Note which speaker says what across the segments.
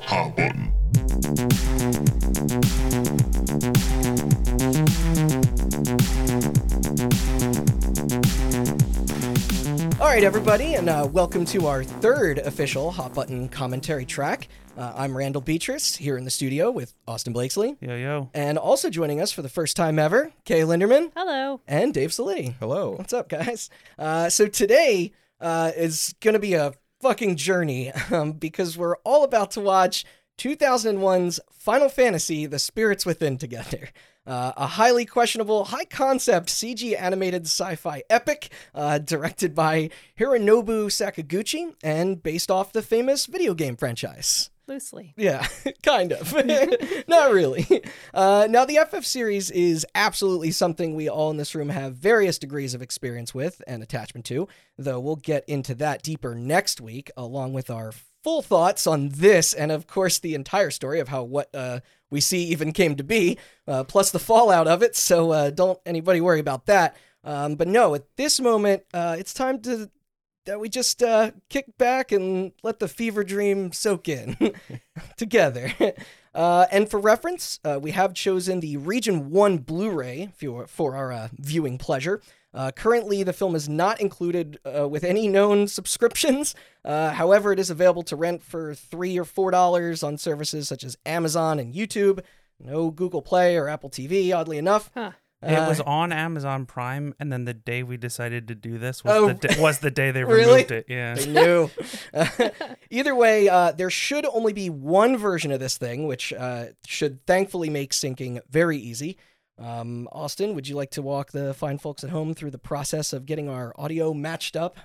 Speaker 1: hot button.
Speaker 2: All right, everybody, and uh, welcome to our third official Hot Button commentary track. Uh, I'm Randall Beatrice here in the studio with Austin Blakesley,
Speaker 3: Yo yo.
Speaker 2: and also joining us for the first time ever, Kay Linderman
Speaker 4: Hello.
Speaker 2: and Dave Salee.
Speaker 5: Hello.
Speaker 2: What's up, guys? Uh, so today uh, is going to be a fucking journey um, because we're all about to watch 2001's Final Fantasy The Spirits Within together. Uh, a highly questionable, high concept CG animated sci fi epic uh, directed by Hironobu Sakaguchi and based off the famous video game franchise.
Speaker 4: Loosely.
Speaker 2: Yeah, kind of. Not really. Uh, now, the FF series is absolutely something we all in this room have various degrees of experience with and attachment to, though we'll get into that deeper next week, along with our full thoughts on this and, of course, the entire story of how what uh, we see even came to be, uh, plus the fallout of it. So uh, don't anybody worry about that. Um, but no, at this moment, uh, it's time to that we just uh, kick back and let the fever dream soak in together. Uh, and for reference, uh, we have chosen the Region 1 Blu ray for, for our uh, viewing pleasure. Uh, currently, the film is not included uh, with any known subscriptions. Uh, however, it is available to rent for three or four dollars on services such as Amazon and YouTube. No Google Play or Apple TV, oddly enough.
Speaker 4: Huh.
Speaker 2: Uh,
Speaker 3: it was on Amazon Prime, and then the day we decided to do this was,
Speaker 2: Oh.
Speaker 3: the, day, was the day they
Speaker 2: Really?
Speaker 3: removed it. Yeah.
Speaker 2: They knew. Either way, uh, there should only be one version of this thing, which uh, should thankfully make syncing very easy. Um, Austin, would you like to walk the fine folks at home through the process of getting our audio matched up?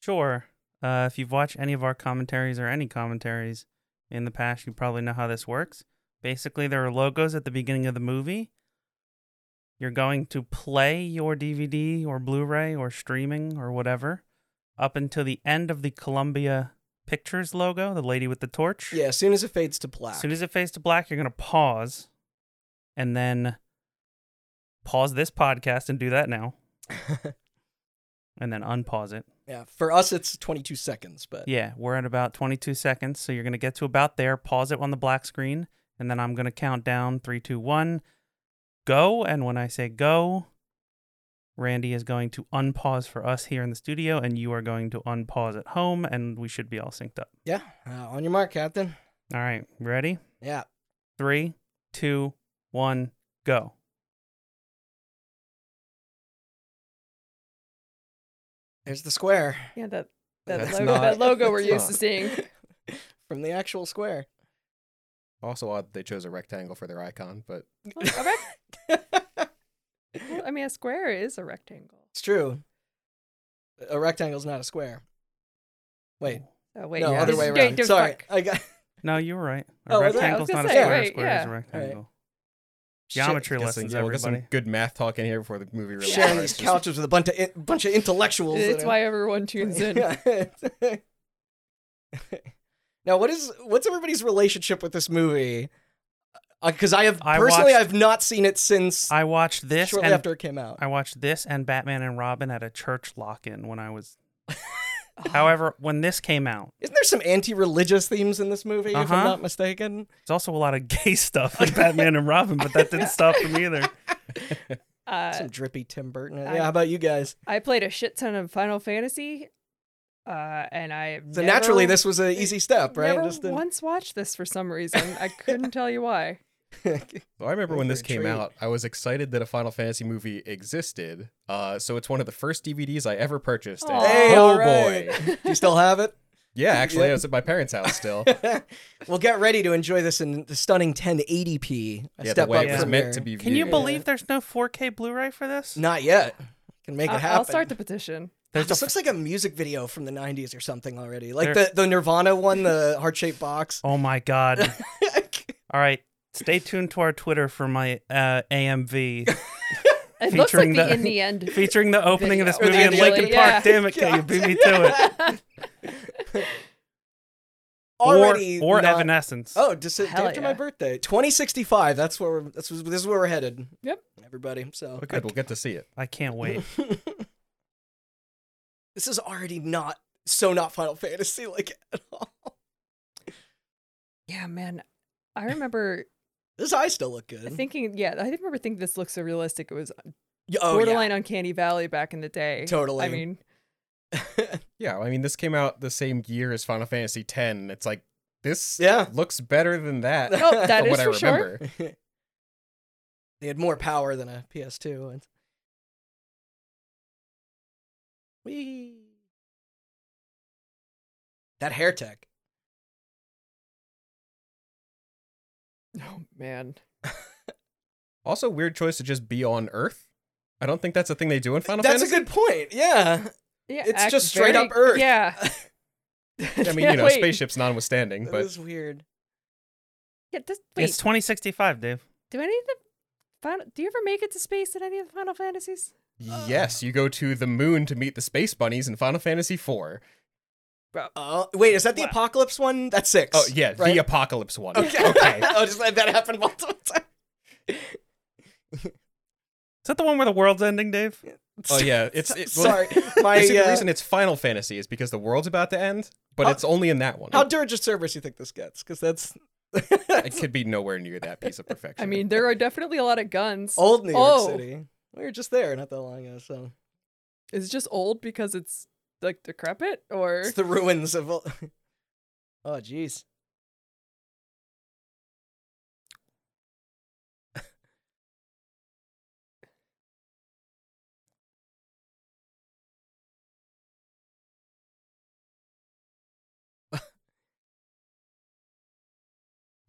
Speaker 3: Sure. Uh, if you've watched any of our commentaries or any commentaries in the past, you probably know how this works. Basically, there are logos at the beginning of the movie. You're going to play your DVD or Blu ray or streaming or whatever up until the end of the Columbia Pictures logo, the lady with the torch.
Speaker 2: Yeah, as soon as it fades to black.
Speaker 3: As soon as it fades to black, you're going to pause and then pause this podcast and do that now. and then unpause it.
Speaker 2: yeah, for us, it's 22 seconds, but
Speaker 3: Yeah, we're at about 22 seconds. So you're going to get to about there, pause it on the black screen, and then I'm going to count down three, two, one, go. And when I say go, Randy is going to unpause for us here in the studio, and you are going to unpause at home, and we should be all synced up.
Speaker 2: yeah, uh, on your mark, Captain.
Speaker 3: All right, ready?
Speaker 2: Yeah.
Speaker 3: Three, two, one, go.
Speaker 2: There's the square
Speaker 4: Yeah, that that,
Speaker 5: That's
Speaker 4: logo,
Speaker 5: not-
Speaker 4: that logo we're
Speaker 2: that's
Speaker 4: used to
Speaker 2: not-
Speaker 4: seeing.
Speaker 2: from the actual square.
Speaker 5: Also odd that they chose a rectangle for their icon, but
Speaker 4: Well, a rec-
Speaker 2: it's
Speaker 4: well, I mean, a square is a rectangle.
Speaker 2: true. A rectangle's not a square. Wait,
Speaker 4: Oh wait,
Speaker 2: no,
Speaker 5: yeah,
Speaker 2: other
Speaker 5: this
Speaker 2: way
Speaker 5: is
Speaker 2: around.
Speaker 4: different.
Speaker 2: Sorry,
Speaker 4: Fuck.
Speaker 2: I got
Speaker 3: No, you were right. A
Speaker 2: Oh, was I? I
Speaker 3: rectangle's
Speaker 4: was gonna
Speaker 3: not a
Speaker 4: say,
Speaker 3: square.
Speaker 4: right,
Speaker 3: a square
Speaker 4: yeah.
Speaker 3: is a
Speaker 4: All
Speaker 3: rectangle.
Speaker 2: Shit.
Speaker 3: Geometry
Speaker 5: Get some-
Speaker 3: lessons,
Speaker 5: yeah, we'll get some
Speaker 3: everybody.
Speaker 5: good math talk in here before the movie really
Speaker 2: sharing
Speaker 5: starts.
Speaker 2: these couches with a bunch of in- bunch of intellectuals.
Speaker 4: It's
Speaker 2: that
Speaker 4: why everyone tunes in.
Speaker 2: are- now, what is what's everybody's relationship with this movie? Because I have
Speaker 3: I
Speaker 2: personally,
Speaker 3: watched-
Speaker 2: I've not seen it since
Speaker 3: I watched this
Speaker 2: shortly
Speaker 3: and
Speaker 2: after it came out.
Speaker 3: I watched this and Batman and Robin at a church lock-in when I was. However, when this came out,
Speaker 2: Isn't there some anti-religious themes in this movie, if I'm
Speaker 3: Uh-huh.
Speaker 2: not mistaken?
Speaker 3: there's also a lot of gay stuff in Batman and Robin, but that didn't stop them either.
Speaker 4: Uh,
Speaker 2: some drippy Tim Burton.
Speaker 4: I-
Speaker 2: yeah, how about you guys?
Speaker 4: I played a shit ton of Final Fantasy, uh, and I
Speaker 2: So
Speaker 4: never-
Speaker 2: naturally, this was an easy step, right?
Speaker 4: Never
Speaker 2: to-
Speaker 4: once watched this for some reason. I couldn't tell you why.
Speaker 5: So I remember when
Speaker 2: Those
Speaker 5: this
Speaker 2: were a
Speaker 5: came
Speaker 2: treat.
Speaker 5: out, I was excited that a Final Fantasy movie existed. Uh, so it's one of the first DVDs I ever purchased. and
Speaker 4: Hey,
Speaker 5: oh
Speaker 2: all right.
Speaker 5: boy.
Speaker 2: Do you still have it?
Speaker 5: Yeah, actually,
Speaker 2: Yeah.
Speaker 5: I was at my parents' house still.
Speaker 2: well, get ready to enjoy this in the stunning 1080p. A
Speaker 5: yeah, the
Speaker 2: step
Speaker 5: way
Speaker 2: up
Speaker 5: it was
Speaker 2: from
Speaker 5: meant
Speaker 2: here.
Speaker 5: to be viewed.
Speaker 3: Can you
Speaker 2: Yeah.
Speaker 3: believe there's no 4K Blu-ray for this?
Speaker 2: Not yet. Can make
Speaker 4: I-
Speaker 2: it happen.
Speaker 4: I'll start the petition.
Speaker 3: There's
Speaker 2: This
Speaker 3: a,
Speaker 2: looks like a music video from the '90s or something already, like
Speaker 3: There-
Speaker 2: the, the Nirvana one, the heart shaped box.
Speaker 3: oh my god! All right, stay tuned to our Twitter for my uh, AMV
Speaker 4: It looks like
Speaker 3: Featuring
Speaker 4: the
Speaker 3: the-
Speaker 4: in the end.
Speaker 3: featuring the opening of this
Speaker 4: Video.
Speaker 3: movie in
Speaker 2: Actually,
Speaker 3: Lincoln
Speaker 4: yeah.
Speaker 3: Park. Damn it, Kay, you beat me to it.
Speaker 2: already
Speaker 3: or, or
Speaker 2: not-
Speaker 3: Evanescence.
Speaker 2: Oh, just a day
Speaker 4: Hell
Speaker 2: after my
Speaker 4: yeah.
Speaker 2: birthday, 2065. That's where we're, that's this is where we're headed.
Speaker 4: Yep.
Speaker 2: everybody. So
Speaker 5: Okay, we'll get to see it.
Speaker 3: I can't wait.
Speaker 2: this is already not so not Final Fantasy like at all.
Speaker 4: Yeah, man. I remember
Speaker 2: His eyes still look good.
Speaker 4: thinking, yeah, I remember thinking this looks so realistic. It was
Speaker 2: Y- oh,
Speaker 4: borderline Uncanny Valley back in the day.
Speaker 2: yeah, totally.
Speaker 4: I mean,
Speaker 5: Yeah, I mean, this came out the same year as Final Fantasy X. and It's like this
Speaker 2: Yeah.
Speaker 5: looks better than that.
Speaker 2: That
Speaker 4: oh, that
Speaker 5: from
Speaker 4: is
Speaker 5: what I
Speaker 4: for sure.
Speaker 5: remember.
Speaker 2: they had more power than a PS2. And... Whee. That hair tech.
Speaker 4: Oh man,
Speaker 5: Also, weird choice to just be on Earth. I don't think that's a thing they do in Final
Speaker 2: That's
Speaker 5: Fantasy.
Speaker 2: a good point. Yeah.
Speaker 4: yeah,
Speaker 2: It's
Speaker 4: act
Speaker 2: just straight
Speaker 4: very-
Speaker 2: up Earth.
Speaker 4: Yeah,
Speaker 5: I mean,
Speaker 4: Yeah,
Speaker 5: you know,
Speaker 4: wait.
Speaker 5: spaceships notwithstanding,
Speaker 2: That
Speaker 5: but
Speaker 2: was weird.
Speaker 4: Yeah, does, wait,
Speaker 3: It's 2065, Dave.
Speaker 4: do any of the final? Do you ever make it to space in any of the Final Fantasies?
Speaker 5: yes, you go to the moon to meet the space bunnies in Final Fantasy IV.
Speaker 2: Oh, wait, is that the
Speaker 3: Wow.
Speaker 2: apocalypse one? That's six.
Speaker 5: Oh yeah,
Speaker 2: right?
Speaker 5: the apocalypse one.
Speaker 2: Okay.
Speaker 5: okay.
Speaker 2: I'll just let that happen multiple times.
Speaker 3: Is that the one where the world's ending, Dave?
Speaker 5: Oh yeah, it's it, well,
Speaker 2: Sorry. My,
Speaker 5: you see,
Speaker 2: uh,
Speaker 5: the reason it's Final Fantasy is because the world's about to end, but
Speaker 2: How-
Speaker 5: it's only in that one.
Speaker 2: How dirge of service you think this gets? Because that's
Speaker 5: it could be nowhere near that piece of perfection.
Speaker 4: I mean, there are definitely a lot of guns.
Speaker 2: old New York
Speaker 4: Oh.
Speaker 2: City. We were just there not that long ago, so
Speaker 4: Is it just old because it's like decrepit, or
Speaker 2: it's the ruins of. All... Oh, jeez.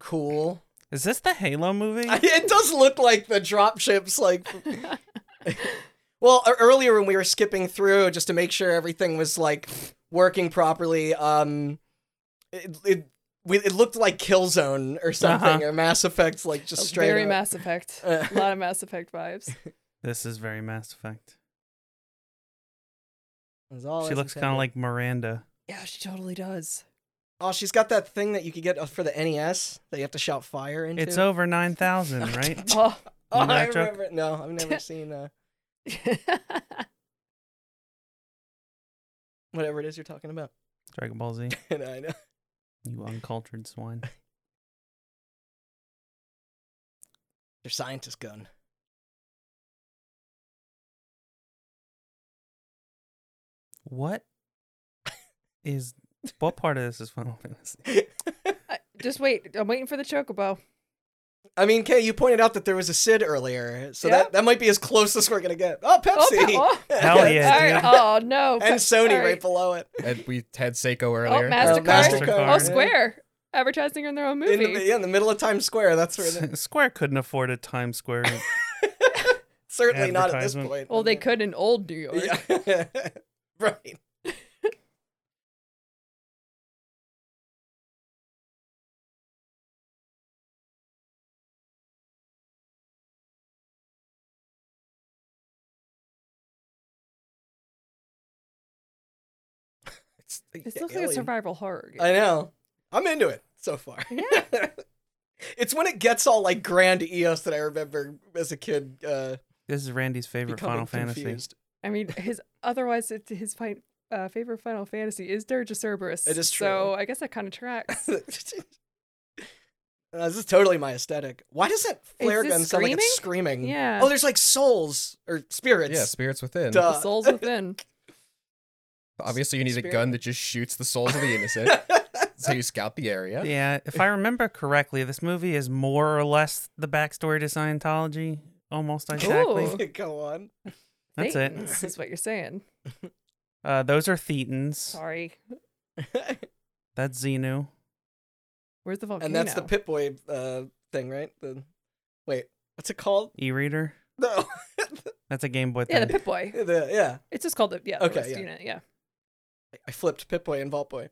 Speaker 2: cool.
Speaker 3: Is this the Halo movie?
Speaker 2: It does look like the dropships, like Well, e- earlier when we were skipping through just to make sure everything was like working properly, um, it it, we, it looked like Killzone or something
Speaker 3: Uh-huh.
Speaker 2: or Mass Effect, like just straight.
Speaker 4: very
Speaker 2: up.
Speaker 4: Mass Effect?
Speaker 2: Uh.
Speaker 4: a lot of Mass Effect vibes.
Speaker 3: This is very Mass Effect.
Speaker 2: That's all
Speaker 3: she
Speaker 2: that's
Speaker 3: looks kind of
Speaker 2: intended.
Speaker 3: like Miranda.
Speaker 4: Yeah, she totally does.
Speaker 2: Oh, she's got that thing that you could get uh, for the NES that you have to shout fire into.
Speaker 3: It's over 9,000, right?
Speaker 4: Oh,
Speaker 2: Oh,
Speaker 3: Remember
Speaker 2: I
Speaker 3: that joke?
Speaker 2: remember. No, I've never seen uh, whatever it is you're talking about.
Speaker 3: Dragon Ball Z.
Speaker 2: And I know.
Speaker 3: You uncultured swine.
Speaker 2: Their scientist gun.
Speaker 3: What is. What part of this is Final Fantasy?
Speaker 4: I- just wait. I'm waiting for the chocobo.
Speaker 2: I mean, Kay, you pointed out that there was a Sid earlier, so
Speaker 4: Yeah.
Speaker 2: that, that might be as close as we're gonna get. Oh, Pepsi!
Speaker 4: Oh, Pe- oh.
Speaker 3: Hell yeah,
Speaker 4: All right.
Speaker 3: dude.
Speaker 4: Oh no.
Speaker 2: and Sony
Speaker 4: All
Speaker 2: right. below it.
Speaker 5: and we had Seiko
Speaker 4: Oh,
Speaker 5: earlier.
Speaker 4: Mastercard.
Speaker 3: Mastercard.
Speaker 4: Oh,
Speaker 3: Mastercard.
Speaker 4: Square advertising in their own
Speaker 2: In
Speaker 4: movie.
Speaker 2: the, yeah, in the middle of Times Square. That's where the,
Speaker 3: S- Square couldn't afford a Times Square.
Speaker 2: certainly not at this
Speaker 3: Advertisement.
Speaker 2: point.
Speaker 4: well, they could in old New York.
Speaker 2: Yeah. right. It's-
Speaker 4: This
Speaker 2: yeah,
Speaker 4: looks like a
Speaker 2: alien.
Speaker 4: survival horror game.
Speaker 2: I know. I'm into it so far.
Speaker 4: Yeah.
Speaker 2: it's when it gets all like grand EOS that I remember as a kid uh,
Speaker 3: this is Randy's favorite
Speaker 2: becoming
Speaker 3: Final Fantasy.
Speaker 2: confused.
Speaker 4: I mean, his otherwise it's his fi- uh, favorite Final Fantasy is Dirge of Cerberus.
Speaker 2: It is
Speaker 4: So I guess that kind of tracks.
Speaker 2: Uh, this is totally my aesthetic. Why does that flare
Speaker 4: this
Speaker 2: gun sound like it's screaming?
Speaker 4: Yeah.
Speaker 2: Oh, there's like souls or spirits.
Speaker 5: yeah, spirits within.
Speaker 2: Duh.
Speaker 4: the souls within.
Speaker 5: Obviously, you need
Speaker 2: Spirit.
Speaker 5: a gun that just shoots the souls of the innocent. so you scout the area.
Speaker 3: Yeah, if I remember correctly, this movie is more or less the backstory to Scientology. Almost exactly.
Speaker 4: Ooh.
Speaker 2: Go on.
Speaker 3: That's it.
Speaker 4: Thetans is what you're saying.
Speaker 3: Uh, those are Thetans.
Speaker 4: Sorry. Oh,
Speaker 3: That's Xenu.
Speaker 4: Where's the volcano?
Speaker 2: and that's the Pip Boy uh, thing, right? The wait, what's it called?
Speaker 3: E-reader.
Speaker 2: No,
Speaker 3: That's a Game Boy thing.
Speaker 4: yeah, the Pip Boy.
Speaker 2: the, yeah.
Speaker 4: It's just called the yeah. the
Speaker 2: Okay,
Speaker 4: rest
Speaker 2: yeah.
Speaker 4: Unit, yeah.
Speaker 2: I flipped Pip Boy and Vault Boy.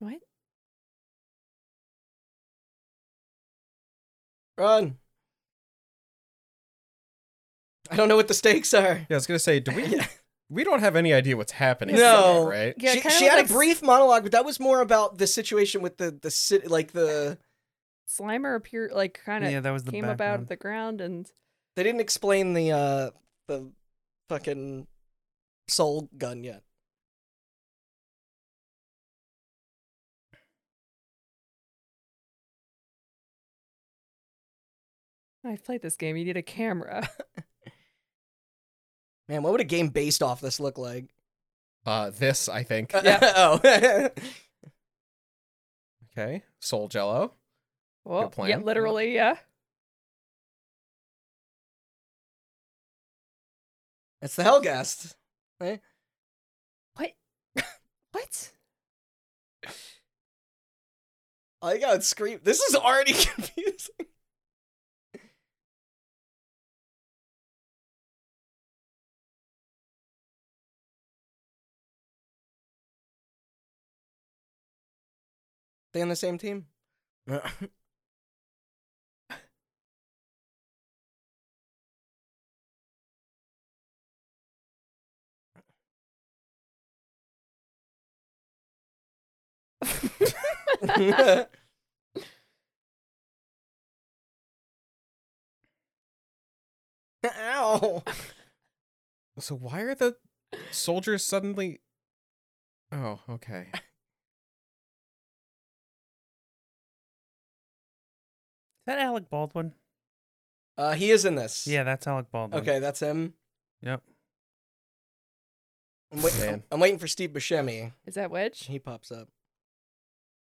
Speaker 4: What?
Speaker 2: Run. I don't know what the stakes are.
Speaker 5: Yeah, I was gonna say, do we? We don't have any idea what's happening.
Speaker 2: No.
Speaker 5: yet, right?
Speaker 4: Yeah, it
Speaker 2: she
Speaker 4: kinda
Speaker 2: she
Speaker 4: looks
Speaker 2: had
Speaker 4: like
Speaker 2: a brief monologue, but that was more about the situation with the the city, like the
Speaker 4: Slimer appeared like kind of
Speaker 3: Yeah, that was the
Speaker 4: came up out
Speaker 3: background.
Speaker 4: of the ground and
Speaker 2: they didn't explain the uh the fucking soul gun yet.
Speaker 4: I've played this game. You need a camera.
Speaker 2: Man, what would a game based off this look like?
Speaker 5: Uh, this I think.
Speaker 2: Uh-uh.
Speaker 4: Yeah.
Speaker 2: oh.
Speaker 5: Okay, Soul Jello.
Speaker 4: Well, yeah,
Speaker 5: plan.
Speaker 4: literally, yeah.
Speaker 2: it's the Hellgast.
Speaker 4: What?
Speaker 2: I got scream. This is already confusing. They on the same team? Ow.
Speaker 5: So why are the soldiers suddenly? Oh, okay.
Speaker 3: that Alec Baldwin?
Speaker 2: Uh, he is in this.
Speaker 3: Yeah, that's Alec Baldwin.
Speaker 2: Okay, that's him.
Speaker 3: Yep.
Speaker 2: I'm, wait-
Speaker 5: Man.
Speaker 2: I'm waiting for Steve Buscemi.
Speaker 4: Is that Wedge?
Speaker 2: He pops up.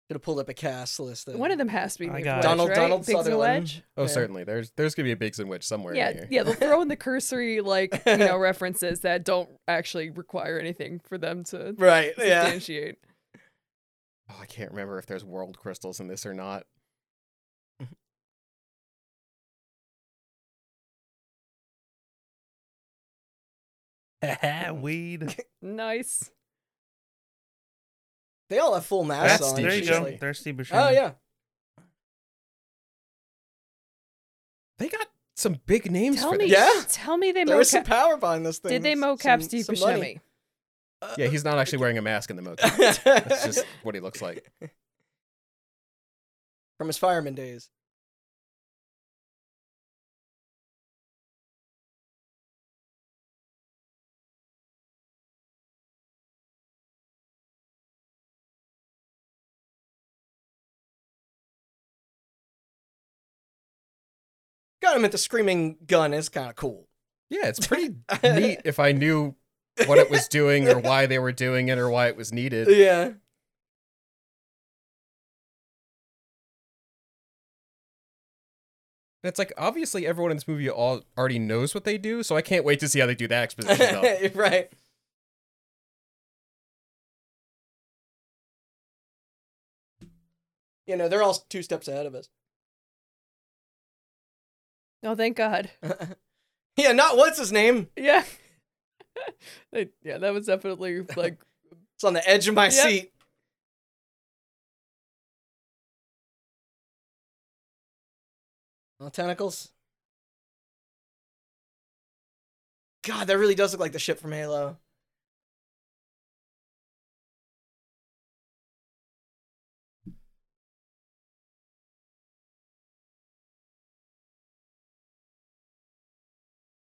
Speaker 2: Should have pulled up a cast list. Then.
Speaker 4: One of them has to be
Speaker 3: I
Speaker 4: named
Speaker 3: got it.
Speaker 4: Wedge,
Speaker 2: Donald
Speaker 4: right?
Speaker 2: Donald
Speaker 4: Biggs and
Speaker 2: Sutherland.
Speaker 4: Wedge?
Speaker 5: Oh,
Speaker 2: Yeah.
Speaker 5: certainly. There's there's gonna be a Biggs and Witch somewhere. in
Speaker 4: Yeah,
Speaker 5: here.
Speaker 4: yeah. They'll throw in the cursory like you know references that don't actually require anything for them to
Speaker 2: Right. Yeah.
Speaker 4: substantiate.
Speaker 5: Oh, I can't remember if there's world crystals in this or not.
Speaker 3: Weed.
Speaker 4: Nice.
Speaker 2: They all have full masks
Speaker 5: That's
Speaker 2: on.
Speaker 5: Steve
Speaker 3: there you
Speaker 2: She's
Speaker 3: go.
Speaker 5: Buscemi.
Speaker 2: like-
Speaker 3: Thirsty Buscemi.
Speaker 2: oh yeah.
Speaker 5: They got some big names.
Speaker 4: Tell
Speaker 5: for
Speaker 4: me,
Speaker 5: This.
Speaker 2: Yeah.
Speaker 4: tell me they
Speaker 2: There was some
Speaker 4: mocap.
Speaker 2: power behind this thing.
Speaker 4: Did they
Speaker 2: S-
Speaker 4: mocap
Speaker 2: some-
Speaker 4: Steve
Speaker 2: some
Speaker 4: Buscemi?
Speaker 2: money. Uh,
Speaker 5: Yeah, he's not actually wearing a mask in the movie. That's just what he looks like.
Speaker 2: from his fireman days. Got him at the screaming gun is kind of cool.
Speaker 5: Yeah, it's pretty neat if I knew what it was doing or why they were doing it or why it was needed.
Speaker 2: Yeah.
Speaker 5: And it's like obviously everyone in this movie all already knows what they do, so I can't wait to see how they do that exposition. though.
Speaker 2: right. You know, they're all two steps ahead of us.
Speaker 4: Oh, thank God.
Speaker 2: yeah, not what's his name.
Speaker 4: Yeah. They- yeah, that was definitely like
Speaker 2: It's on the edge of my
Speaker 4: Yep.
Speaker 2: seat. Well, tentacles. God, that really does look like the ship from Halo.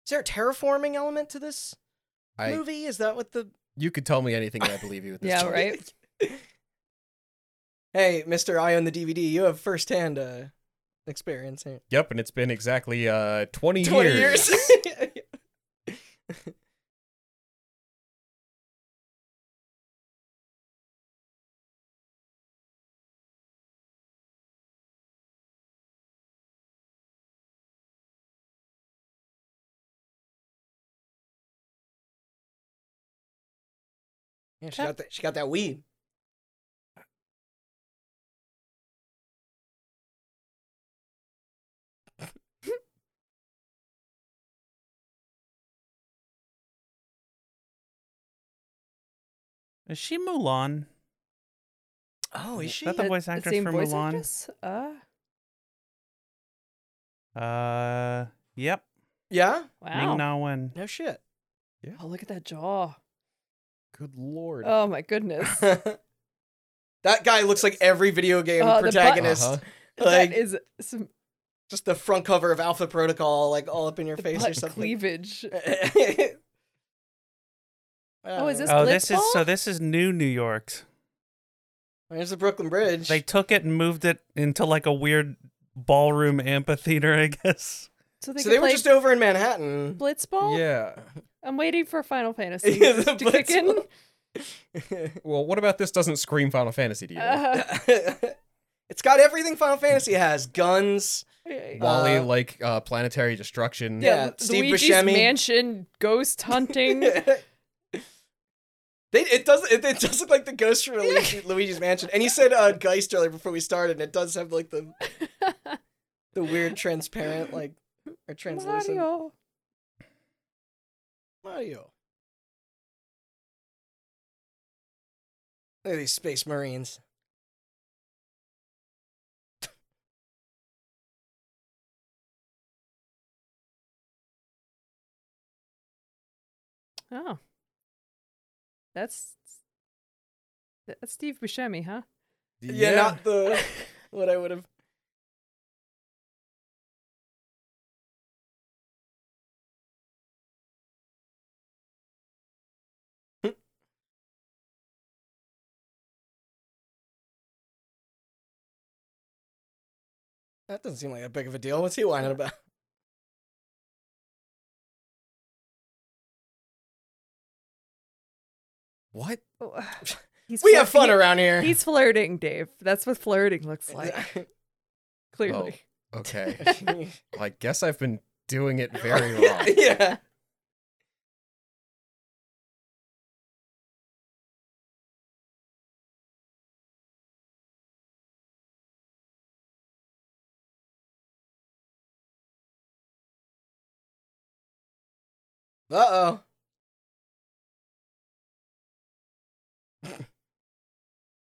Speaker 2: Is there a terraforming element to this
Speaker 5: I,
Speaker 2: movie? Is that what the
Speaker 5: you could tell me anything and I believe you at this
Speaker 4: Yeah,
Speaker 5: point.
Speaker 4: right.
Speaker 2: hey, Mister, I own the DVD. You have firsthand uh, experience here.
Speaker 5: Yep, and it's been exactly uh, 20,
Speaker 2: Twenty
Speaker 5: years.
Speaker 2: years. Yeah, she got that. She got that weed.
Speaker 3: Is she Mulan?
Speaker 2: Oh, is she?
Speaker 3: that the voice actress
Speaker 4: same
Speaker 3: for
Speaker 4: voice
Speaker 3: Mulan?
Speaker 4: actress? Uh,
Speaker 3: Uh, yep.
Speaker 2: yeah.
Speaker 3: Ming
Speaker 4: wow.
Speaker 3: Na Wen.
Speaker 2: No shit.
Speaker 4: Oh, look at that jaw.
Speaker 5: Good lord.
Speaker 4: Oh my goodness.
Speaker 2: that guy looks like every video game
Speaker 4: Uh, the butt-
Speaker 2: protagonist.
Speaker 5: Uh-huh.
Speaker 2: Like
Speaker 4: that is some
Speaker 2: just the front cover of Alpha Protocol, like all up in your
Speaker 4: the
Speaker 2: face or
Speaker 4: butt
Speaker 2: something.
Speaker 4: cleavage.
Speaker 2: Oh,
Speaker 4: is this-
Speaker 3: Oh,
Speaker 4: Split
Speaker 3: this is so.
Speaker 4: ball?
Speaker 3: This is new New York's.
Speaker 2: There's the Brooklyn Bridge.
Speaker 3: They took it and moved it into like a weird ballroom amphitheater, I guess.
Speaker 4: So they,
Speaker 2: So
Speaker 4: could
Speaker 2: they were
Speaker 4: play
Speaker 2: just over in Manhattan. Oh.
Speaker 4: Blitzball.
Speaker 5: Yeah.
Speaker 4: I'm waiting for Final Fantasy
Speaker 2: Yeah, the
Speaker 4: to kick in.
Speaker 5: Well, what about this doesn't scream Final Fantasy to you?
Speaker 2: Uh-huh.
Speaker 4: Uh,
Speaker 2: it's got everything Final Fantasy has: guns,
Speaker 4: yeah,
Speaker 5: Wally
Speaker 2: uh,
Speaker 5: like uh, planetary destruction.
Speaker 2: Yeah. Steve
Speaker 4: Luigi's
Speaker 2: Buscemi.
Speaker 4: Mansion, ghost hunting.
Speaker 2: they, it does it, it does look like the ghost from Luigi, Luigi's Mansion. And you said uh, Geist earlier before we started, and it does have like the the weird transparent like or translucent Mario.
Speaker 4: Mario.
Speaker 2: Look at these space marines.
Speaker 4: Oh, that's that's Steve Buscemi, huh?
Speaker 2: Yeah, not the what I would have. That doesn't seem like that big of a deal. What's he whining about?
Speaker 5: what?
Speaker 4: Oh, He's
Speaker 2: We
Speaker 4: flir-
Speaker 2: have fun
Speaker 4: he-
Speaker 2: around here.
Speaker 4: He's flirting, Dave. That's what flirting looks like. Clearly,
Speaker 5: Okay. I guess I've been doing it very wrong.
Speaker 2: yeah. Uh oh.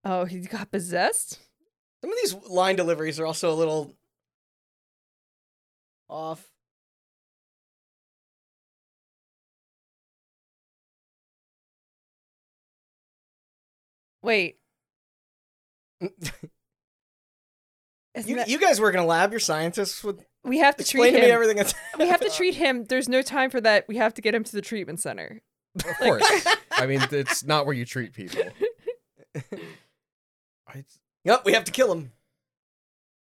Speaker 4: oh, he got possessed.
Speaker 2: Some of these line deliveries are also a little off.
Speaker 4: Wait, Isn't
Speaker 2: You,
Speaker 4: that-
Speaker 2: you guys work in a lab. You're scientists. Would
Speaker 4: we have to treat
Speaker 2: explain to me
Speaker 4: him.
Speaker 2: everything. That's
Speaker 4: we have to treat him. There's no time for that. We have to get him to the treatment center.
Speaker 5: Of course. I mean, it's not where you treat people. I
Speaker 2: Yep, we have to kill him.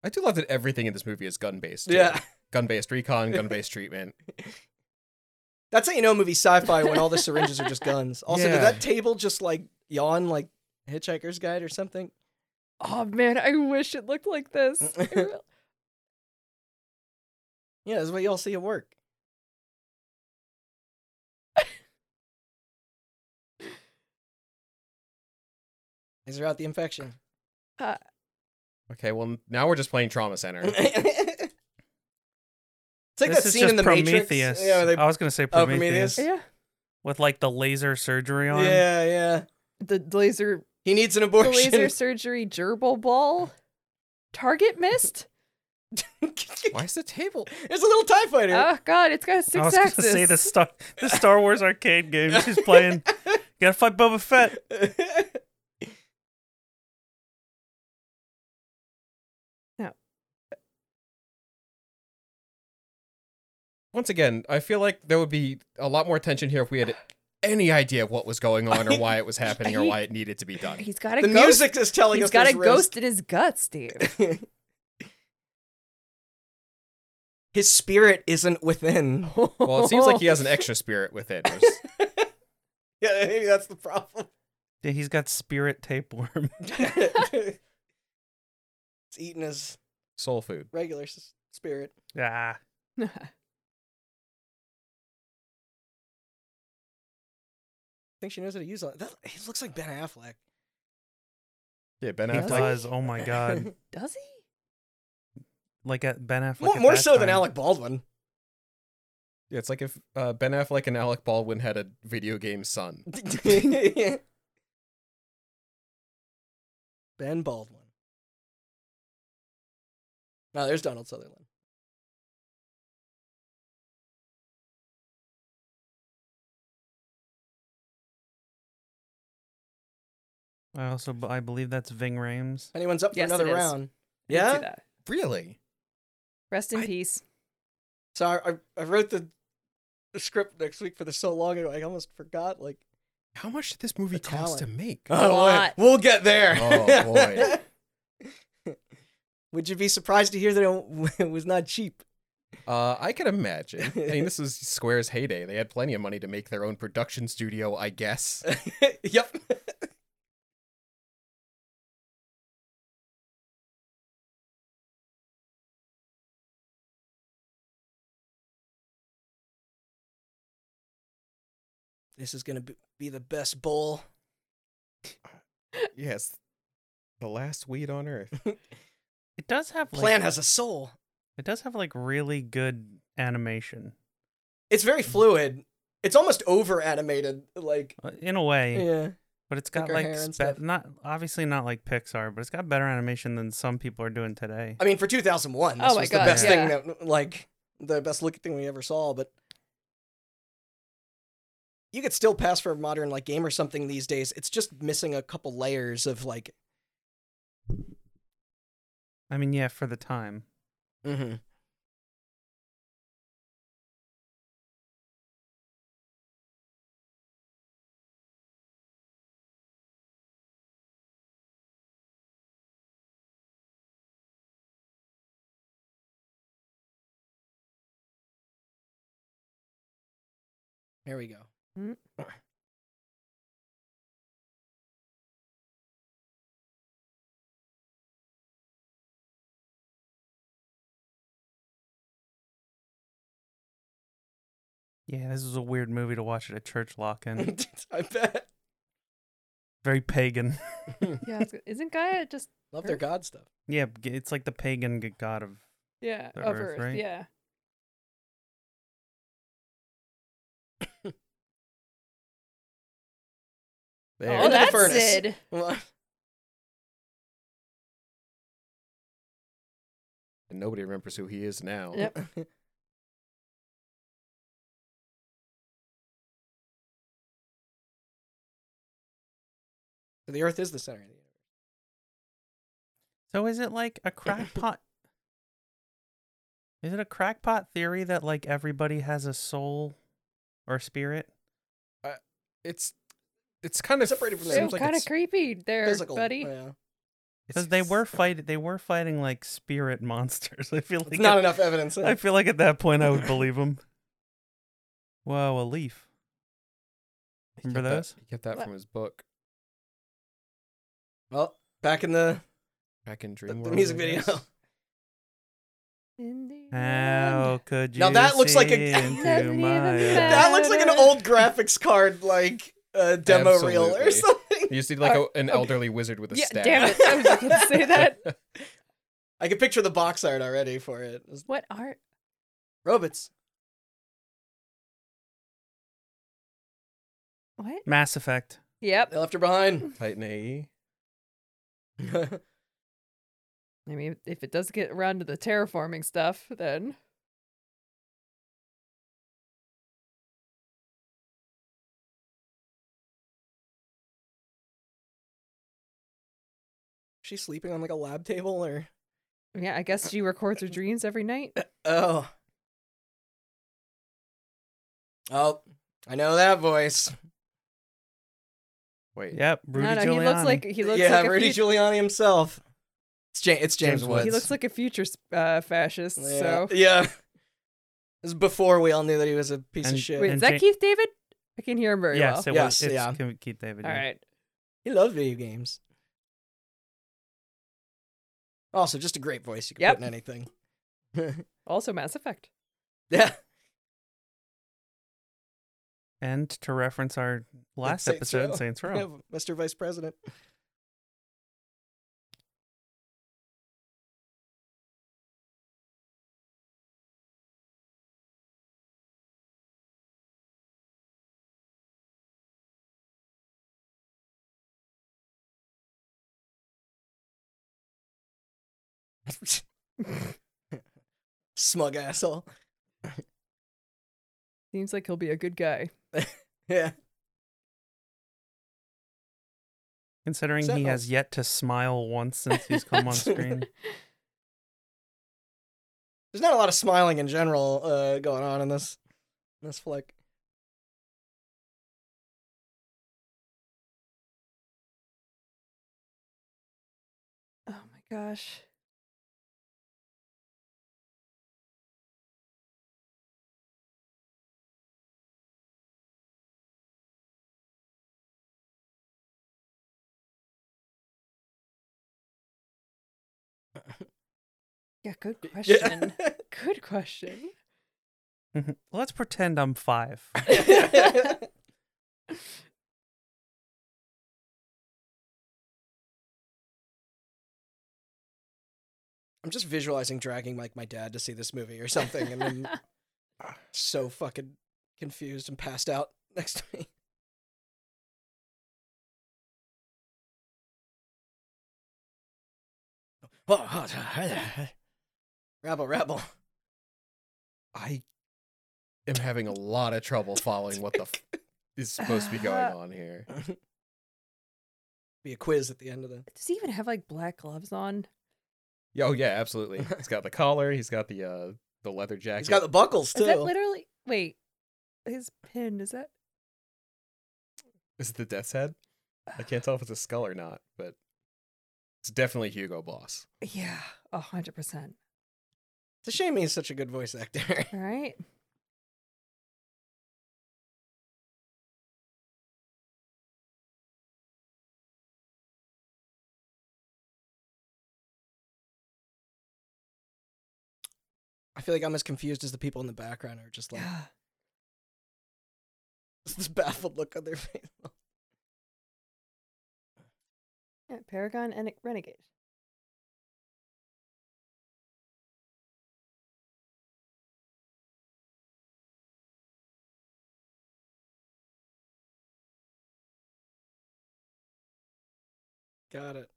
Speaker 5: I do love that everything in this movie is gun based.
Speaker 2: Yeah,
Speaker 5: Gun based recon, gun based treatment.
Speaker 2: that's how you know a movie sci-fi when all the syringes are just guns. Also,
Speaker 5: Yeah.
Speaker 2: did that table just like yawn like Hitchhiker's Guide or something?
Speaker 4: Oh man, I wish it looked like this. I re-
Speaker 2: Yeah, that's what y'all see at work. These are out the infection.
Speaker 5: Okay, well now we're just playing trauma center.
Speaker 2: it's like
Speaker 3: this
Speaker 2: that
Speaker 3: is
Speaker 2: scene
Speaker 3: just
Speaker 2: in the
Speaker 3: Prometheus.
Speaker 2: Matrix. Yeah, where they,
Speaker 3: I was gonna say
Speaker 2: Oh,
Speaker 3: Prometheus,
Speaker 2: Prometheus?
Speaker 4: yeah,
Speaker 3: with like the laser surgery on.
Speaker 2: yeah, yeah.
Speaker 4: the laser,
Speaker 2: He needs an
Speaker 4: the
Speaker 2: abortion.
Speaker 4: laser surgery gerbil ball, target missed.
Speaker 5: Why is the table?
Speaker 2: There's a little Tie Fighter.
Speaker 4: Oh god, it's got a six
Speaker 3: I was
Speaker 4: axis.
Speaker 3: gonna say the Star the Star Wars arcade game she's playing. Gotta fight Boba
Speaker 4: Oh.
Speaker 3: Fett.
Speaker 5: Once again, I feel like there would be a lot more tension here if we had any idea what was going on or why it was happening or why it needed to be done.
Speaker 4: He's got a
Speaker 2: the
Speaker 4: ghost.
Speaker 2: music is telling
Speaker 4: He's
Speaker 2: us
Speaker 4: got a
Speaker 2: there's risk.
Speaker 4: ghost in his guts, Steve.
Speaker 2: His spirit isn't within.
Speaker 5: Well, it seems like he has an extra spirit within. There's-
Speaker 2: yeah, maybe that's the problem.
Speaker 3: Yeah, he's got spirit tapeworm.
Speaker 2: it's eating his
Speaker 5: soul food.
Speaker 2: regular s- spirit.
Speaker 3: ah,
Speaker 2: I think she knows how to use all that. He looks like Ben Affleck.
Speaker 5: Yeah, Ben
Speaker 3: he
Speaker 5: Affleck.
Speaker 3: does. Oh my god!
Speaker 4: Does he?
Speaker 3: Like at Ben Affleck.
Speaker 2: more
Speaker 3: at
Speaker 2: more
Speaker 3: that
Speaker 2: so than
Speaker 3: time.
Speaker 2: Alec Baldwin.
Speaker 5: Yeah, it's like if uh, Ben Affleck and Alec Baldwin had a video game son.
Speaker 2: ben Baldwin. No, there's Donald Sutherland.
Speaker 3: I also b- I believe that's Ving Rhames.
Speaker 2: If anyone's up for
Speaker 4: Yes,
Speaker 2: another
Speaker 4: it is.
Speaker 2: round.
Speaker 4: I did see
Speaker 2: Yeah?
Speaker 4: that.
Speaker 5: Really?
Speaker 4: Rest in
Speaker 5: I-
Speaker 4: peace.
Speaker 2: So I, I, I wrote the, the script next week for this so long ago, I almost forgot. Like,
Speaker 5: How much did this movie
Speaker 2: The talent.
Speaker 5: cost to make?
Speaker 4: lot.
Speaker 2: we'll get there.
Speaker 5: Oh, boy.
Speaker 2: Would you be surprised to hear that it it was not cheap?
Speaker 5: Uh, I can imagine. I mean, this was Square's heyday. They had plenty of money to make their own production studio, I guess.
Speaker 2: yep. This is going to be the best bowl.
Speaker 5: yes, the last weed on earth.
Speaker 3: It does have like,
Speaker 2: Plan has a soul.
Speaker 3: It does have like really good animation
Speaker 2: It's very fluid. It's almost over animated. Like,
Speaker 3: uh, in a way,
Speaker 2: yeah.
Speaker 3: but it's got
Speaker 2: Thicker
Speaker 3: like
Speaker 2: hair and
Speaker 3: spe-
Speaker 2: stuff.
Speaker 3: not obviously not like Pixar, but it's got better animation than some people are doing today.
Speaker 2: I mean, for 2001, this
Speaker 4: Oh my
Speaker 2: was
Speaker 4: God,
Speaker 2: the best
Speaker 4: yeah.
Speaker 2: thing that, like, the best looking thing we ever saw. But you could still pass for a modern like game or something these days. It's just missing a couple layers of like.
Speaker 3: I mean, yeah, for the time.
Speaker 2: Mm-hmm. There we go.
Speaker 3: Yeah, this is a weird movie to watch at a church lock-in.
Speaker 2: I bet.
Speaker 3: Very pagan.
Speaker 4: Yeah, it's- isn't Gaia just
Speaker 2: Love their
Speaker 4: Earth?
Speaker 2: god stuff.
Speaker 3: yeah, g- it's like the pagan g- god of.
Speaker 4: yeah
Speaker 3: The
Speaker 4: of
Speaker 3: Earth,
Speaker 4: Earth?
Speaker 3: right?
Speaker 4: Yeah.
Speaker 5: There.
Speaker 2: Into the
Speaker 4: Oh, that's
Speaker 2: furnace.
Speaker 4: Sid.
Speaker 5: And nobody remembers who he is now.
Speaker 4: Yep.
Speaker 2: the Earth is the center of the universe.
Speaker 3: So is it like a crackpot? is it a crackpot theory that like everybody has a soul or spirit?
Speaker 5: It's it's kind of
Speaker 2: Separated from the-
Speaker 4: Ew,
Speaker 5: seems like
Speaker 4: kind of
Speaker 5: it's-
Speaker 4: creepy there,
Speaker 2: Physical,
Speaker 4: buddy.
Speaker 2: yeah.
Speaker 3: Because they were fight they were fighting like spirit monsters. I feel like
Speaker 2: It's not
Speaker 3: at-
Speaker 2: enough evidence.
Speaker 3: I feel like at that point I would believe them. Whoa, a leaf.
Speaker 5: he
Speaker 3: Remember
Speaker 5: get that-
Speaker 3: those?
Speaker 5: He get that
Speaker 4: What?
Speaker 5: from his book
Speaker 2: Well, back in the
Speaker 5: back in
Speaker 2: the,
Speaker 5: Dream
Speaker 2: the
Speaker 5: World,
Speaker 2: music
Speaker 5: I
Speaker 2: video.
Speaker 5: guess.
Speaker 4: In the
Speaker 3: How could you?
Speaker 2: Now that looks like a-
Speaker 3: see
Speaker 4: Doesn't
Speaker 3: into
Speaker 4: even
Speaker 3: my
Speaker 4: matter.
Speaker 3: eyes?
Speaker 2: that looks like an old graphics card, like uh, demo reel or
Speaker 5: Absolutely.
Speaker 2: something.
Speaker 5: You see like
Speaker 4: Uh,
Speaker 5: a, an
Speaker 2: oh,
Speaker 4: okay.
Speaker 5: elderly wizard with a
Speaker 4: Yeah,
Speaker 5: staff.
Speaker 4: damn it. I was just going to say that.
Speaker 2: I can picture the box art already for it. It's
Speaker 4: What art?
Speaker 2: robots.
Speaker 4: What?
Speaker 3: Mass Effect.
Speaker 4: Yep.
Speaker 2: They left her behind.
Speaker 5: Titan E? AE.
Speaker 4: I mean, if it does get around to the terraforming stuff, then
Speaker 2: She's sleeping on like a lab table or
Speaker 4: yeah, I guess she records her dreams every night.
Speaker 2: oh. Oh, I know that voice.
Speaker 5: Wait.
Speaker 3: Yep. Rudy
Speaker 4: no, no, he looks
Speaker 3: Giuliani.
Speaker 4: like he looks
Speaker 2: yeah,
Speaker 4: like a
Speaker 2: Rudy
Speaker 4: fut-
Speaker 2: Giuliani himself. It's, ja- it's James,
Speaker 3: James
Speaker 2: Woods.
Speaker 3: Woods.
Speaker 4: he looks like a future uh, fascist.
Speaker 2: yeah.
Speaker 4: So
Speaker 2: yeah. This is before we all knew that he was a piece
Speaker 3: And-
Speaker 2: of shit.
Speaker 4: wait,
Speaker 3: And
Speaker 4: is that
Speaker 3: Ja-
Speaker 4: Keith David? I can hear him very
Speaker 3: yes,
Speaker 4: well.
Speaker 3: it
Speaker 2: Yes,
Speaker 3: was. It's
Speaker 2: yeah.
Speaker 3: Kim- Keith David.
Speaker 4: All
Speaker 3: yeah.
Speaker 4: right.
Speaker 2: He loves video games. Also, just a great voice you can
Speaker 4: Yep.
Speaker 2: put in anything.
Speaker 4: Also, Mass Effect.
Speaker 2: yeah.
Speaker 3: And to reference our last
Speaker 2: Saints
Speaker 3: episode,
Speaker 2: Row.
Speaker 3: Saints Row.
Speaker 2: Mr. Vice President. Smug asshole.
Speaker 4: Seems like he'll be a good guy.
Speaker 2: Yeah.
Speaker 3: Considering he
Speaker 2: Sentinels.
Speaker 3: has yet to smile once since he's come on screen.
Speaker 2: There's not a lot of smiling in general uh, going on in this in this flick.
Speaker 4: Oh my gosh. Yeah, good question. Good question.
Speaker 3: Mm-hmm. Let's pretend I'm five.
Speaker 2: I'm just visualizing dragging like my dad to see this movie or something, and I'm ah, so fucking confused and passed out next to me. rabble, rabble.
Speaker 5: I am having a lot of trouble following what the f- is supposed to be going on here.
Speaker 2: Be a quiz at the end of the.
Speaker 4: Does he even have like black gloves on?
Speaker 5: Yeah, Oh yeah, absolutely. He's got the collar. He's got the uh the leather jacket.
Speaker 2: He's got the buckles too.
Speaker 4: Is that literally? Wait, his pin is that?
Speaker 5: Is it the death's head? I can't tell if it's a skull or not, but it's definitely Hugo Boss.
Speaker 4: Yeah, a hundred percent.
Speaker 2: It's a shame he's such a good voice actor.
Speaker 4: All right.
Speaker 2: I feel like I'm as confused as the people in the background are just like
Speaker 4: Yeah.
Speaker 2: this baffled look on their face. Oh,
Speaker 4: yeah Paragon and Renegade.
Speaker 2: Got it.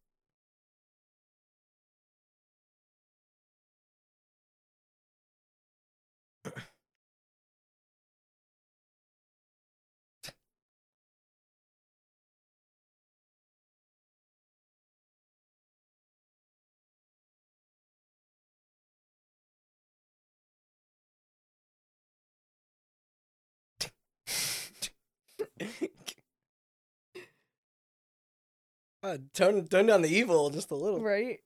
Speaker 2: Uh, tone, tone down the evil just a little.
Speaker 4: Right.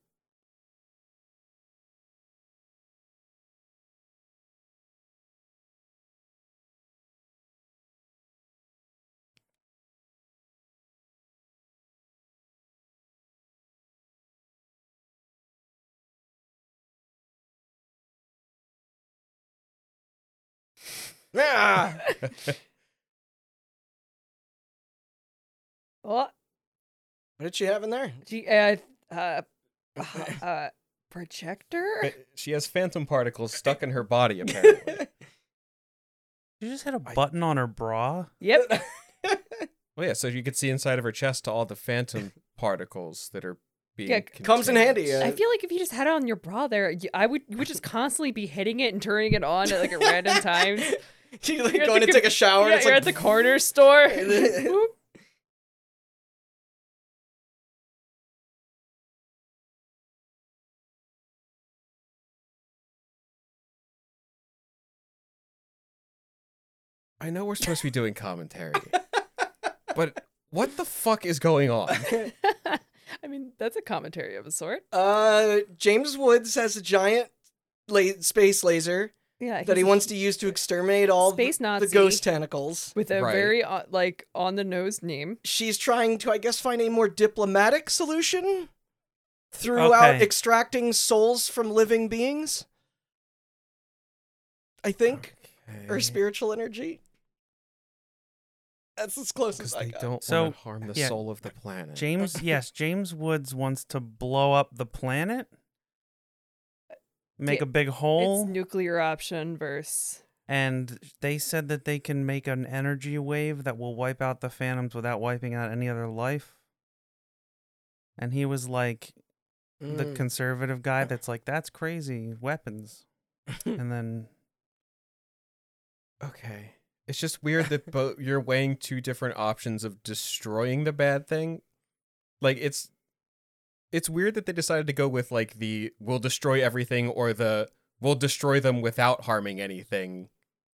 Speaker 2: Ah!
Speaker 4: Oh,
Speaker 2: What did she have in there?
Speaker 4: gee, uh, uh, uh, projector.
Speaker 5: But Eh, she has phantom particles stuck in her body apparently.
Speaker 3: She just hit a button on her bra.
Speaker 4: Yep.
Speaker 5: well, Oh, yeah, so you could see inside of her chest to all the phantom particles that are being
Speaker 4: Yeah,
Speaker 2: comes in handy,
Speaker 5: contained.
Speaker 2: uh,
Speaker 4: I feel like if you just had it on your bra there, you, I would you would just constantly be hitting it and turning it on at like at random times.
Speaker 2: She like
Speaker 4: You're at
Speaker 2: going
Speaker 4: the
Speaker 2: to
Speaker 4: com-
Speaker 2: take a shower.
Speaker 4: yeah,
Speaker 2: and it's
Speaker 4: you're
Speaker 2: like,
Speaker 4: at the corner store. Whoop.
Speaker 2: uh,
Speaker 5: I know we're supposed to be doing commentary. but what the fuck is going on?
Speaker 4: I mean, that's a commentary of a sort.
Speaker 2: Uh, James Woods has a giant la- space laser
Speaker 4: Yeah,
Speaker 2: that he
Speaker 4: he's
Speaker 2: wants to use to exterminate all the-
Speaker 4: Space
Speaker 2: the
Speaker 4: Nazi.
Speaker 2: ghost tentacles.
Speaker 4: with a
Speaker 5: Right.
Speaker 4: very uh, like on the nose name.
Speaker 2: She's trying to, I guess, find a more diplomatic solution throughout
Speaker 3: Okay.
Speaker 2: extracting souls from living beings. I think, or spiritual energy. That's as close
Speaker 5: Because
Speaker 2: as I
Speaker 5: they
Speaker 2: got.
Speaker 5: don't
Speaker 3: So,
Speaker 5: want to harm the
Speaker 3: yeah,
Speaker 5: soul of the planet.
Speaker 3: James, yes, James Woods wants to blow up the planet, make
Speaker 4: Yeah,
Speaker 3: a big hole,
Speaker 4: It's nuclear option verse.
Speaker 3: and they said that they can make an energy wave that will wipe out the phantoms without wiping out any other life. And he was like the
Speaker 2: Mm.
Speaker 3: conservative guy
Speaker 4: Uh.
Speaker 3: that's like, "That's crazy, weapons." and then
Speaker 5: Okay. It's just weird that both you're weighing two different options of destroying the bad thing. Like it's it's weird that they decided to go with like the we'll destroy everything or the we'll destroy them without harming anything.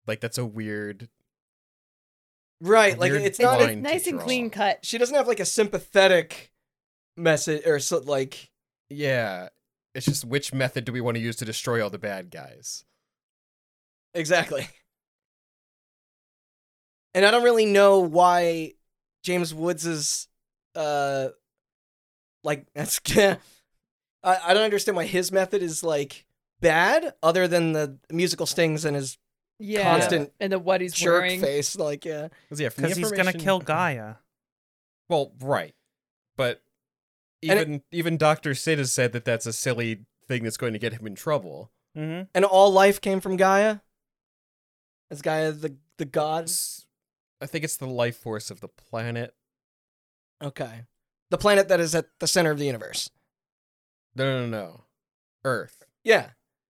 Speaker 5: Like that's a weird
Speaker 2: right, like
Speaker 5: weird
Speaker 2: it's not.
Speaker 5: line to
Speaker 4: nice and
Speaker 5: draw.
Speaker 4: clean cut.
Speaker 2: she doesn't have like a sympathetic message or so, like
Speaker 5: Yeah. It's just which method do we want to use to destroy all the bad guys?
Speaker 2: exactly and i don't really know why james woods's uh like that's I, I don't understand why his method is like bad other than the musical stings and his
Speaker 4: yeah,
Speaker 2: constant
Speaker 4: and the what he's
Speaker 2: jerk
Speaker 4: wearing.
Speaker 2: face. Like, yeah.
Speaker 5: yeah, from the
Speaker 3: Because he's gonna
Speaker 5: information-
Speaker 3: kill Gaia.
Speaker 5: Well, right, but
Speaker 2: And it-
Speaker 5: even even Doctor Sid has said that that's a silly thing that's going to get him in trouble.
Speaker 3: Mm-hmm.
Speaker 2: And all life came from Gaia? Is Gaia the, the god?
Speaker 5: S- I think it's the life force of the planet.
Speaker 2: Okay. The planet that is at the center of the universe.
Speaker 5: No, no, no, no. Earth.
Speaker 2: Yeah.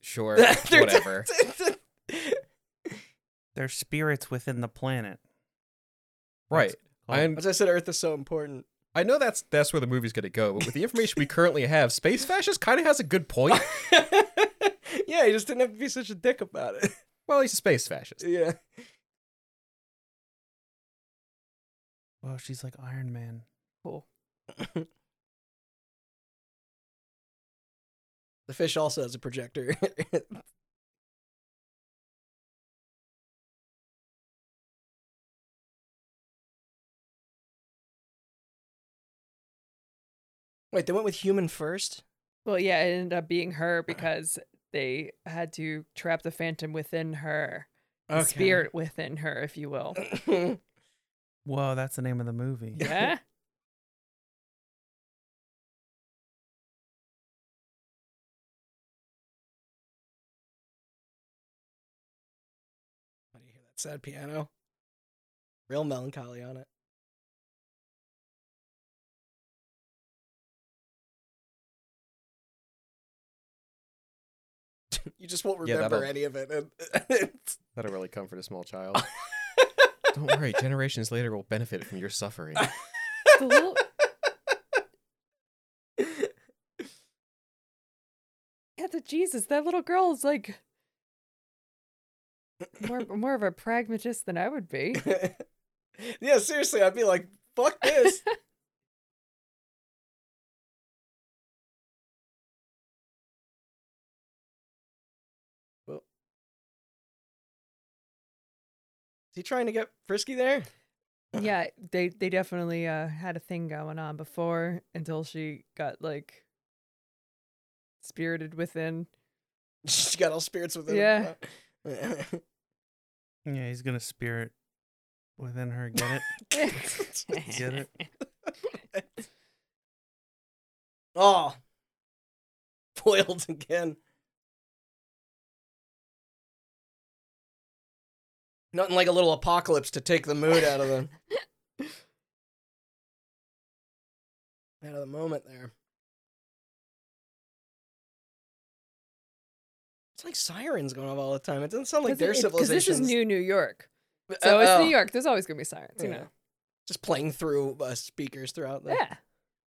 Speaker 5: Sure,
Speaker 2: They're t-
Speaker 5: whatever.
Speaker 3: There's spirits within the planet.
Speaker 5: right.
Speaker 3: That's
Speaker 5: I
Speaker 2: As I said, Earth is so important.
Speaker 5: I know that's that's where the movie's going to go, but with the information we currently have, space fascist kind of has a good point.
Speaker 2: yeah, he just didn't have to be such a dick about it.
Speaker 5: Well, he's a space fascist.
Speaker 2: yeah.
Speaker 3: Well, Oh, she's like Iron Man.
Speaker 4: Cool.
Speaker 2: The fish also has a projector. Wait, they went with human first?
Speaker 4: Well, yeah, it ended up being her because they had to trap the phantom within her, the spirit within her, if you will.
Speaker 3: Whoa, that's the name of the movie.
Speaker 4: Yeah.
Speaker 2: When you hear that sad piano, real melancholy on it. you just won't
Speaker 5: Yeah,
Speaker 2: remember
Speaker 5: that'll-
Speaker 2: any of it. And it's-
Speaker 5: That'll really comfort a small child. Don't worry, generations later will benefit from your suffering.
Speaker 4: It's a little- yeah, the Jesus, that little girl is like more more of a pragmatist than I would be.
Speaker 2: yeah, seriously, I'd be like, fuck this. Well, Is he trying to get frisky there?
Speaker 4: yeah, they they definitely uh, had a thing going on before until she got like spirited within.
Speaker 2: She got all spirits with him.
Speaker 4: Yeah.
Speaker 3: Yeah, he's gonna spirit within her. Get it? Get it?
Speaker 2: oh. Foiled again. Nothing like a little apocalypse to take the mood out of them. out of the moment there. It's like sirens going off all the time. It doesn't sound like their
Speaker 4: Because
Speaker 2: civilization.
Speaker 4: this is new New York, so it's New York. There's always gonna be sirens, you
Speaker 2: Yeah.
Speaker 4: know.
Speaker 2: Just playing through uh, speakers throughout the.
Speaker 4: Yeah,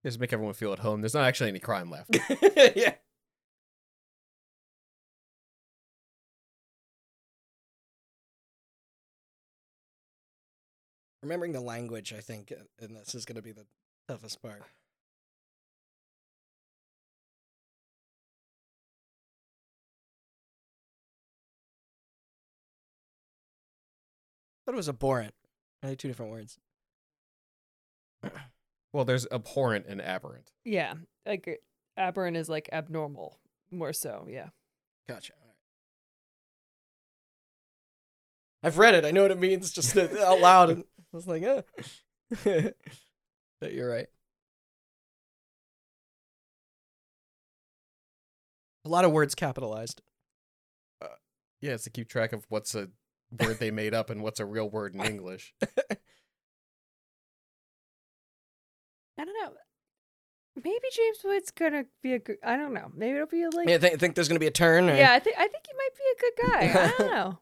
Speaker 5: Just make everyone feel at home. There's not actually any crime left.
Speaker 2: yeah. Remembering the language, I think, uh, and this is going to be the toughest part. thought it was abhorrent. Are they two different words?
Speaker 5: Well, there's abhorrent and aberrant.
Speaker 4: yeah. Like uh, aberrant is like abnormal, more so. Yeah.
Speaker 2: Gotcha. All right. I've read it. I know what it means just out out loud. And I was like, eh. but you're right. A lot of words capitalized.
Speaker 5: Yeah, it's to keep track of what's a word they made up and what's a real word in English.
Speaker 4: I don't know. Maybe James Wood's gonna be a good. I don't know. Maybe it'll be like.
Speaker 2: Yeah, think, think there's going to be a turn? Or...
Speaker 4: yeah, I think I think he might be a good guy. I don't know.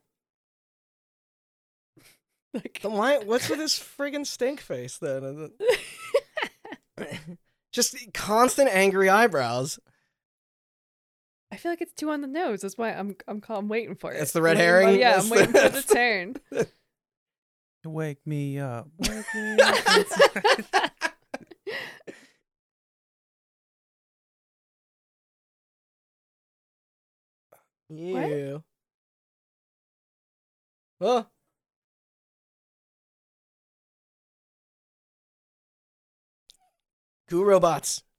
Speaker 4: like,
Speaker 2: Then why? What's with this friggin' stink face then? Just constant angry eyebrows.
Speaker 4: I feel like it's too on the nose. That's why I'm I'm call, I'm waiting for it.
Speaker 2: It's the red
Speaker 4: I'm-
Speaker 2: herring?
Speaker 4: yeah,
Speaker 2: That's
Speaker 4: I'm
Speaker 2: the-
Speaker 4: waiting for the turn.
Speaker 3: Wake me up. Wake me up.
Speaker 2: Yeah. Oh. Goo robots.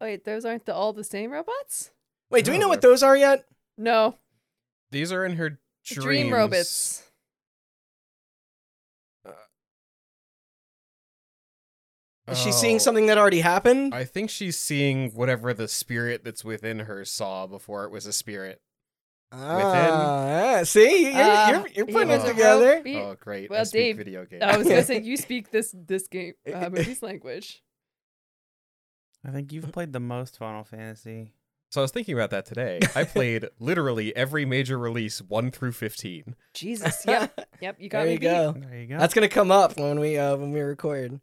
Speaker 4: Wait, those aren't the all the same robots?
Speaker 2: Wait, do we
Speaker 5: No,
Speaker 2: know what
Speaker 5: they're-
Speaker 2: those are yet?
Speaker 4: No,
Speaker 5: These are in her dreams.
Speaker 4: dream robots.
Speaker 2: Is she seeing
Speaker 5: Oh,
Speaker 2: something that already happened?
Speaker 5: I think she's seeing whatever the spirit that's within her saw before it was a spirit.
Speaker 2: Ah, see, you're,
Speaker 4: Uh,
Speaker 2: you're, you're putting
Speaker 5: yeah,
Speaker 2: it
Speaker 5: was a
Speaker 2: together.
Speaker 4: Be-
Speaker 5: oh, great. I
Speaker 4: well,
Speaker 5: speak
Speaker 4: Dave,
Speaker 5: video game.
Speaker 4: I was gonna say you speak this this game uh, movie's language.
Speaker 3: I think you've played the most Final Fantasy.
Speaker 5: so I was thinking about that today. I played literally every major release 1 through 15.
Speaker 4: Jesus, yep, yep, you got
Speaker 2: there
Speaker 4: me.
Speaker 2: you
Speaker 4: beat.
Speaker 2: go.
Speaker 3: There you go.
Speaker 2: That's gonna come up when we uh, when we record.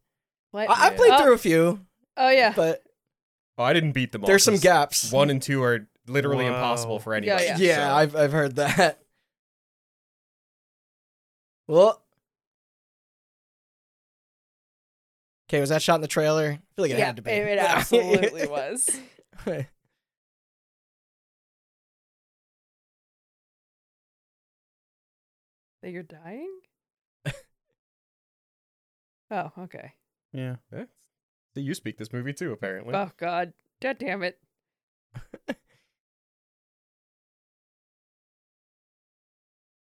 Speaker 4: What?
Speaker 2: I, I've played
Speaker 4: Oh,
Speaker 2: through a few,
Speaker 4: Oh yeah,
Speaker 2: but
Speaker 5: Oh, I didn't beat them all.
Speaker 2: there's some
Speaker 5: 'cause
Speaker 2: gaps.
Speaker 5: One and two are literally impossible
Speaker 3: Whoa.
Speaker 5: for
Speaker 4: Yeah,
Speaker 5: anybody.
Speaker 4: Oh, yeah.
Speaker 2: yeah,
Speaker 5: so-
Speaker 2: I've I've heard that. Well, okay, was that shot in the trailer? I feel like it
Speaker 4: yeah,
Speaker 2: had to
Speaker 4: it,
Speaker 2: be.
Speaker 4: it absolutely was. That you're dying. Oh okay.
Speaker 3: yeah.
Speaker 5: Eh? So you speak this movie too, apparently.
Speaker 4: Oh God, God damn it.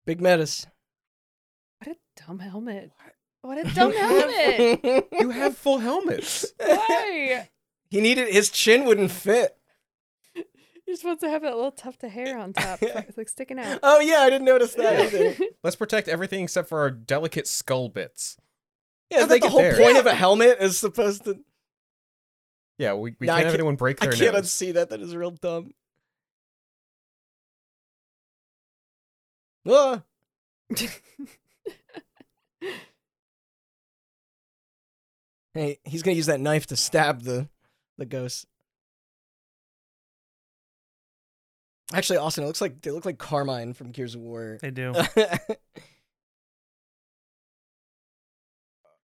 Speaker 2: Big Metis.
Speaker 4: What a dumb helmet. What, a dumb helmet.
Speaker 5: you have full helmets.
Speaker 4: Why?
Speaker 2: he needed his chin wouldn't fit.
Speaker 4: You're supposed to have that little tuft of hair on top. It's like sticking out.
Speaker 2: Oh yeah, I didn't notice that either.
Speaker 5: Let's protect everything except for our delicate skull bits.
Speaker 2: Yeah,
Speaker 5: I
Speaker 2: I think
Speaker 5: think
Speaker 2: the whole
Speaker 5: it-
Speaker 2: point of a helmet is supposed to.
Speaker 5: Yeah, we, we
Speaker 2: Yeah, I
Speaker 5: can't have
Speaker 2: can't-
Speaker 5: anyone break
Speaker 2: I
Speaker 5: their
Speaker 2: can't
Speaker 5: nose.
Speaker 2: unsee that. That is real dumb. Ah, hey, he's gonna use that knife to stab the the ghost. Actually, Austin, it looks like they look like Carmine from Gears of War.
Speaker 3: They do.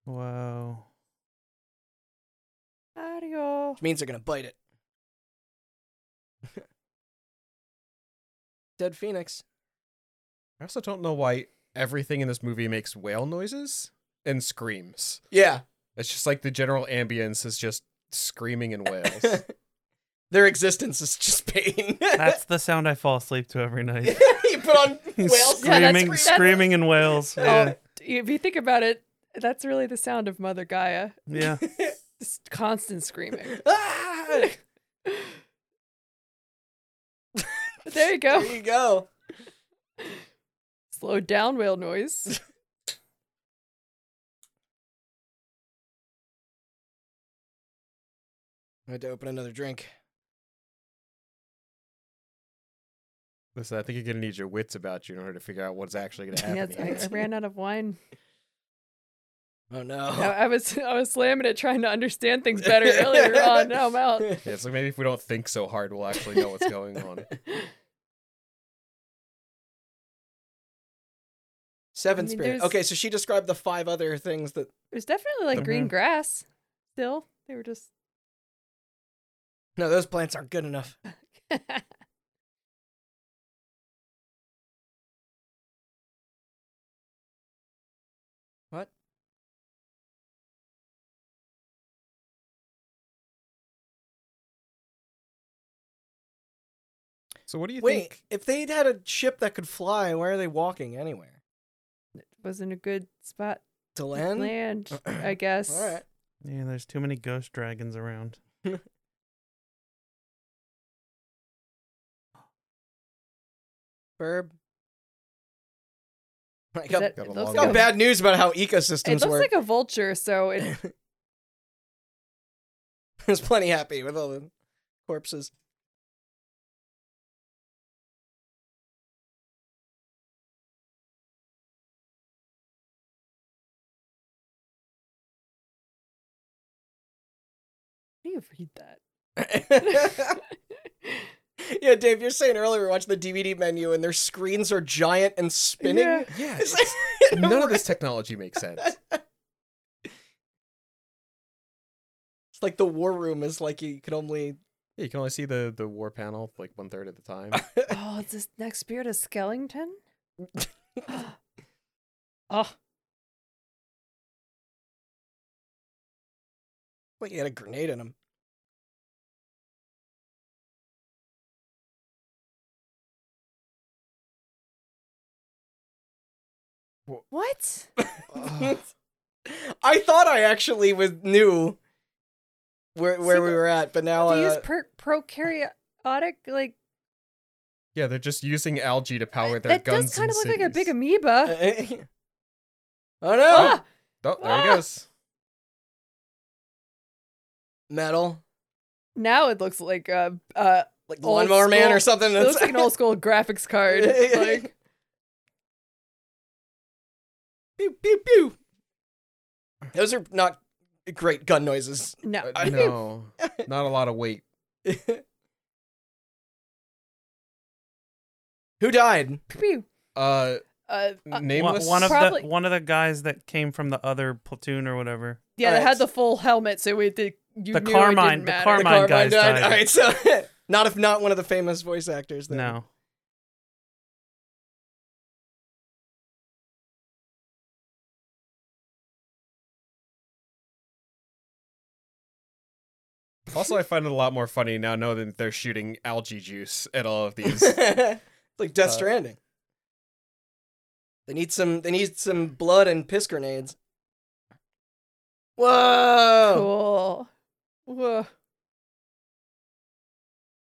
Speaker 3: Whoa.
Speaker 4: Mario.
Speaker 2: which means they're gonna bite it. Dead Phoenix.
Speaker 5: I also don't know why everything in this movie makes whale noises and screams.
Speaker 2: Yeah,
Speaker 5: It's just like the general ambience is just screaming and wails.
Speaker 2: their existence is just pain.
Speaker 3: That's the sound I fall asleep to every night.
Speaker 2: you put on whales.
Speaker 4: Yeah, that's
Speaker 3: screaming,
Speaker 4: pretty-
Speaker 3: screaming in Wales. Yeah.
Speaker 4: Oh, if you think about it, that's really the sound of Mother Gaia.
Speaker 3: yeah.
Speaker 4: Just constant screaming.
Speaker 2: Ah!
Speaker 4: But there you go.
Speaker 2: There you go.
Speaker 4: Slow down whale noise.
Speaker 2: I had to open another drink.
Speaker 5: Listen, I think you're gonna need your wits about you in order to figure out what's actually gonna
Speaker 4: Yeah,
Speaker 5: happen.
Speaker 4: I, I
Speaker 5: here.
Speaker 4: ran out of wine.
Speaker 2: Oh
Speaker 4: I,
Speaker 2: no.
Speaker 4: I was I was slamming it trying to understand things better earlier on. Now I'm out.
Speaker 5: Yeah, it's like maybe if we don't think so hard, we'll actually know what's going on.
Speaker 2: Seven
Speaker 4: I mean,
Speaker 2: spirit.
Speaker 4: there's-
Speaker 2: Okay, so she described the five other things that.
Speaker 4: There's definitely like green
Speaker 3: Mhm.
Speaker 4: grass still. They were just
Speaker 2: No, those plants aren't good enough. What?
Speaker 5: So what do you
Speaker 2: Wait,
Speaker 5: think?
Speaker 2: if they'd had a ship that could fly, why are they walking anywhere?
Speaker 4: wasn't a good spot
Speaker 2: To
Speaker 4: to
Speaker 2: land?
Speaker 4: land, I guess.
Speaker 2: All right.
Speaker 3: Yeah, there's too many ghost dragons around.
Speaker 2: Burb. I
Speaker 4: Is
Speaker 2: got,
Speaker 4: that-
Speaker 5: Got a
Speaker 4: it looks
Speaker 5: long
Speaker 2: got
Speaker 5: way.
Speaker 4: like a-
Speaker 2: bad news about how
Speaker 4: It
Speaker 2: ecosystems
Speaker 4: looks
Speaker 2: work.
Speaker 4: like a vulture, so it,
Speaker 2: I was plenty happy with all the corpses.
Speaker 4: how do you read that?
Speaker 2: yeah, Dave, you're saying earlier we watched the DVD menu and their screens are giant and spinning.
Speaker 4: Yeah.
Speaker 5: Yeah,
Speaker 2: It's
Speaker 5: it's-
Speaker 2: like-
Speaker 5: none of this technology makes sense.
Speaker 2: It's like the war room is like you can only.
Speaker 5: Yeah, you can only see the the war panel like one third of the time.
Speaker 4: oh, it's this next spirit of Skellington? oh,
Speaker 2: Wait, you had a grenade in them.
Speaker 1: What?
Speaker 2: I thought I actually was knew where where
Speaker 4: See,
Speaker 2: we
Speaker 4: but-
Speaker 2: were at, but now
Speaker 4: Do you use
Speaker 2: uh,
Speaker 4: per- prokaryotic like
Speaker 5: Yeah, they're just using algae to power their
Speaker 4: that
Speaker 5: guns.
Speaker 4: does kind of
Speaker 5: and
Speaker 4: look like a big
Speaker 5: cities.
Speaker 2: uh,
Speaker 4: amoeba.
Speaker 2: oh no,
Speaker 4: Ah!
Speaker 5: Oh, there he
Speaker 4: Ah!
Speaker 5: goes.
Speaker 2: metal
Speaker 4: Now it looks like a uh,
Speaker 2: like
Speaker 4: Old
Speaker 2: lawnmower man or
Speaker 4: school-
Speaker 2: something.
Speaker 4: it looks like an old school graphics card. Like
Speaker 2: pew pew pew. Those are not great gun noises.
Speaker 4: no,
Speaker 5: Uh, no, not a lot of weight.
Speaker 2: Who died?
Speaker 4: Pew, pew.
Speaker 5: Uh,
Speaker 4: Uh, uh,
Speaker 3: One,
Speaker 5: nameless.
Speaker 3: one of
Speaker 4: Probably-
Speaker 3: the one of the guys that came from the other platoon or whatever.
Speaker 4: yeah,
Speaker 2: All
Speaker 4: they
Speaker 2: right.
Speaker 4: had the full helmet, so we did. You
Speaker 3: The
Speaker 4: knew it
Speaker 3: Carmine-
Speaker 4: didn't
Speaker 3: the
Speaker 4: matter.
Speaker 3: Carmine-
Speaker 2: Carmine
Speaker 3: guys died.
Speaker 2: All right, so not if not one of the famous voice actors. Then.
Speaker 3: No.
Speaker 5: also, I find it a lot more funny now knowing that they're shooting algae juice at all of these.
Speaker 2: it's like Death
Speaker 5: Uh,
Speaker 2: Stranding. They need some. They need some blood and piss grenades. Whoa!
Speaker 3: Oh.
Speaker 4: Cool. Whoa.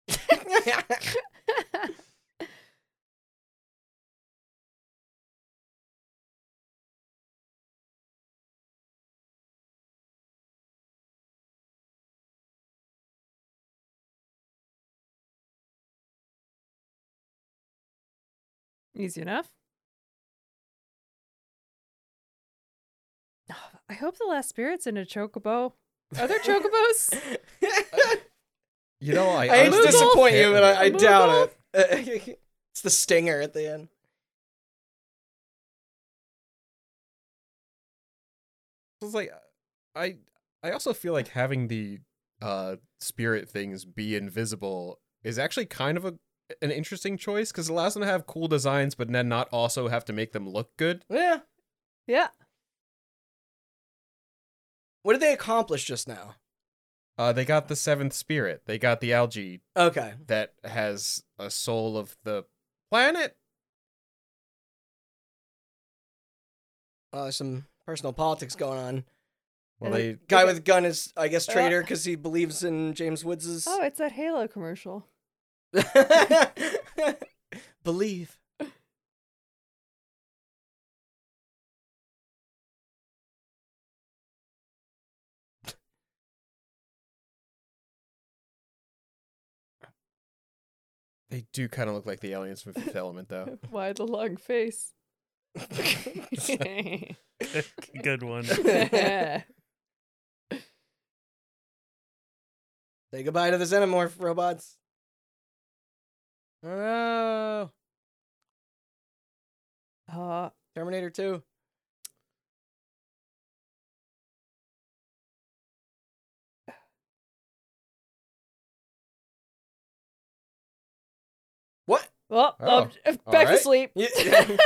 Speaker 4: Easy enough. Ah, I hope the last spirit's in a chocobo. Are there chocobos?
Speaker 5: you know, I,
Speaker 2: I hate to
Speaker 4: Moogle?
Speaker 2: disappoint you, but I, I
Speaker 4: Moogle?
Speaker 2: doubt it. it's the stinger at the end.
Speaker 5: was like, I, I also feel like having the uh spirit things be invisible is actually kind of a an interesting choice because it allows them to have cool designs, but then not also have to make them look good.
Speaker 2: Yeah.
Speaker 4: yeah.
Speaker 2: What did they accomplish just now?
Speaker 5: Uh, they got the seventh spirit. They got the algae
Speaker 2: Okay.
Speaker 5: that has a soul of the planet.
Speaker 2: Uh, some personal politics going on.
Speaker 5: Well,
Speaker 4: Yeah.
Speaker 5: they
Speaker 2: Guy
Speaker 4: Okay.
Speaker 2: with gun is, I guess,
Speaker 4: Uh.
Speaker 2: traitor because he believes in James Woods's.
Speaker 4: Oh, it's that Halo commercial.
Speaker 2: Believe.
Speaker 5: they do kind of look like the aliens from Fifth Element, though.
Speaker 4: Why the long face?
Speaker 3: Good one.
Speaker 4: Whoa.
Speaker 2: Say goodbye to the xenomorph robots. Oh,
Speaker 4: Uh,
Speaker 2: Terminator 2. What?
Speaker 4: well,
Speaker 5: Oh,
Speaker 4: um, back to
Speaker 5: right.
Speaker 4: sleep.
Speaker 2: Y-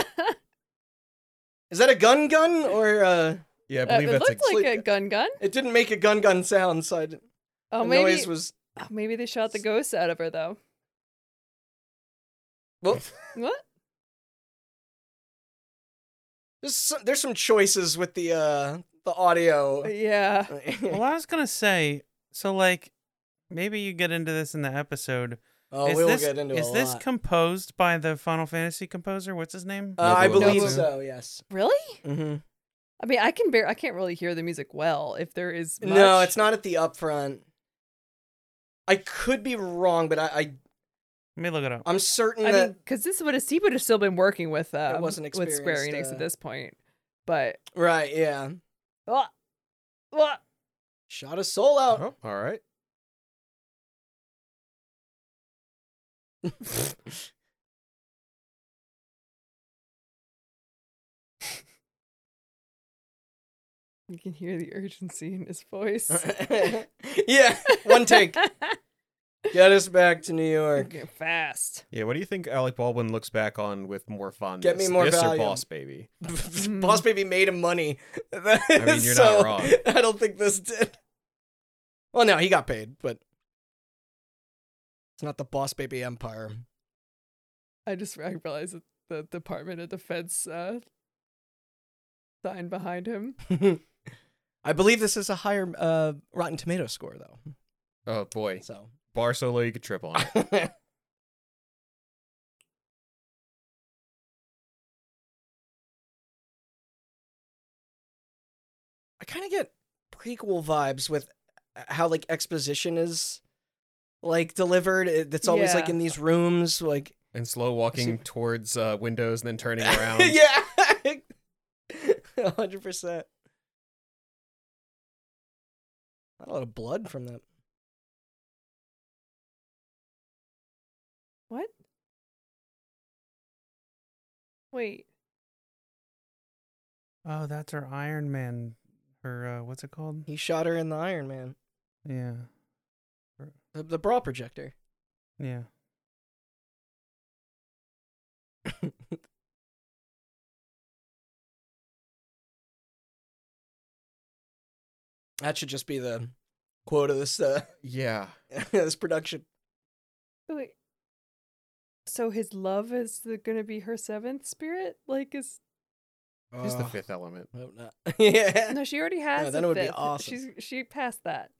Speaker 2: Is that a gun gun or uh
Speaker 5: Yeah, I
Speaker 4: Uh,
Speaker 5: believe
Speaker 4: it
Speaker 5: that's
Speaker 4: looked
Speaker 5: a
Speaker 4: like a gun gun.
Speaker 2: it didn't make a gun gun sound so I didn't,
Speaker 4: Oh,
Speaker 2: the
Speaker 4: maybe
Speaker 2: noise was
Speaker 4: oh, maybe they shot the ghost out of her though.
Speaker 2: well
Speaker 4: What?
Speaker 2: there's some, there's some choices with the uh the audio.
Speaker 4: Yeah.
Speaker 3: well, I was gonna say, so like, maybe you get into this in the episode.
Speaker 2: oh,
Speaker 3: is
Speaker 2: we'll
Speaker 3: this
Speaker 2: get into
Speaker 3: is
Speaker 2: a
Speaker 3: this
Speaker 2: lot.
Speaker 3: composed by the Final Fantasy composer? What's his name?
Speaker 2: uh, I
Speaker 5: Nobuo
Speaker 2: believe
Speaker 5: Uematsu?
Speaker 2: so, yes.
Speaker 4: Really?
Speaker 2: Mhm.
Speaker 4: I mean, I can bear. I can't really hear the music well if there is. Much.
Speaker 2: No, it's not at the upfront. I could be wrong, but I, I
Speaker 3: Let me look it up.
Speaker 2: I'm certain
Speaker 4: I
Speaker 2: that
Speaker 4: mean, because this would have would have still been working with um,
Speaker 2: wasn't
Speaker 4: with Square
Speaker 2: experienced,
Speaker 4: Enix
Speaker 2: uh,
Speaker 4: at this point, but
Speaker 2: right, yeah.
Speaker 4: oh, oh,
Speaker 2: Shot his soul out.
Speaker 5: Oh, all right.
Speaker 4: you can hear the urgency in his voice. Oh.
Speaker 2: yeah, one take. Get us back to New York.
Speaker 4: Working fast.
Speaker 5: Yeah, what do you think Alec Baldwin looks back on with more fondness?
Speaker 2: Get me more
Speaker 5: this
Speaker 2: value.
Speaker 5: or Boss Baby?
Speaker 2: Boss Baby made him money. I
Speaker 5: mean, you're not wrong.
Speaker 2: I don't think this did. Well, no, he got paid, but it's not the Boss Baby Empire.
Speaker 4: I just I realized that the Department of Defense uh, sign behind him.
Speaker 2: I believe this is a higher uh, Rotten Tomato score though.
Speaker 5: Oh boy,
Speaker 2: So
Speaker 5: bar so low you could trip on. it.
Speaker 2: I kind of get prequel vibes with uh, how like exposition is like delivered. It- It's always like
Speaker 4: Yeah.
Speaker 2: in these rooms, like
Speaker 5: And slow walking towards uh, windows and then turning around.
Speaker 2: yeah, hundred percent. Not a lot of blood from that.
Speaker 4: What? Wait.
Speaker 3: Oh, that's her Iron Man. Her uh, what's it called?
Speaker 2: He shot her in the Iron Man,
Speaker 3: Yeah,
Speaker 2: the, the bra projector.
Speaker 3: yeah.
Speaker 2: That should just be the quote of this uh,
Speaker 5: Yeah.
Speaker 2: this production.
Speaker 4: Wait. So his love is the, gonna be her seventh spirit? Like is
Speaker 5: She's the
Speaker 2: Ugh,
Speaker 5: fifth element.
Speaker 2: I hope not. yeah.
Speaker 4: no, she already has.
Speaker 2: then
Speaker 4: a
Speaker 2: it would be
Speaker 4: fifth.
Speaker 2: awesome.
Speaker 4: She's she passed that.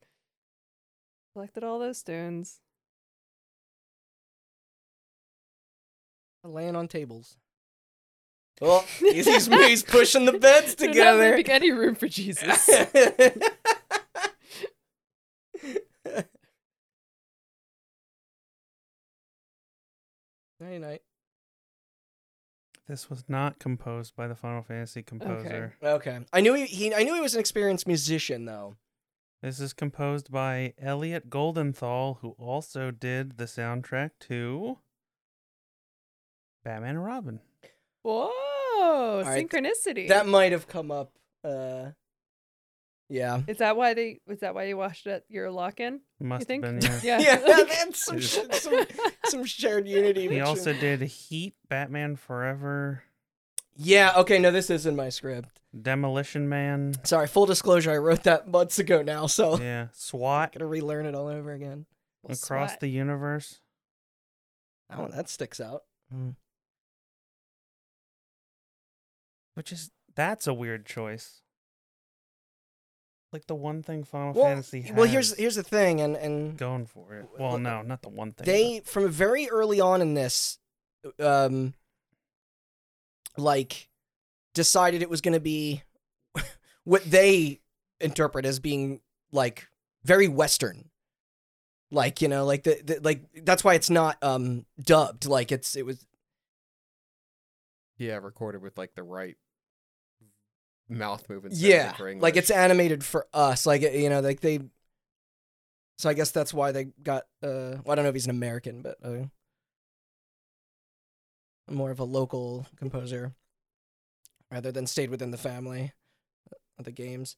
Speaker 4: Collected all those stones.
Speaker 2: Laying on tables. Well, Oh, he's, he's, he's pushing the beds
Speaker 4: They're not
Speaker 2: together.
Speaker 4: leaving any room for Jesus.
Speaker 2: night night.
Speaker 3: This was not composed by the Final Fantasy composer.
Speaker 2: Okay. I knew he, he I knew he was an experienced musician though.
Speaker 3: This is composed by Elliot Goldenthal, who also did the soundtrack to Batman and Robin.
Speaker 4: Whoa,
Speaker 2: right, th-
Speaker 4: synchronicity.
Speaker 2: That might have come up uh yeah.
Speaker 4: is that why they? Is that why you washed it? Your lock in?
Speaker 3: Must have
Speaker 4: think?
Speaker 3: been yeah.
Speaker 4: Yeah.
Speaker 2: Yeah,
Speaker 4: like-
Speaker 2: that's some, sh- some some shared unity.
Speaker 3: He
Speaker 2: between-
Speaker 3: also did Heat, Batman Forever,
Speaker 2: Yeah, okay, no, this isn't my script.
Speaker 3: Demolition Man.
Speaker 2: Sorry, full disclosure, I wrote that months ago now, so
Speaker 3: Yeah, SWAT,
Speaker 2: gotta relearn it all over again.
Speaker 4: Well,
Speaker 3: Across
Speaker 4: swat.
Speaker 3: the Universe.
Speaker 2: Oh, that sticks out.
Speaker 3: Which is that's a weird choice. Like the one thing Final
Speaker 2: Well,
Speaker 3: Fantasy has.
Speaker 2: well, here's here's the thing, and and
Speaker 3: going for it.
Speaker 2: Well,
Speaker 3: Well, no, not the one thing.
Speaker 2: they from very early on in this, um, like decided it was going to be what they interpret as being like very Western. Like you know, like the, the like that's why it's not um dubbed. Like it's it was
Speaker 5: Yeah, recorded with like the right mouth movements.
Speaker 2: yeah, like it's animated for us. Like you know, like they. So I guess that's why they got. Uh, well, I don't know if he's an American, but uh, more of a local composer, rather than stayed within the family of the games.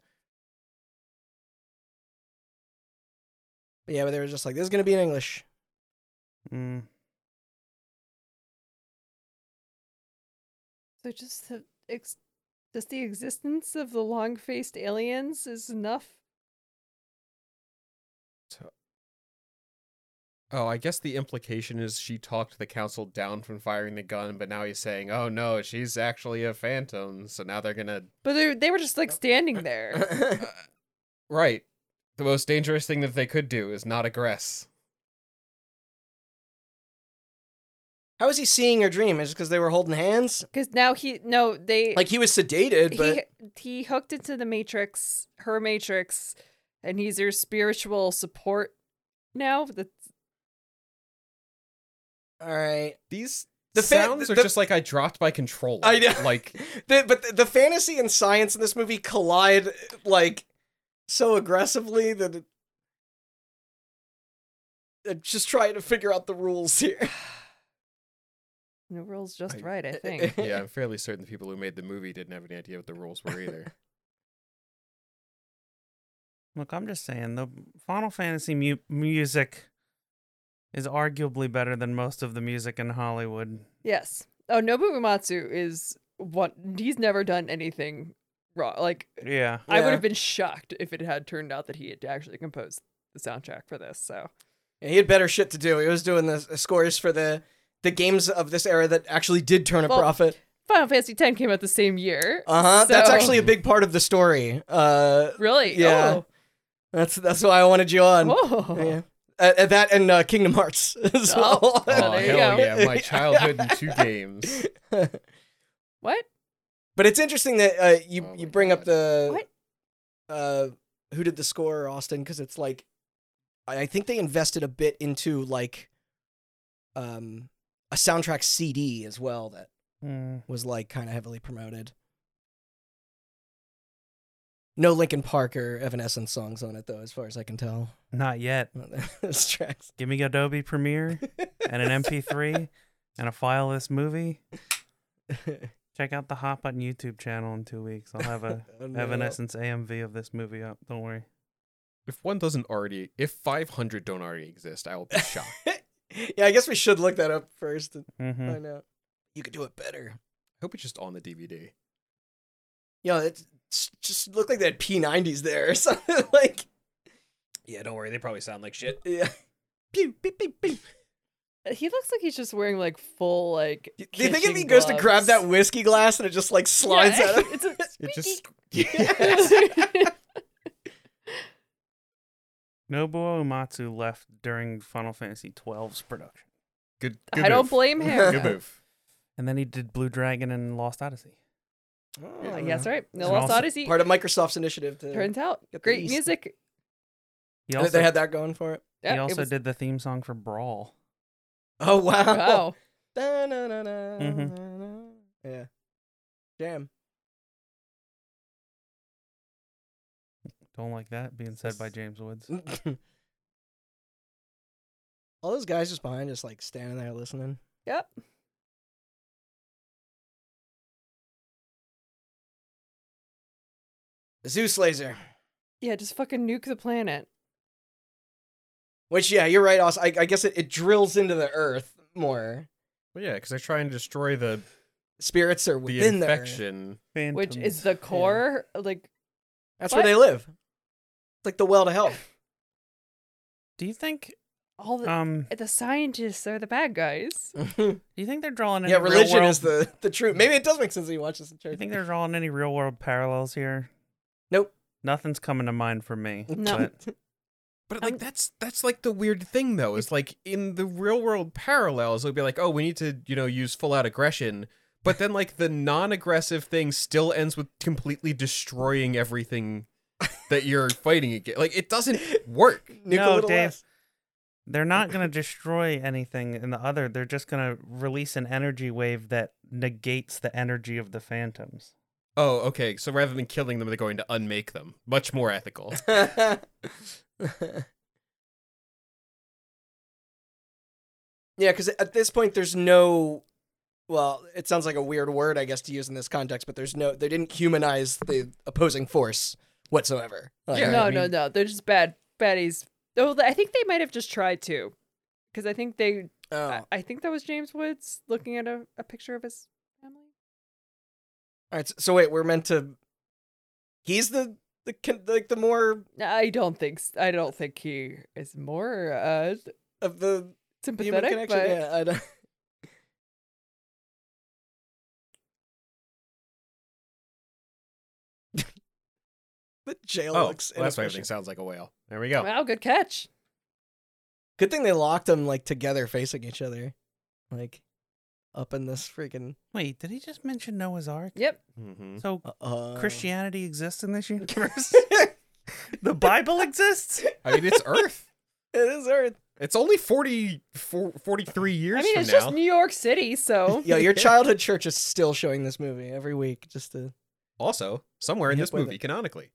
Speaker 2: But yeah, but they were just like, "This is gonna be in English."
Speaker 3: Mm,
Speaker 4: So just the ex- just the existence of the long faced aliens is enough.
Speaker 5: Oh, I guess the implication is she talked the council down from firing the gun, but now he's saying, "Oh no, she's actually a phantom." So now they're gonna
Speaker 4: But they they were just like standing there.
Speaker 5: right. The most dangerous thing that they could do is not aggress.
Speaker 2: How is he seeing her dream? Is it because they were holding hands?
Speaker 4: Because now he no they
Speaker 2: Like he was sedated, but
Speaker 4: he he hooked into the matrix, her matrix, and he's her spiritual support now. That's
Speaker 2: all right.
Speaker 5: These
Speaker 2: The fa-
Speaker 5: sounds are
Speaker 2: the-
Speaker 5: just like I dropped my controller.
Speaker 2: I know.
Speaker 5: Like
Speaker 2: The, but the, the fantasy and science in this movie collide like so aggressively that it... I'm just trying to figure out the rules here.
Speaker 4: the rules just
Speaker 5: I-
Speaker 4: right, I think.
Speaker 5: yeah, I'm fairly certain the people who made the movie didn't have any idea what the rules were either.
Speaker 3: look, I'm just saying the Final Fantasy mu- music is arguably better than most of the music in Hollywood.
Speaker 4: yes. Oh, Nobu Umatsu is what he's never done anything wrong. Like
Speaker 3: Yeah.
Speaker 4: I
Speaker 2: Yeah.
Speaker 4: would have been shocked if it had turned out that he had actually composed the soundtrack for this. So
Speaker 2: Yeah, he had better shit to do. He was doing the, the scores for the the games of this era that actually did turn a
Speaker 4: Well,
Speaker 2: profit.
Speaker 4: Final Fantasy X came out the same year.
Speaker 2: Uh huh. That's
Speaker 4: so-
Speaker 2: actually a big part of the story. Uh,
Speaker 4: really
Speaker 2: yeah. that's that's why I wanted you
Speaker 4: Oh,
Speaker 2: on.
Speaker 4: Whoa.
Speaker 2: Yeah. Uh, uh, that and uh, Kingdom Hearts as
Speaker 4: Oh.
Speaker 2: well.
Speaker 4: Oh,
Speaker 5: Aw,
Speaker 4: there you
Speaker 5: hell
Speaker 4: go.
Speaker 5: yeah, my childhood in two games.
Speaker 4: What?
Speaker 2: But it's interesting that uh, you
Speaker 5: Oh my
Speaker 2: you bring up
Speaker 5: God.
Speaker 2: the
Speaker 4: What?
Speaker 2: uh, who did the score, Austin? Because it's like I I think they invested a bit into like um a soundtrack CD as well that
Speaker 3: Hmm.
Speaker 2: was like kind of heavily promoted. No Linkin Park or Evanescence songs on it though, as far as I can tell.
Speaker 3: Not yet.
Speaker 2: Those tracks.
Speaker 3: Give me Adobe Premiere and an MP3 and a file of this movie. Check out the Hot Button YouTube channel in two weeks. I'll have a
Speaker 2: Oh, no.
Speaker 3: Evanescence AMV of this movie up. Don't worry.
Speaker 5: If one doesn't already, if 500 don't already exist, I will be shocked.
Speaker 2: yeah, I guess we should look that up first and
Speaker 3: hmm
Speaker 2: find out. You could do it better.
Speaker 5: I hope it's just on the DVD.
Speaker 2: Yeah, it s- just looked like they had P90s there or something. like,
Speaker 1: Yeah, don't worry. They probably sound like shit.
Speaker 2: yeah. Pew, beep, beep, beep.
Speaker 4: He looks like he's just wearing like full like.
Speaker 2: Do you think if he
Speaker 4: kitchen
Speaker 2: goes to grab
Speaker 4: gloves.
Speaker 2: that whiskey glass and it just like slides
Speaker 4: Yeah,
Speaker 2: out of
Speaker 4: It's a
Speaker 5: It just
Speaker 2: Yes.
Speaker 3: Nobuo Uematsu left during Final Fantasy XII's production,
Speaker 5: good. good
Speaker 4: I don't
Speaker 5: move.
Speaker 4: blame
Speaker 5: Good
Speaker 4: him.
Speaker 5: move.
Speaker 3: and then he did Blue Dragon and Lost Odyssey.
Speaker 4: Oh, yes, right. No
Speaker 3: And
Speaker 4: Lost
Speaker 3: also
Speaker 4: Odyssey.
Speaker 2: Part of Microsoft's initiative to.
Speaker 4: Turns out,
Speaker 2: Get the
Speaker 4: great
Speaker 2: East.
Speaker 4: music.
Speaker 3: He
Speaker 2: I
Speaker 3: also,
Speaker 2: think they had that going for it.
Speaker 4: Yeah,
Speaker 3: he
Speaker 4: it
Speaker 3: also
Speaker 4: was-
Speaker 3: did the theme song for Brawl.
Speaker 2: Oh, wow.
Speaker 4: Wow.
Speaker 2: Da-na-na-na,
Speaker 3: Mhm.
Speaker 2: na-na. Yeah. Jam.
Speaker 3: Don't like that being said by James Woods.
Speaker 2: All those guys just behind us, like standing there listening.
Speaker 4: Yep.
Speaker 2: Zeus laser.
Speaker 4: Yeah, just fucking nuke the planet.
Speaker 2: Which, yeah, you're right, Austin. I, I guess it, it drills into the earth more.
Speaker 5: Well, yeah, because they're trying to destroy the
Speaker 2: Spirits are
Speaker 5: the
Speaker 2: within the earth.
Speaker 5: infection.
Speaker 4: Which
Speaker 3: Phantoms.
Speaker 4: is the core. Like,
Speaker 2: That's
Speaker 4: What?
Speaker 2: where they live. It's like the well to health.
Speaker 3: Do you think
Speaker 4: all
Speaker 5: Uh,
Speaker 4: the.
Speaker 3: um
Speaker 4: the scientists are the bad guys.
Speaker 3: do you think they're drawing any
Speaker 2: yeah,
Speaker 3: real
Speaker 2: religion
Speaker 3: world,
Speaker 2: is the, the truth. Maybe it does make sense that you watch this in
Speaker 3: Do you
Speaker 2: church.
Speaker 3: think they're drawing any real world parallels here?
Speaker 2: Nope.
Speaker 3: Nothing's coming to mind for me.
Speaker 4: No.
Speaker 3: But
Speaker 5: But
Speaker 4: Um,
Speaker 5: like that's that's like the weird thing though is like in the real world parallels it'll be like oh we need to you know use full out aggression but then like the non aggressive thing still ends with completely destroying everything that you're fighting against like it doesn't work
Speaker 2: Nuke a
Speaker 3: No,
Speaker 2: little
Speaker 3: Dave.
Speaker 2: less.
Speaker 3: they're not going to destroy anything in the other. They're just going to release an energy wave that negates the energy of the phantoms.
Speaker 5: oh okay so rather than killing them they're going to unmake them much more ethical
Speaker 2: yeah, because at this point, there's no. Well, it sounds like a weird word, I guess, to use in this context, but there's no. They didn't humanize the opposing force whatsoever. Like,
Speaker 5: Yeah,
Speaker 4: no,
Speaker 5: I
Speaker 4: no,
Speaker 5: mean-
Speaker 4: no. They're just bad baddies. Oh, I think they might have just tried to, because I think they. I,
Speaker 2: Oh.
Speaker 4: I think that was James Woods looking at a, a picture of his family.
Speaker 2: All right. So, so wait, we're meant to. He's the the con- like the more
Speaker 4: I don't think. s- I don't think he is more uh,
Speaker 2: of the human
Speaker 4: sympathetic,
Speaker 2: connection.
Speaker 4: but
Speaker 2: Yeah. I don't... the jail
Speaker 5: oh well,
Speaker 2: looks.
Speaker 5: that's why
Speaker 2: inefficient.
Speaker 5: everything sounds like a whale there we go
Speaker 4: wow, good catch.
Speaker 2: Good thing they locked them like together, facing each other, like up in this freaking
Speaker 3: Wait, did he just mention Noah's Ark?
Speaker 4: Yep.
Speaker 5: mm-hmm.
Speaker 3: So
Speaker 2: uh,
Speaker 3: Christianity exists in this universe? the Bible exists?
Speaker 5: I mean it's Earth
Speaker 2: it is Earth.
Speaker 5: it's only 40, 43 years
Speaker 4: I mean,
Speaker 5: from
Speaker 4: it's
Speaker 5: now
Speaker 4: just New York City,
Speaker 5: Oh
Speaker 4: so
Speaker 2: Yo, your childhood church is still showing this movie every week, just to.
Speaker 5: also somewhere in
Speaker 2: Yep,
Speaker 5: this
Speaker 2: with
Speaker 5: movie
Speaker 2: it.
Speaker 5: canonically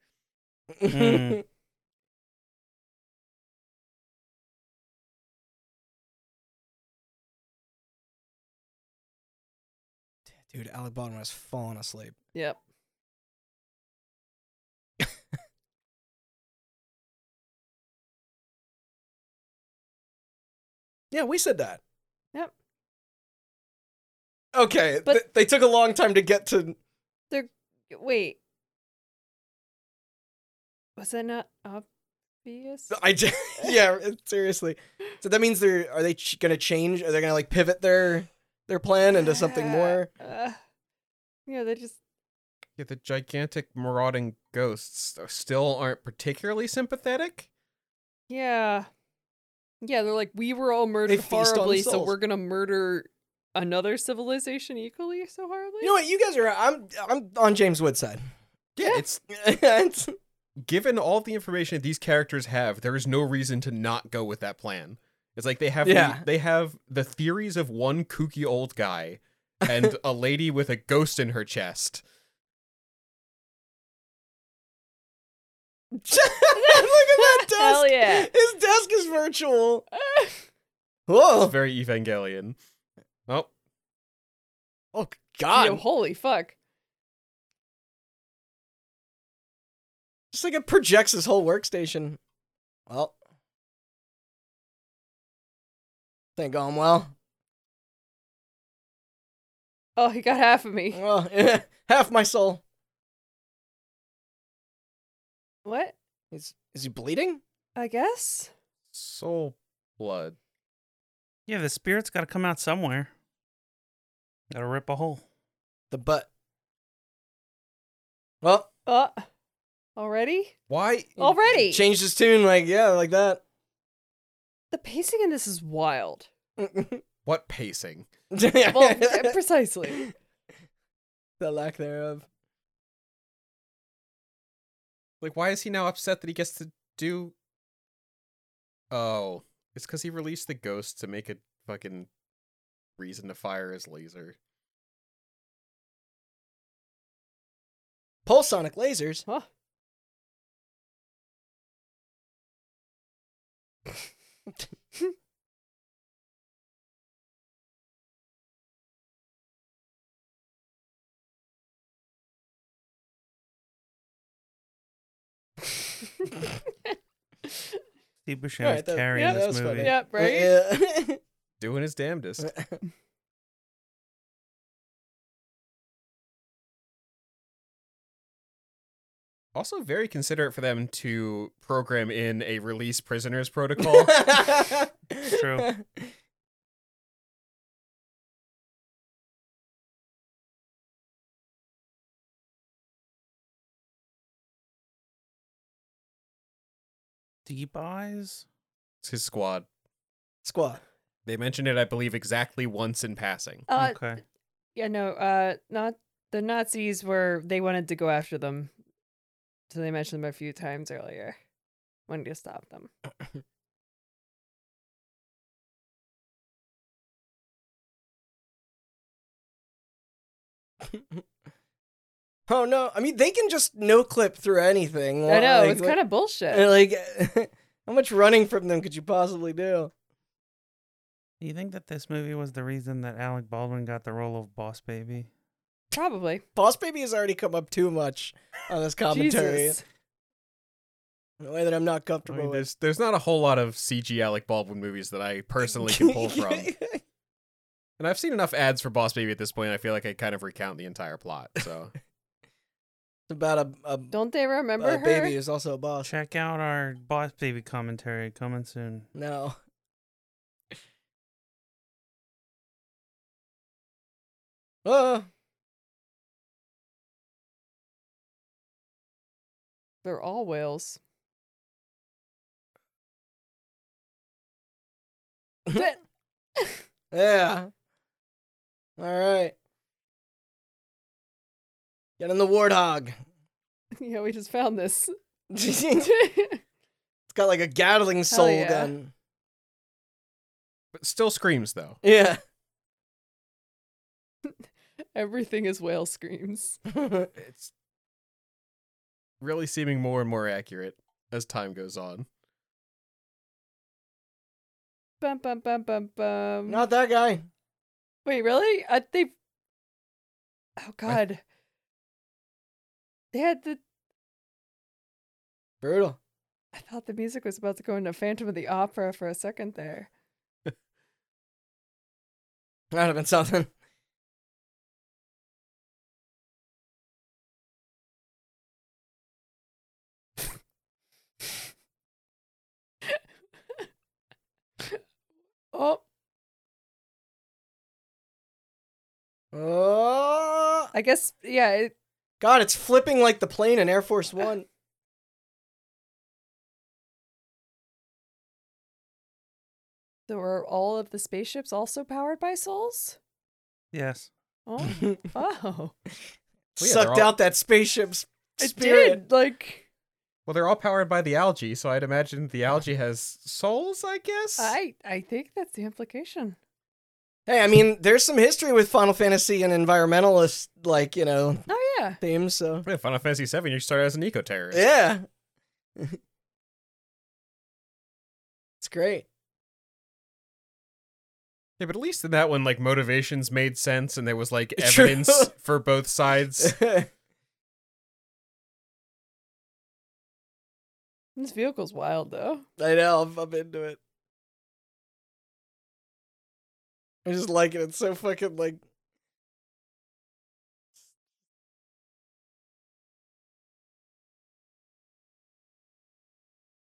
Speaker 3: Hmm.
Speaker 2: Mm. Dude, Alec Baldwin has fallen asleep.
Speaker 4: yep.
Speaker 2: Yeah, we said that.
Speaker 4: Yep.
Speaker 2: Okay,
Speaker 4: But-
Speaker 2: th- they took a long time to get to.
Speaker 4: Wait, was that not obvious?
Speaker 2: I j- yeah, seriously. So that means they're are they ch- gonna change? Are they gonna like pivot their their plan into something more?
Speaker 4: Uh, Yeah, they just
Speaker 5: Yeah, the gigantic marauding ghosts still aren't particularly sympathetic.
Speaker 4: yeah, yeah. They're like, we were all murdered
Speaker 2: feast on
Speaker 4: horribly, so
Speaker 2: souls.
Speaker 4: we're gonna murder another civilization equally so horribly.
Speaker 2: You know what? You guys are. I'm. I'm on James Wood's side.
Speaker 5: Yeah, it's
Speaker 2: It's-
Speaker 5: given all the information that these characters have, there is no reason to not go with that plan. It's like they have
Speaker 2: Yeah.
Speaker 5: the, they have the theories of one kooky old guy and a lady with a ghost in her chest.
Speaker 2: Look at that desk.
Speaker 4: Hell yeah.
Speaker 2: His desk is virtual. Whoa.
Speaker 5: It's very Evangelion. Oh,
Speaker 2: oh
Speaker 4: Yo,
Speaker 2: God.
Speaker 4: holy fuck.
Speaker 2: Just like it projects his whole workstation. Well, think going well.
Speaker 4: Oh, he got half of me.
Speaker 2: Well, half my soul.
Speaker 4: What?
Speaker 2: Is is he bleeding?
Speaker 4: I guess.
Speaker 5: soul blood.
Speaker 3: Yeah, the spirit's got to come out somewhere. Got to rip a hole.
Speaker 2: The butt. Well,
Speaker 4: Uh, already?
Speaker 5: Why?
Speaker 4: Already?
Speaker 2: changed his tune like yeah, like that.
Speaker 4: the pacing in this is wild.
Speaker 5: What pacing?
Speaker 4: Well, precisely.
Speaker 2: the lack thereof.
Speaker 5: Like, why is he now upset that he gets to do? Oh, it's because he released the ghost to make a fucking reason to fire his laser.
Speaker 2: Pulse sonic lasers.
Speaker 4: Huh?
Speaker 3: Steve Buscemi
Speaker 2: Alright, that-
Speaker 3: carrying
Speaker 4: yeah,
Speaker 2: that
Speaker 3: this
Speaker 2: was
Speaker 3: movie.
Speaker 2: funny.
Speaker 4: yep, right?
Speaker 2: Yeah.
Speaker 5: Doing his
Speaker 2: Uh,
Speaker 5: damnedest. Also, very considerate for them to program in a release prisoners protocol.
Speaker 3: True. Deep eyes.
Speaker 5: it's his squad.
Speaker 2: Squad.
Speaker 5: They mentioned it, I believe, exactly once in passing.
Speaker 4: Uh,
Speaker 3: okay.
Speaker 4: Yeah, no, uh, not the Nazis were, they wanted to go after them. So they mentioned them a few times earlier. Wanted to stop them.
Speaker 2: Oh no! I mean, they can just no clip through anything.
Speaker 4: I know,
Speaker 2: Like-
Speaker 4: it's kind of bullshit.
Speaker 2: like, like, how much running from them could you possibly do?
Speaker 3: Do you think that this movie was the reason that Alec Baldwin got the role of Boss Baby?
Speaker 4: Probably.
Speaker 2: Boss Baby has already come up too much on this commentary
Speaker 4: Jesus.
Speaker 2: in a way that I'm not
Speaker 5: I
Speaker 2: comfortable
Speaker 5: mean,
Speaker 2: with.
Speaker 5: there's there's not a whole lot of CG Alec Baldwin movies that I personally can pull from, and I've seen enough ads for Boss Baby at this point. I feel like I kind of recount the entire plot. So
Speaker 2: It's about a, a,
Speaker 4: Don't they remember
Speaker 2: a
Speaker 4: her?
Speaker 2: baby who's also a boss.
Speaker 3: Check out our Boss Baby commentary coming soon.
Speaker 2: No. Oh,
Speaker 4: They're all whales. But-
Speaker 2: yeah. All right. Get in the warthog.
Speaker 4: yeah, we just found this.
Speaker 2: it's got like a Gatling soul
Speaker 4: yeah.
Speaker 2: gun.
Speaker 5: but still screams though.
Speaker 2: Yeah.
Speaker 4: Everything is whale screams.
Speaker 5: Uh, It's really seeming more and more accurate as time goes on.
Speaker 4: Bum bum bum bum bum.
Speaker 2: Not that guy.
Speaker 4: Wait, really? Uh, they. Oh God. They had the.
Speaker 2: Brutal.
Speaker 4: I thought the music was about to go into Phantom of the Opera for a second there.
Speaker 2: That'd have been something.
Speaker 4: Oh,
Speaker 2: Oh,
Speaker 4: I guess yeah. It,
Speaker 2: God, it's flipping like the plane in Air
Speaker 4: Uh,
Speaker 2: Force One.
Speaker 4: so are all of the spaceships also powered by souls?
Speaker 3: Yes.
Speaker 4: Oh, wow!
Speaker 5: they're
Speaker 2: Sucked
Speaker 5: all-
Speaker 2: out that spaceship's
Speaker 4: It
Speaker 2: spirit.
Speaker 4: did like
Speaker 5: Well, they're all powered by the algae, so I'd imagine the algae has souls, I guess?
Speaker 4: I. I think that's the implication.
Speaker 2: Hey, I mean, there's some history with Final Fantasy and environmentalist, like, you know,
Speaker 4: Oh yeah.
Speaker 2: themes, so.
Speaker 5: Yeah, Final Fantasy VII, you start as an eco-terrorist.
Speaker 2: Yeah. it's great.
Speaker 5: Yeah, but at least in that one, like, motivations made sense, and there was, like,
Speaker 2: True.
Speaker 5: evidence for both sides.
Speaker 4: This vehicle's wild though.
Speaker 2: I know, I'm, I'm into it. I just like it. It's so fucking like.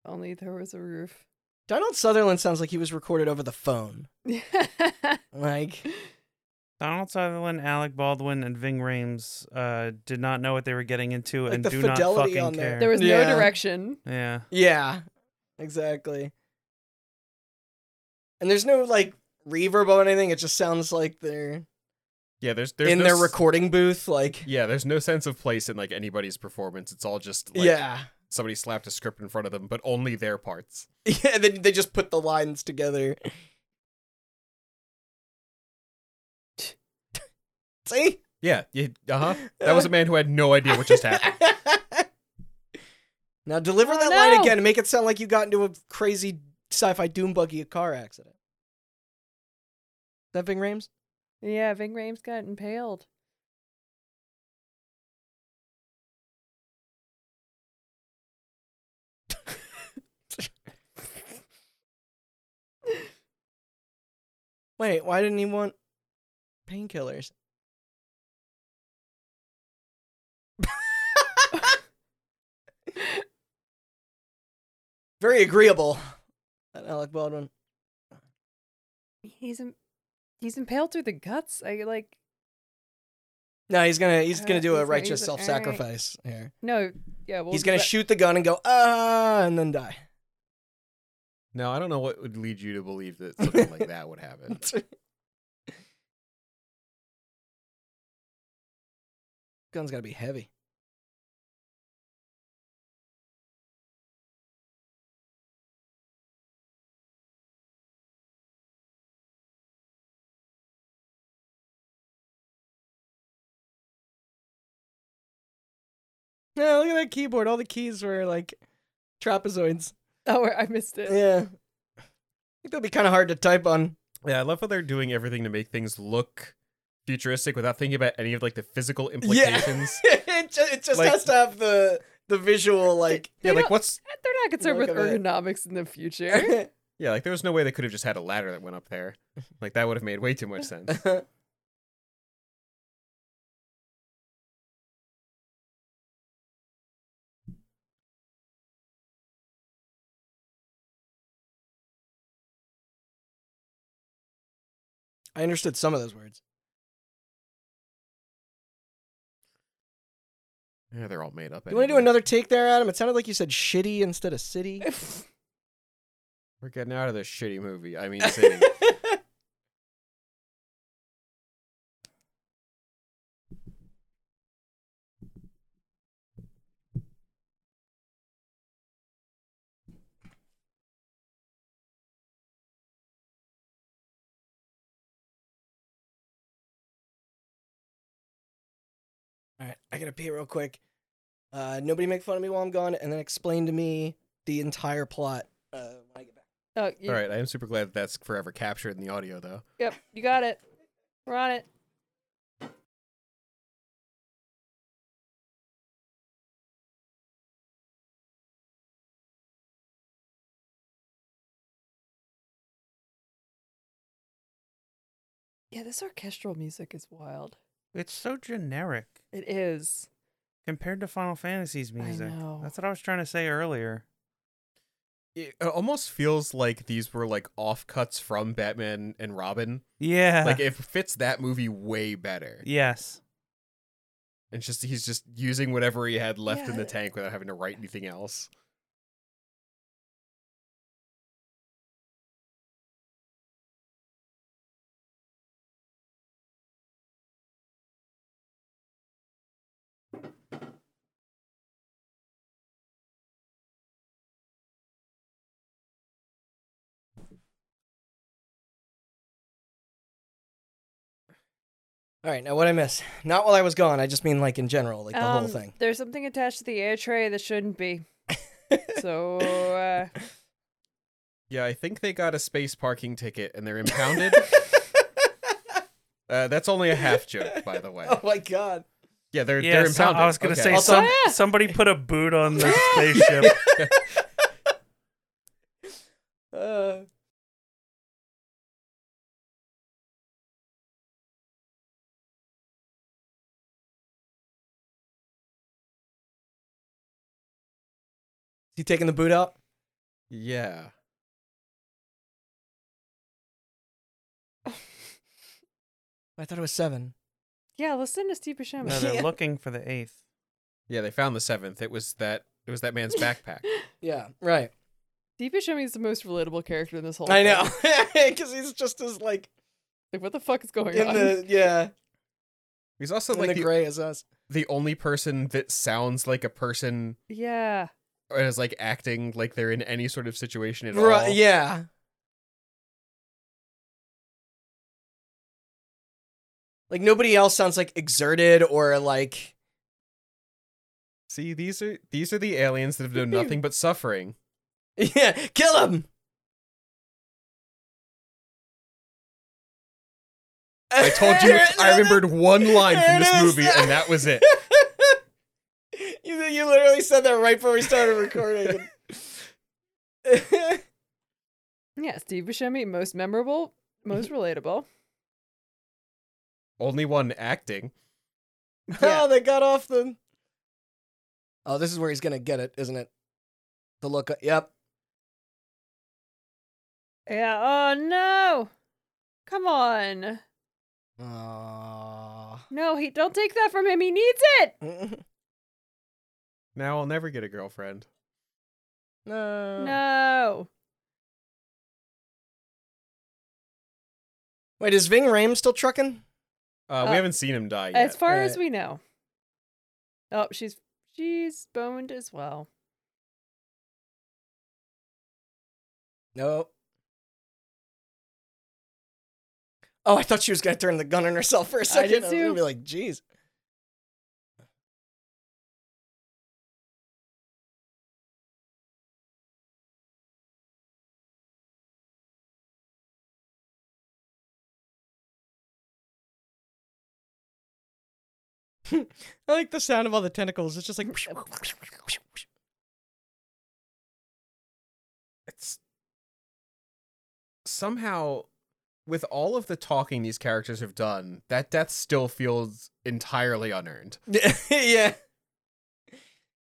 Speaker 4: Only there was a roof.
Speaker 2: Donald Sutherland sounds like he was recorded over the phone.
Speaker 4: yeah.
Speaker 2: Like,
Speaker 3: Donald Sutherland, Alec Baldwin, and Ving Rhames uh, did not know what they were getting into
Speaker 2: Like
Speaker 3: and
Speaker 2: the
Speaker 3: do not
Speaker 2: fidelity
Speaker 3: fucking
Speaker 2: on there.
Speaker 3: care.
Speaker 4: There was
Speaker 2: Yeah.
Speaker 4: no direction.
Speaker 3: yeah.
Speaker 2: yeah, exactly. And there's no like reverb or anything. It just sounds like they're
Speaker 5: Yeah, there's, there's
Speaker 2: in
Speaker 5: no
Speaker 2: their
Speaker 5: s-
Speaker 2: recording booth. Like,
Speaker 5: Yeah, there's no sense of place in, like, anybody's performance. It's all just, like,
Speaker 2: yeah,
Speaker 5: somebody slapped a script in front of them, but only their parts.
Speaker 2: yeah. And then they just put the lines together. See,
Speaker 5: Yeah, yeah uh-huh. That was a man who had no idea what just happened.
Speaker 2: now deliver
Speaker 4: Oh,
Speaker 2: that line
Speaker 4: no.
Speaker 2: again and make it sound like you got into a crazy sci-fi doom buggy car accident. Is that Ving Rames?
Speaker 4: Yeah, Ving Rhames got impaled.
Speaker 2: Wait, why didn't he want painkillers? Very agreeable, that Alec Baldwin.
Speaker 4: He's Im- he's impaled through the guts. I like
Speaker 2: No, he's gonna he's
Speaker 4: Uh,
Speaker 2: gonna do a
Speaker 4: he's gonna-
Speaker 2: righteous
Speaker 4: he's like, "All right."
Speaker 2: self-sacrifice here.
Speaker 4: no. Yeah, well,
Speaker 2: he's gonna
Speaker 4: that-
Speaker 2: shoot the gun and go ah, and then die.
Speaker 5: Now, I don't know what would lead you to believe that something like that would happen.
Speaker 2: Gun's gotta be heavy. Yeah, look at that keyboard. All the keys were like trapezoids.
Speaker 4: Oh, I missed it.
Speaker 2: Yeah. I think that'll be kind of hard to type on.
Speaker 5: Yeah, I love how they're doing everything to make things look futuristic without thinking about any of like the physical implications.
Speaker 2: it just, it just
Speaker 5: Like-
Speaker 2: has to have the the visual like.
Speaker 5: Yeah,
Speaker 4: They
Speaker 5: like
Speaker 4: don't-
Speaker 5: what's
Speaker 4: They're not concerned
Speaker 2: Look
Speaker 4: with
Speaker 2: at it.
Speaker 4: ergonomics in the future.
Speaker 5: yeah, like there was no way they could have just had a ladder that went up there. Like that would have made way too much sense.
Speaker 2: I understood some of those words.
Speaker 5: Yeah, they're all made up.
Speaker 2: You want to do
Speaker 5: anyway.
Speaker 2: another take there, Adam? It sounded like you said shitty instead of city.
Speaker 5: We're getting out of this shitty movie. I mean, city.
Speaker 2: All right, I gotta pee real quick. Uh, nobody make fun of me while I'm gone, and then explain to me the entire plot uh, when I get back.
Speaker 4: oh, you,
Speaker 5: all right, I am super glad that that's forever captured in the audio though.
Speaker 4: Yep, you got it. We're on it. Yeah, this orchestral music is wild.
Speaker 3: It's so generic
Speaker 4: It is.
Speaker 3: compared to Final Fantasy's music.
Speaker 4: know.
Speaker 3: That's what I was trying to say earlier.
Speaker 5: It it almost feels like these were like offcuts from Batman and Robin.
Speaker 3: Yeah.
Speaker 5: Like it fits that movie way better.
Speaker 3: yes.
Speaker 5: And just he's just using whatever he had left in the
Speaker 4: Yeah.
Speaker 5: tank without having to write anything else.
Speaker 2: All right, now what I miss? Not while I was gone. I just mean like in general, like the whole
Speaker 4: Um,
Speaker 2: thing.
Speaker 4: There's something attached to the air tray that shouldn't be. so uh,
Speaker 5: Yeah, I think they got a space parking ticket and they're impounded. uh, that's only a half joke, by the way.
Speaker 4: uh,
Speaker 2: oh my god.
Speaker 5: Yeah, they're
Speaker 3: yeah,
Speaker 5: they're
Speaker 3: so-
Speaker 5: impounded.
Speaker 3: I was gonna
Speaker 5: Okay.
Speaker 3: say
Speaker 2: Also-
Speaker 3: some, somebody put a boot on the spaceship.
Speaker 2: Uh, he taking the boot out?
Speaker 5: yeah.
Speaker 2: I thought it was seven.
Speaker 4: yeah, listen to Steve Buscemi.
Speaker 3: No, they're looking for the eighth.
Speaker 5: Yeah, they found the seventh. It was that it was that man's backpack.
Speaker 2: Yeah, right.
Speaker 4: Steve Buscemi is the most relatable character in this whole.
Speaker 2: I
Speaker 4: thing.
Speaker 2: know, because he's just as like
Speaker 4: Like, what the fuck is going
Speaker 2: in
Speaker 4: on?
Speaker 2: the yeah
Speaker 5: He's also
Speaker 2: in
Speaker 5: like
Speaker 2: the
Speaker 5: the,
Speaker 2: gray as us.
Speaker 5: the only person that sounds like a person
Speaker 4: yeah,
Speaker 5: or is like acting like they're in any sort of situation at all.
Speaker 2: Right, yeah. Like nobody else sounds like exerted or like
Speaker 5: See, these are these are the aliens that have known nothing but suffering.
Speaker 2: yeah, kill him.
Speaker 5: I told you I remembered one line from this movie and that was it.
Speaker 2: you, you literally said that right before we started recording.
Speaker 4: yeah. Steve Buscemi, most memorable, most relatable.
Speaker 5: Only one acting.
Speaker 4: Yeah.
Speaker 2: Oh, they got off the. Oh, this is where he's gonna get it, isn't it? The look. Yep.
Speaker 4: Yeah. Oh no! Come on!
Speaker 2: Aww.
Speaker 4: No, he don't take that from him. He needs it.
Speaker 5: Now I'll never get a girlfriend.
Speaker 2: no.
Speaker 4: No.
Speaker 2: Wait, is Ving Rhames still trucking?
Speaker 5: Uh,
Speaker 2: Oh.
Speaker 4: Uh,
Speaker 5: we haven't seen him die yet.
Speaker 4: As far as
Speaker 2: Right.
Speaker 4: we know. Oh, she's she's boned as well.
Speaker 2: No. Oh, I thought she was gonna turn the gun on herself for a second.
Speaker 4: did
Speaker 2: I was gonna
Speaker 4: too.
Speaker 2: be like, "Jeez." I like the sound of all the tentacles. It's just like
Speaker 5: it's somehow with all of the talking these characters have done, that death still feels entirely unearned.
Speaker 2: yeah.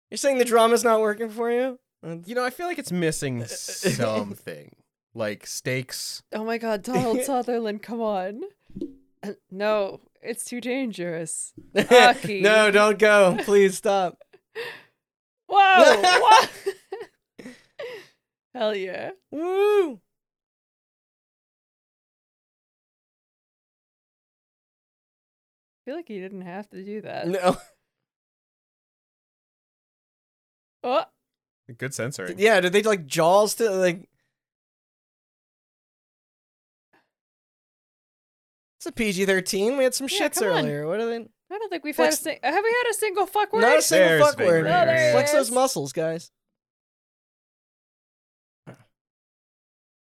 Speaker 2: You're saying the drama's not working for you? That's-
Speaker 5: You know, I feel like it's
Speaker 2: Uh,
Speaker 5: missing something. like stakes.
Speaker 4: Oh my god, Donald Sutherland, come on. Uh, No, it's too dangerous. Aki.
Speaker 2: no, don't go. Please stop.
Speaker 4: Whoa! what? Hell yeah.
Speaker 2: Woo!
Speaker 4: I feel like he didn't have to do that.
Speaker 2: No.
Speaker 4: Oh,
Speaker 5: Good censoring.
Speaker 2: Yeah, did they like jaws to like? It's a PG-13. We had some
Speaker 4: Yeah,
Speaker 2: shits
Speaker 4: come on.
Speaker 2: earlier. What are they?
Speaker 4: I don't think we've
Speaker 2: What's-
Speaker 4: had a sing- have we had a single fuck word?
Speaker 2: Not a single
Speaker 5: There's
Speaker 2: fuck
Speaker 5: Ving
Speaker 2: word.
Speaker 4: Rhames. Oh, there it
Speaker 2: Flex those
Speaker 4: is.
Speaker 2: muscles, guys.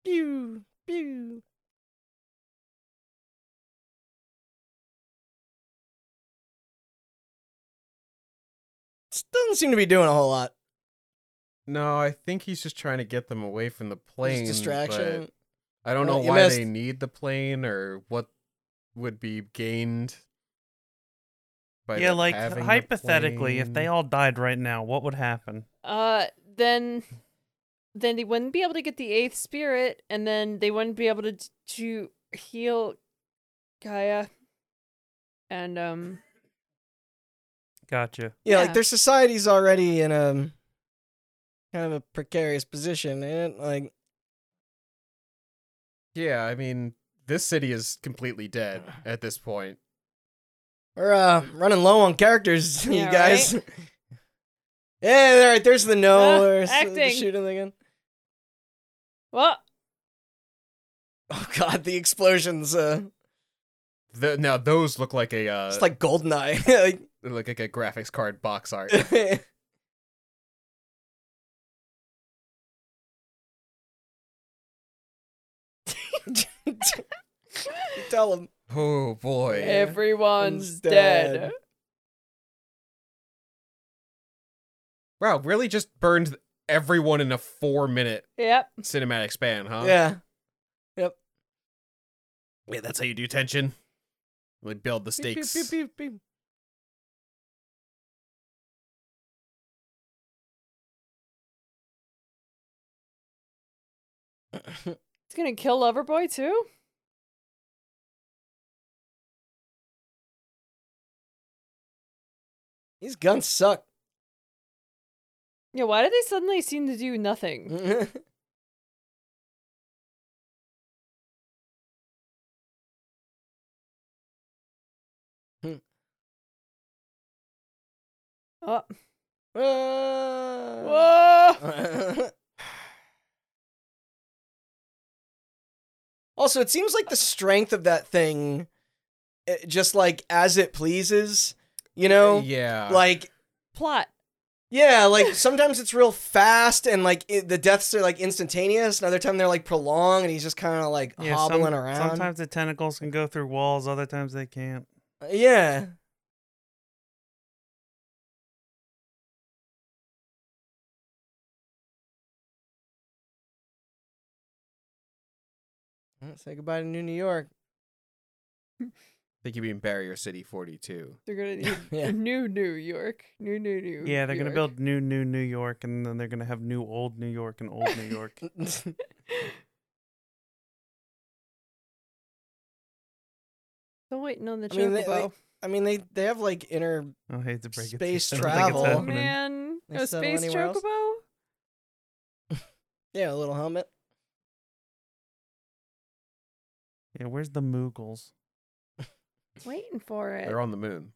Speaker 2: Pew pew. This Doesn't seem to be doing a whole lot.
Speaker 5: No, I think he's just trying to get them away from the plane.
Speaker 2: Just distraction.
Speaker 5: but I don't
Speaker 2: Oh,
Speaker 5: know
Speaker 2: you
Speaker 5: why
Speaker 2: missed.
Speaker 5: they need the plane or what would be gained. By
Speaker 3: yeah,
Speaker 5: them
Speaker 3: like
Speaker 5: having the
Speaker 3: hypothetically, if they
Speaker 5: plane.
Speaker 3: all died right now, what would happen?
Speaker 4: Uh then then they wouldn't be able to get the eighth spirit and then they wouldn't be able to to heal Gaia and um
Speaker 3: Gotcha.
Speaker 2: Yeah,
Speaker 4: Yeah.
Speaker 2: like their society's already in a kind of a precarious position, and like
Speaker 5: Yeah, I mean, this city is completely dead at this point.
Speaker 2: we're uh, running low on characters,
Speaker 4: Yeah,
Speaker 2: you guys. yeah, all right. There's the no.
Speaker 4: Ah,
Speaker 2: there's The
Speaker 4: acting.
Speaker 2: shooting again.
Speaker 4: Well,
Speaker 2: Oh god, the explosions. Uh,
Speaker 5: The, now those look like a uh,
Speaker 2: it's like Goldeneye.
Speaker 5: look like a graphics card box art.
Speaker 2: like, Tell him.
Speaker 5: oh boy.
Speaker 2: Yeah.
Speaker 4: everyone's
Speaker 2: Everyone's
Speaker 4: dead.
Speaker 2: dead.
Speaker 5: Wow, really just burned everyone in a 4 minute
Speaker 4: Yep.
Speaker 5: cinematic span, huh?
Speaker 2: Yeah.
Speaker 5: Yeah, that's how you do tension. We build the
Speaker 2: Beep, beep,
Speaker 5: stakes.
Speaker 2: beep, beep, beep.
Speaker 4: It's gonna kill Loverboy too.
Speaker 2: These guns suck.
Speaker 4: Yeah. Why did they suddenly seem to do nothing?
Speaker 2: Hmm?
Speaker 4: Oh.
Speaker 2: Whoa.
Speaker 4: Whoa.
Speaker 2: also, it seems like the strength of that thing, it, just like as it pleases, you know?
Speaker 5: Yeah.
Speaker 2: Like,
Speaker 4: Plot.
Speaker 2: yeah, like sometimes it's real fast and like it, the deaths are like instantaneous. Another time they're like prolonged and he's just kind of like
Speaker 3: Yeah, some-
Speaker 2: hobbling around.
Speaker 3: Sometimes the tentacles can go through walls, other times they can't.
Speaker 2: Uh, Yeah. Well, Say goodbye to New New York.
Speaker 5: I think you mean Barrier City 42.
Speaker 4: They're gonna need
Speaker 2: Yeah.
Speaker 4: new New York. New New New.
Speaker 3: Yeah, they're gonna
Speaker 4: York.
Speaker 3: build new, new New York, and then they're gonna have new, old New York, and old New York.
Speaker 4: Still waiting on the
Speaker 2: I mean, they-
Speaker 4: chocobo.
Speaker 2: I mean, they they have like inner.
Speaker 3: I hate to break it. to you,
Speaker 2: Space
Speaker 3: I don't think it's
Speaker 2: travel.
Speaker 4: Oh
Speaker 3: happening.
Speaker 4: man,
Speaker 2: They
Speaker 4: no
Speaker 2: settle
Speaker 4: space
Speaker 2: anywhere
Speaker 4: chocobo.
Speaker 2: else? Yeah, a little helmet.
Speaker 3: Yeah, where's the Moogles?
Speaker 4: Waiting for it.
Speaker 5: They're on the moon.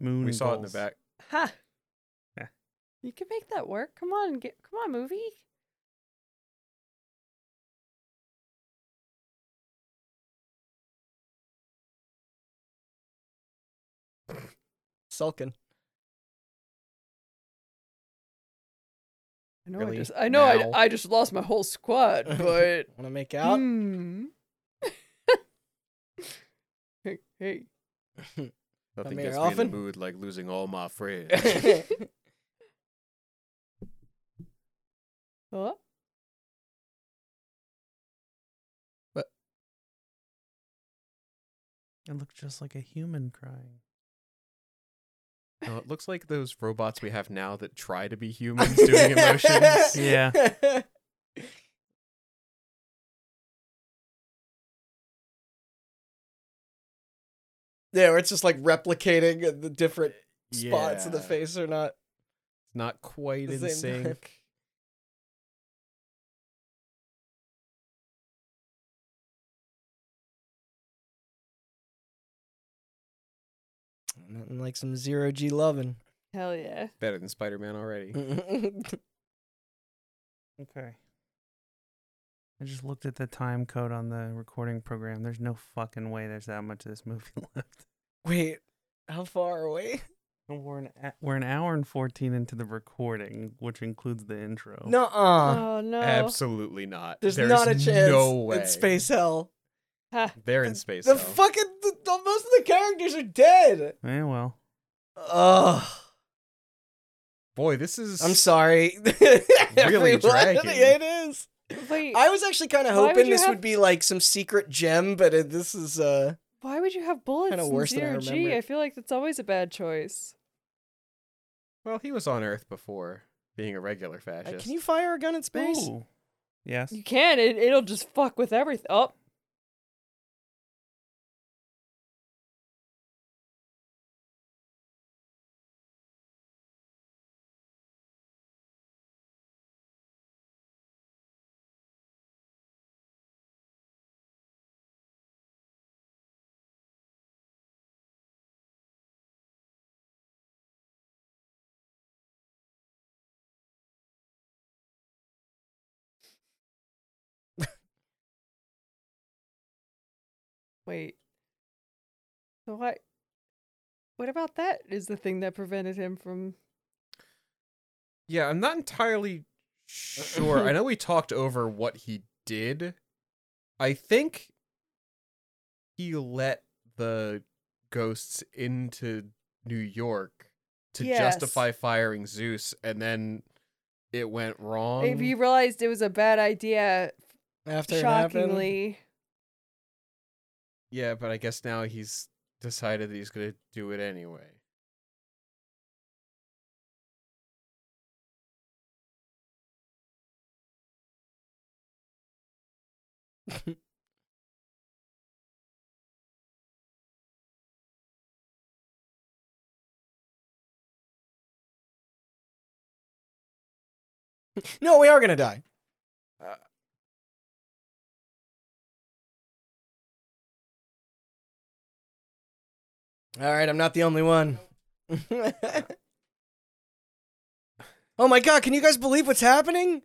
Speaker 3: Moon.
Speaker 5: We saw it in the back.
Speaker 4: Ha.
Speaker 3: Yeah.
Speaker 4: You can make that work. Come on, get come on, movie.
Speaker 2: Sulking.
Speaker 4: I know
Speaker 5: Really?
Speaker 4: I just I know
Speaker 5: Now?
Speaker 4: I, I just lost my whole squad, but
Speaker 2: Want to make out?
Speaker 4: Hmm. hey, hey.
Speaker 5: Nothing
Speaker 2: Come here
Speaker 5: gets me in the
Speaker 2: often.
Speaker 5: mood like losing all my friends.
Speaker 4: Huh?
Speaker 3: It looked just like a human crying.
Speaker 5: no, it looks like those robots we have now that try to be humans doing emotions.
Speaker 3: Yeah.
Speaker 2: Yeah, where it's just like replicating the different spots of the
Speaker 5: Yeah.
Speaker 2: face are not
Speaker 5: Not quite
Speaker 2: the
Speaker 5: in
Speaker 2: same.
Speaker 5: sync.
Speaker 2: Nothing like some zero G loving.
Speaker 4: Hell yeah.
Speaker 5: Better than Spider Man already.
Speaker 2: Mm.
Speaker 3: Okay. I just looked at the time code on the recording program. There's no fucking way there's that much of this movie left.
Speaker 2: Wait, how far away?
Speaker 3: And We're an, a- we're an hour and 14 into the recording, which includes the intro.
Speaker 2: No, uh
Speaker 4: oh no.
Speaker 5: Absolutely not.
Speaker 2: there's, not a chance.
Speaker 5: No way.
Speaker 2: It's space hell.
Speaker 4: Ha.
Speaker 5: They're in space.
Speaker 2: The
Speaker 5: though.
Speaker 2: fucking the, the- most of the characters are dead.
Speaker 3: Eh, well.
Speaker 2: Ugh.
Speaker 5: Boy, this is.
Speaker 2: I'm sorry. Everyone-
Speaker 5: dragging.
Speaker 2: It is.
Speaker 4: Wait,
Speaker 2: I was actually kind of
Speaker 4: Why would
Speaker 2: hoping
Speaker 4: you
Speaker 2: this
Speaker 4: have-
Speaker 2: would be like some secret gem, but uh, this is uh
Speaker 4: why would you have bullets
Speaker 2: Kinda
Speaker 4: in
Speaker 2: worse than I
Speaker 4: zero G?
Speaker 2: remembered.
Speaker 4: I feel like that's always a bad choice.
Speaker 5: Well, he was on Earth before being a regular
Speaker 2: uh,
Speaker 5: fascist.
Speaker 2: can you fire a gun at space?
Speaker 3: Ooh. Yes.
Speaker 4: You can, it it'll just fuck with everything. Oh, Wait. So what? What about that? Is the thing that prevented him from?
Speaker 5: Yeah, I'm not entirely sure. I know we talked over what he did. I think he let the ghosts into New York to
Speaker 4: Yes.
Speaker 5: justify firing Zeus, and then it went wrong.
Speaker 4: If he realized it was a bad idea,
Speaker 2: After Um, it
Speaker 4: shockingly.
Speaker 5: Yeah, but I guess now he's decided that he's gonna do it anyway.
Speaker 2: happened, no, we are gonna die. Uh. All right, I'm not the only one. oh my god, can you guys believe what's happening?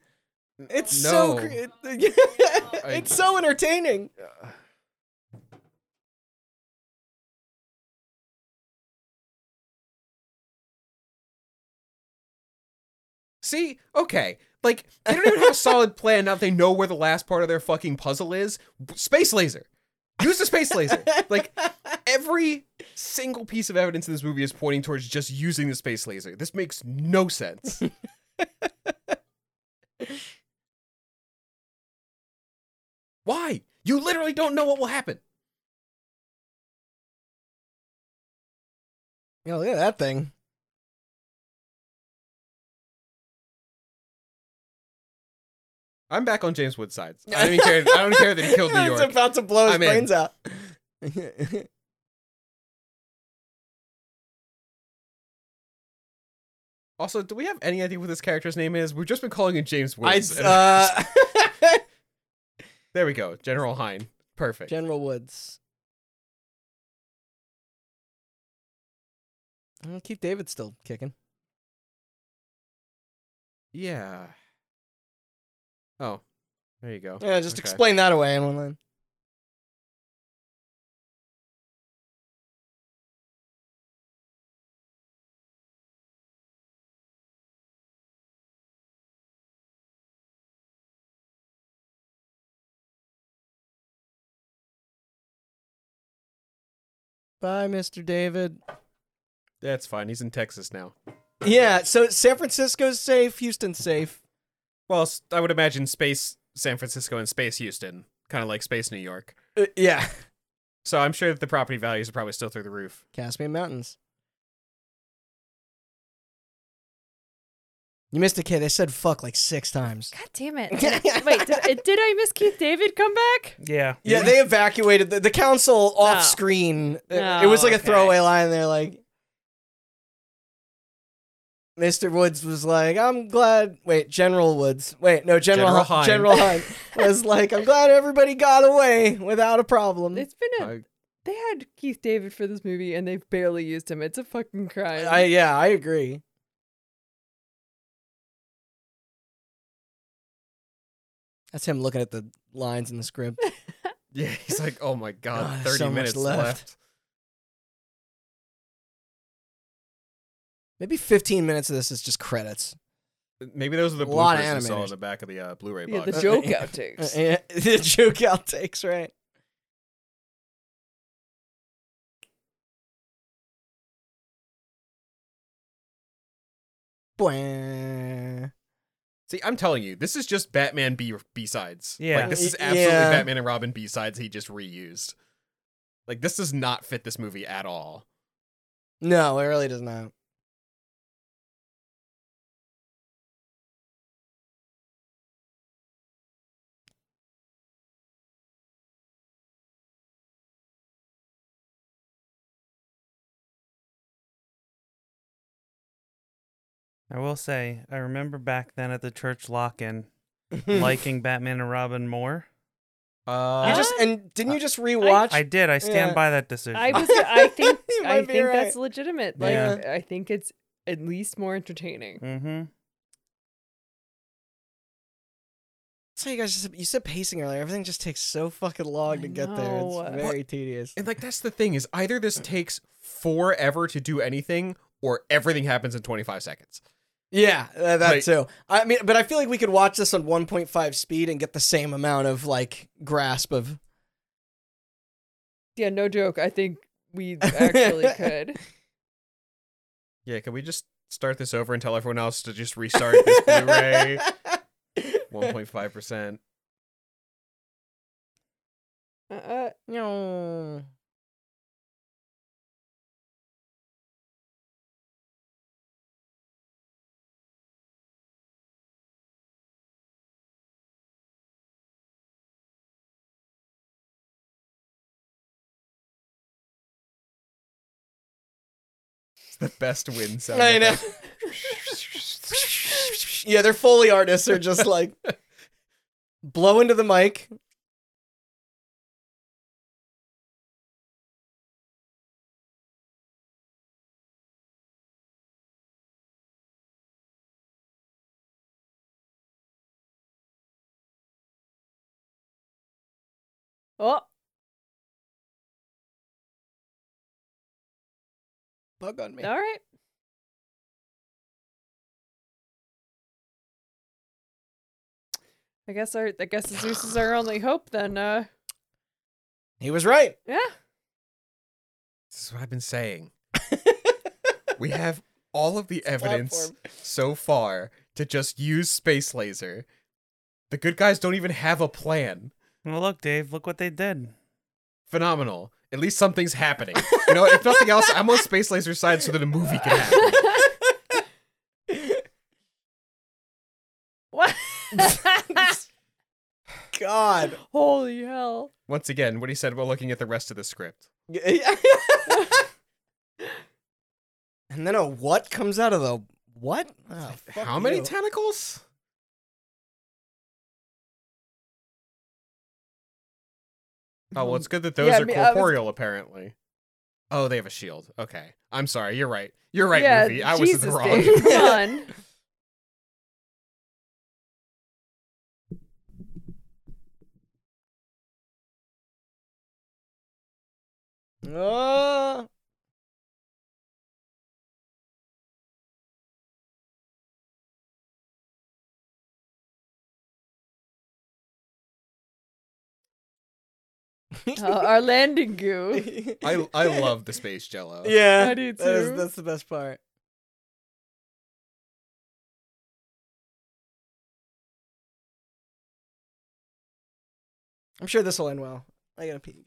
Speaker 2: It's so
Speaker 5: No.
Speaker 2: cre- it- it's so entertaining.
Speaker 5: See, okay, like they don't even have a solid plan now. That they know where the last part of their fucking puzzle is. Space laser. Use the space laser. Like every single piece of evidence in this movie is pointing towards just using the space laser. This makes no sense. Why? You literally don't know what will happen.
Speaker 2: Yeah, look at that thing.
Speaker 5: I'm back on James Wood's side. I don't even care. I don't care that he killed New
Speaker 2: it's
Speaker 5: York.
Speaker 2: about to blow his
Speaker 5: I'm in.
Speaker 2: brains out.
Speaker 5: Also, do we have any idea what this character's name is? We've just been calling him James
Speaker 2: I
Speaker 5: Woods.
Speaker 2: uh,
Speaker 5: there we go. General Hine. Perfect.
Speaker 2: General Woods. I'm gonna keep David Mm, still kicking.
Speaker 5: yeah. Oh, there you go.
Speaker 2: Yeah, just
Speaker 5: Okay.
Speaker 2: explain that away in one line. Bye, Mr. David.
Speaker 5: That's fine. He's in Texas now.
Speaker 2: Yeah, so San Francisco's safe, Houston's safe.
Speaker 5: Well, s- I would imagine space San Francisco and space Houston, kind of like space New York.
Speaker 2: Uh, yeah.
Speaker 5: So I'm sure that the property values are probably still through the roof.
Speaker 2: Caspian Mountains. You missed a kid. They said fuck like six times.
Speaker 4: God damn it! Did I- Wait, did I, did I miss Keith David come back?
Speaker 3: Yeah.
Speaker 2: Yeah, they evacuated the, the council off
Speaker 4: No.
Speaker 2: screen. It-
Speaker 4: No,
Speaker 2: it was like a
Speaker 4: Oh. okay.
Speaker 2: throwaway line. They're like, Mr. Woods was like, I'm glad. Wait, General Woods. Wait, no, General
Speaker 5: General
Speaker 2: Hunt.
Speaker 5: Hine.
Speaker 2: General Hunt was like, I'm glad everybody got away without a problem.
Speaker 4: It's been a.
Speaker 5: I-
Speaker 4: they had Keith David for this movie and they barely used him. It's a fucking crime.
Speaker 2: I yeah, I agree. That's him looking at the lines in the script.
Speaker 5: Yeah, he's like, oh my god,
Speaker 2: Ah, there's
Speaker 5: 30
Speaker 2: so much
Speaker 5: minutes
Speaker 2: left.
Speaker 5: left.
Speaker 2: Maybe 15 minutes of this is just credits.
Speaker 5: Maybe those are the
Speaker 2: Lot of
Speaker 5: bloopers we saw
Speaker 2: animators.
Speaker 5: in the back of the uh, Blu-ray
Speaker 4: yeah,
Speaker 5: box.
Speaker 4: the
Speaker 2: Uh,
Speaker 4: joke
Speaker 2: yeah. Uh,
Speaker 4: outtakes.
Speaker 2: yeah, the joke outtakes, right? Bwah.
Speaker 5: See, I'm telling you, this is just Batman B B sides.
Speaker 3: Yeah.
Speaker 5: like this is
Speaker 2: Y-
Speaker 5: absolutely
Speaker 2: yeah.
Speaker 5: Batman and Robin B sides. He just reused. Like this does not fit this movie at all.
Speaker 2: No, it really does not.
Speaker 3: I will say, I remember back then at the church lock in
Speaker 4: Hmm.
Speaker 3: liking Batman and Robin more.
Speaker 5: Uh,
Speaker 2: You just and didn't you just rewatch?
Speaker 3: I did. I stand
Speaker 2: Yeah.
Speaker 3: by that decision.
Speaker 4: I was. I think.
Speaker 2: You
Speaker 4: I
Speaker 2: might be
Speaker 4: think
Speaker 2: right.
Speaker 4: that's legitimate. Like,
Speaker 2: Yeah. Mm.
Speaker 4: I think it's at least more entertaining.
Speaker 3: Mm-hmm.
Speaker 2: That's how you guys just, you said pacing earlier. Everything just takes so fucking long
Speaker 4: I
Speaker 2: to get there.
Speaker 4: know.
Speaker 2: It's very tedious.
Speaker 5: And like that's the thing is either this takes forever to do anything or everything happens in 25 seconds.
Speaker 2: Yeah, uh, that
Speaker 5: Like-
Speaker 2: too. I mean, but I feel like we could watch this on 1.5 speed and get the same amount of like grasp of.
Speaker 4: Yeah, no joke. I think we actually could.
Speaker 5: Yeah, can we just start this over and tell everyone else to just restart this Blu-ray 1.5%?
Speaker 4: Uh,
Speaker 2: No.
Speaker 5: It's the best win sound.
Speaker 2: I know.
Speaker 5: effect.
Speaker 2: yeah, they're Foley artists. They're just like blow into the mic.
Speaker 4: oh,
Speaker 2: Bug on me.
Speaker 4: all right. I guess our I guess Zeus is our only hope then. Uh,
Speaker 2: He was right.
Speaker 4: yeah.
Speaker 5: This is what I've been saying. we have all of the evidence so far to just use space laser. The good guys don't even have a plan.
Speaker 3: Well, look, Dave, look what they did.
Speaker 5: Phenomenal. At least something's happening. You know, if nothing else, I'm on space laser side so that a movie can happen.
Speaker 4: What?
Speaker 2: God.
Speaker 4: Holy hell!
Speaker 5: Once again, what he said while looking at the rest of the script.
Speaker 2: and then a what comes out of the what? Oh, fuck
Speaker 5: How many
Speaker 2: you.
Speaker 5: tentacles? Oh, well, it's good that those
Speaker 4: Yeah, I
Speaker 5: are
Speaker 4: mean, I was-
Speaker 5: corporeal, apparently. Oh, they have a shield. Okay. I'm sorry. You're right. You're right,
Speaker 4: yeah,
Speaker 5: movie. I was
Speaker 4: Jesus,
Speaker 5: in the wrong.
Speaker 4: Dave, come on.
Speaker 2: Uh,
Speaker 4: Uh, our landing goo.
Speaker 5: I, I love the space jello.
Speaker 2: Yeah,
Speaker 4: I do
Speaker 2: that is-
Speaker 4: too.
Speaker 2: that's the best part. I'm sure this will end well. I gotta pee.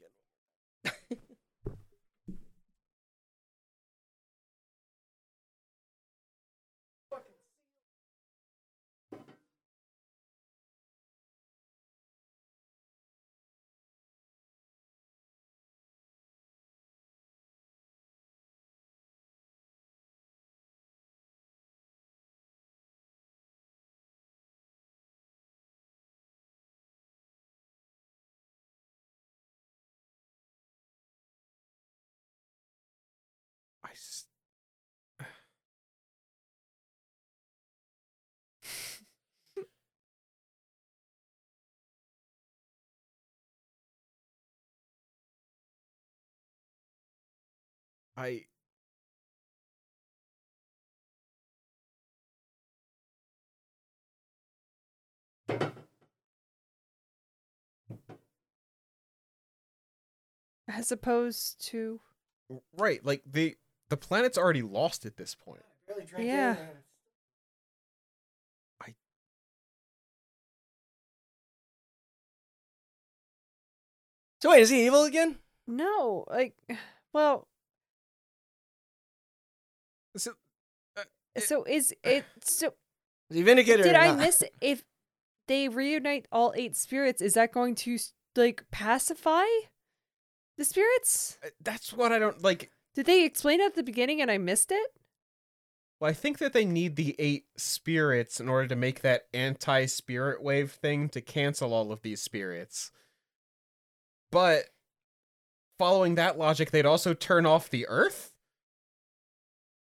Speaker 5: I s- I
Speaker 4: As opposed to
Speaker 5: right like the the planet's already lost at this point.
Speaker 4: yeah.
Speaker 2: So wait, is he evil again?
Speaker 4: No, like, well,
Speaker 5: So, uh, it-
Speaker 4: so is it so?
Speaker 2: Is he vindicated?
Speaker 4: Did
Speaker 2: or
Speaker 4: I
Speaker 2: not?
Speaker 4: miss if they reunite all eight spirits? Is that going to s- like pacify the spirits?
Speaker 5: Uh, That's what I don't like.
Speaker 4: Did they explain at the beginning and I missed it?
Speaker 5: Well, I think that they need the eight spirits in order to make that anti-spirit wave thing to cancel all of these spirits. But following that logic, they'd also turn off the earth?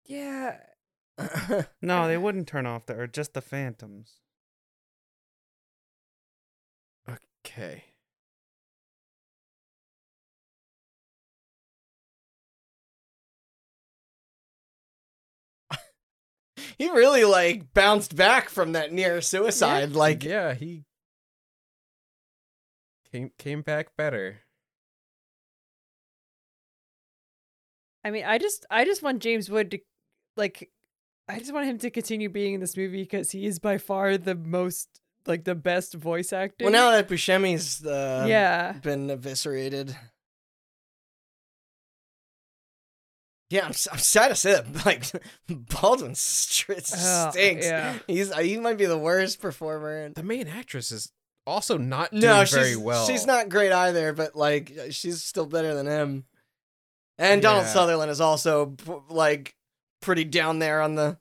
Speaker 4: Yeah.
Speaker 3: No, they wouldn't turn off the or just the phantoms.
Speaker 5: Okay.
Speaker 2: He really like bounced back from that near suicide. Like,
Speaker 5: yeah, he came came back better.
Speaker 4: I mean, I just I just want James Wood to like I just want him to continue being in this movie because he is by far the most like the best voice actor.
Speaker 2: well, now that Buscemi's uh,
Speaker 4: yeah.
Speaker 2: been eviscerated. Yeah, I'm, s- I'm sad to say that. Like Baldwin st-
Speaker 4: Ugh,
Speaker 2: stinks.
Speaker 4: yeah.
Speaker 2: He's he might be the worst performer.
Speaker 5: The main actress is also not doing
Speaker 2: No, she's
Speaker 5: very well.
Speaker 2: she's not great either. But like, uh, she's still better than him. And Donald
Speaker 5: Yeah.
Speaker 2: Sutherland is also p- like pretty down there on the.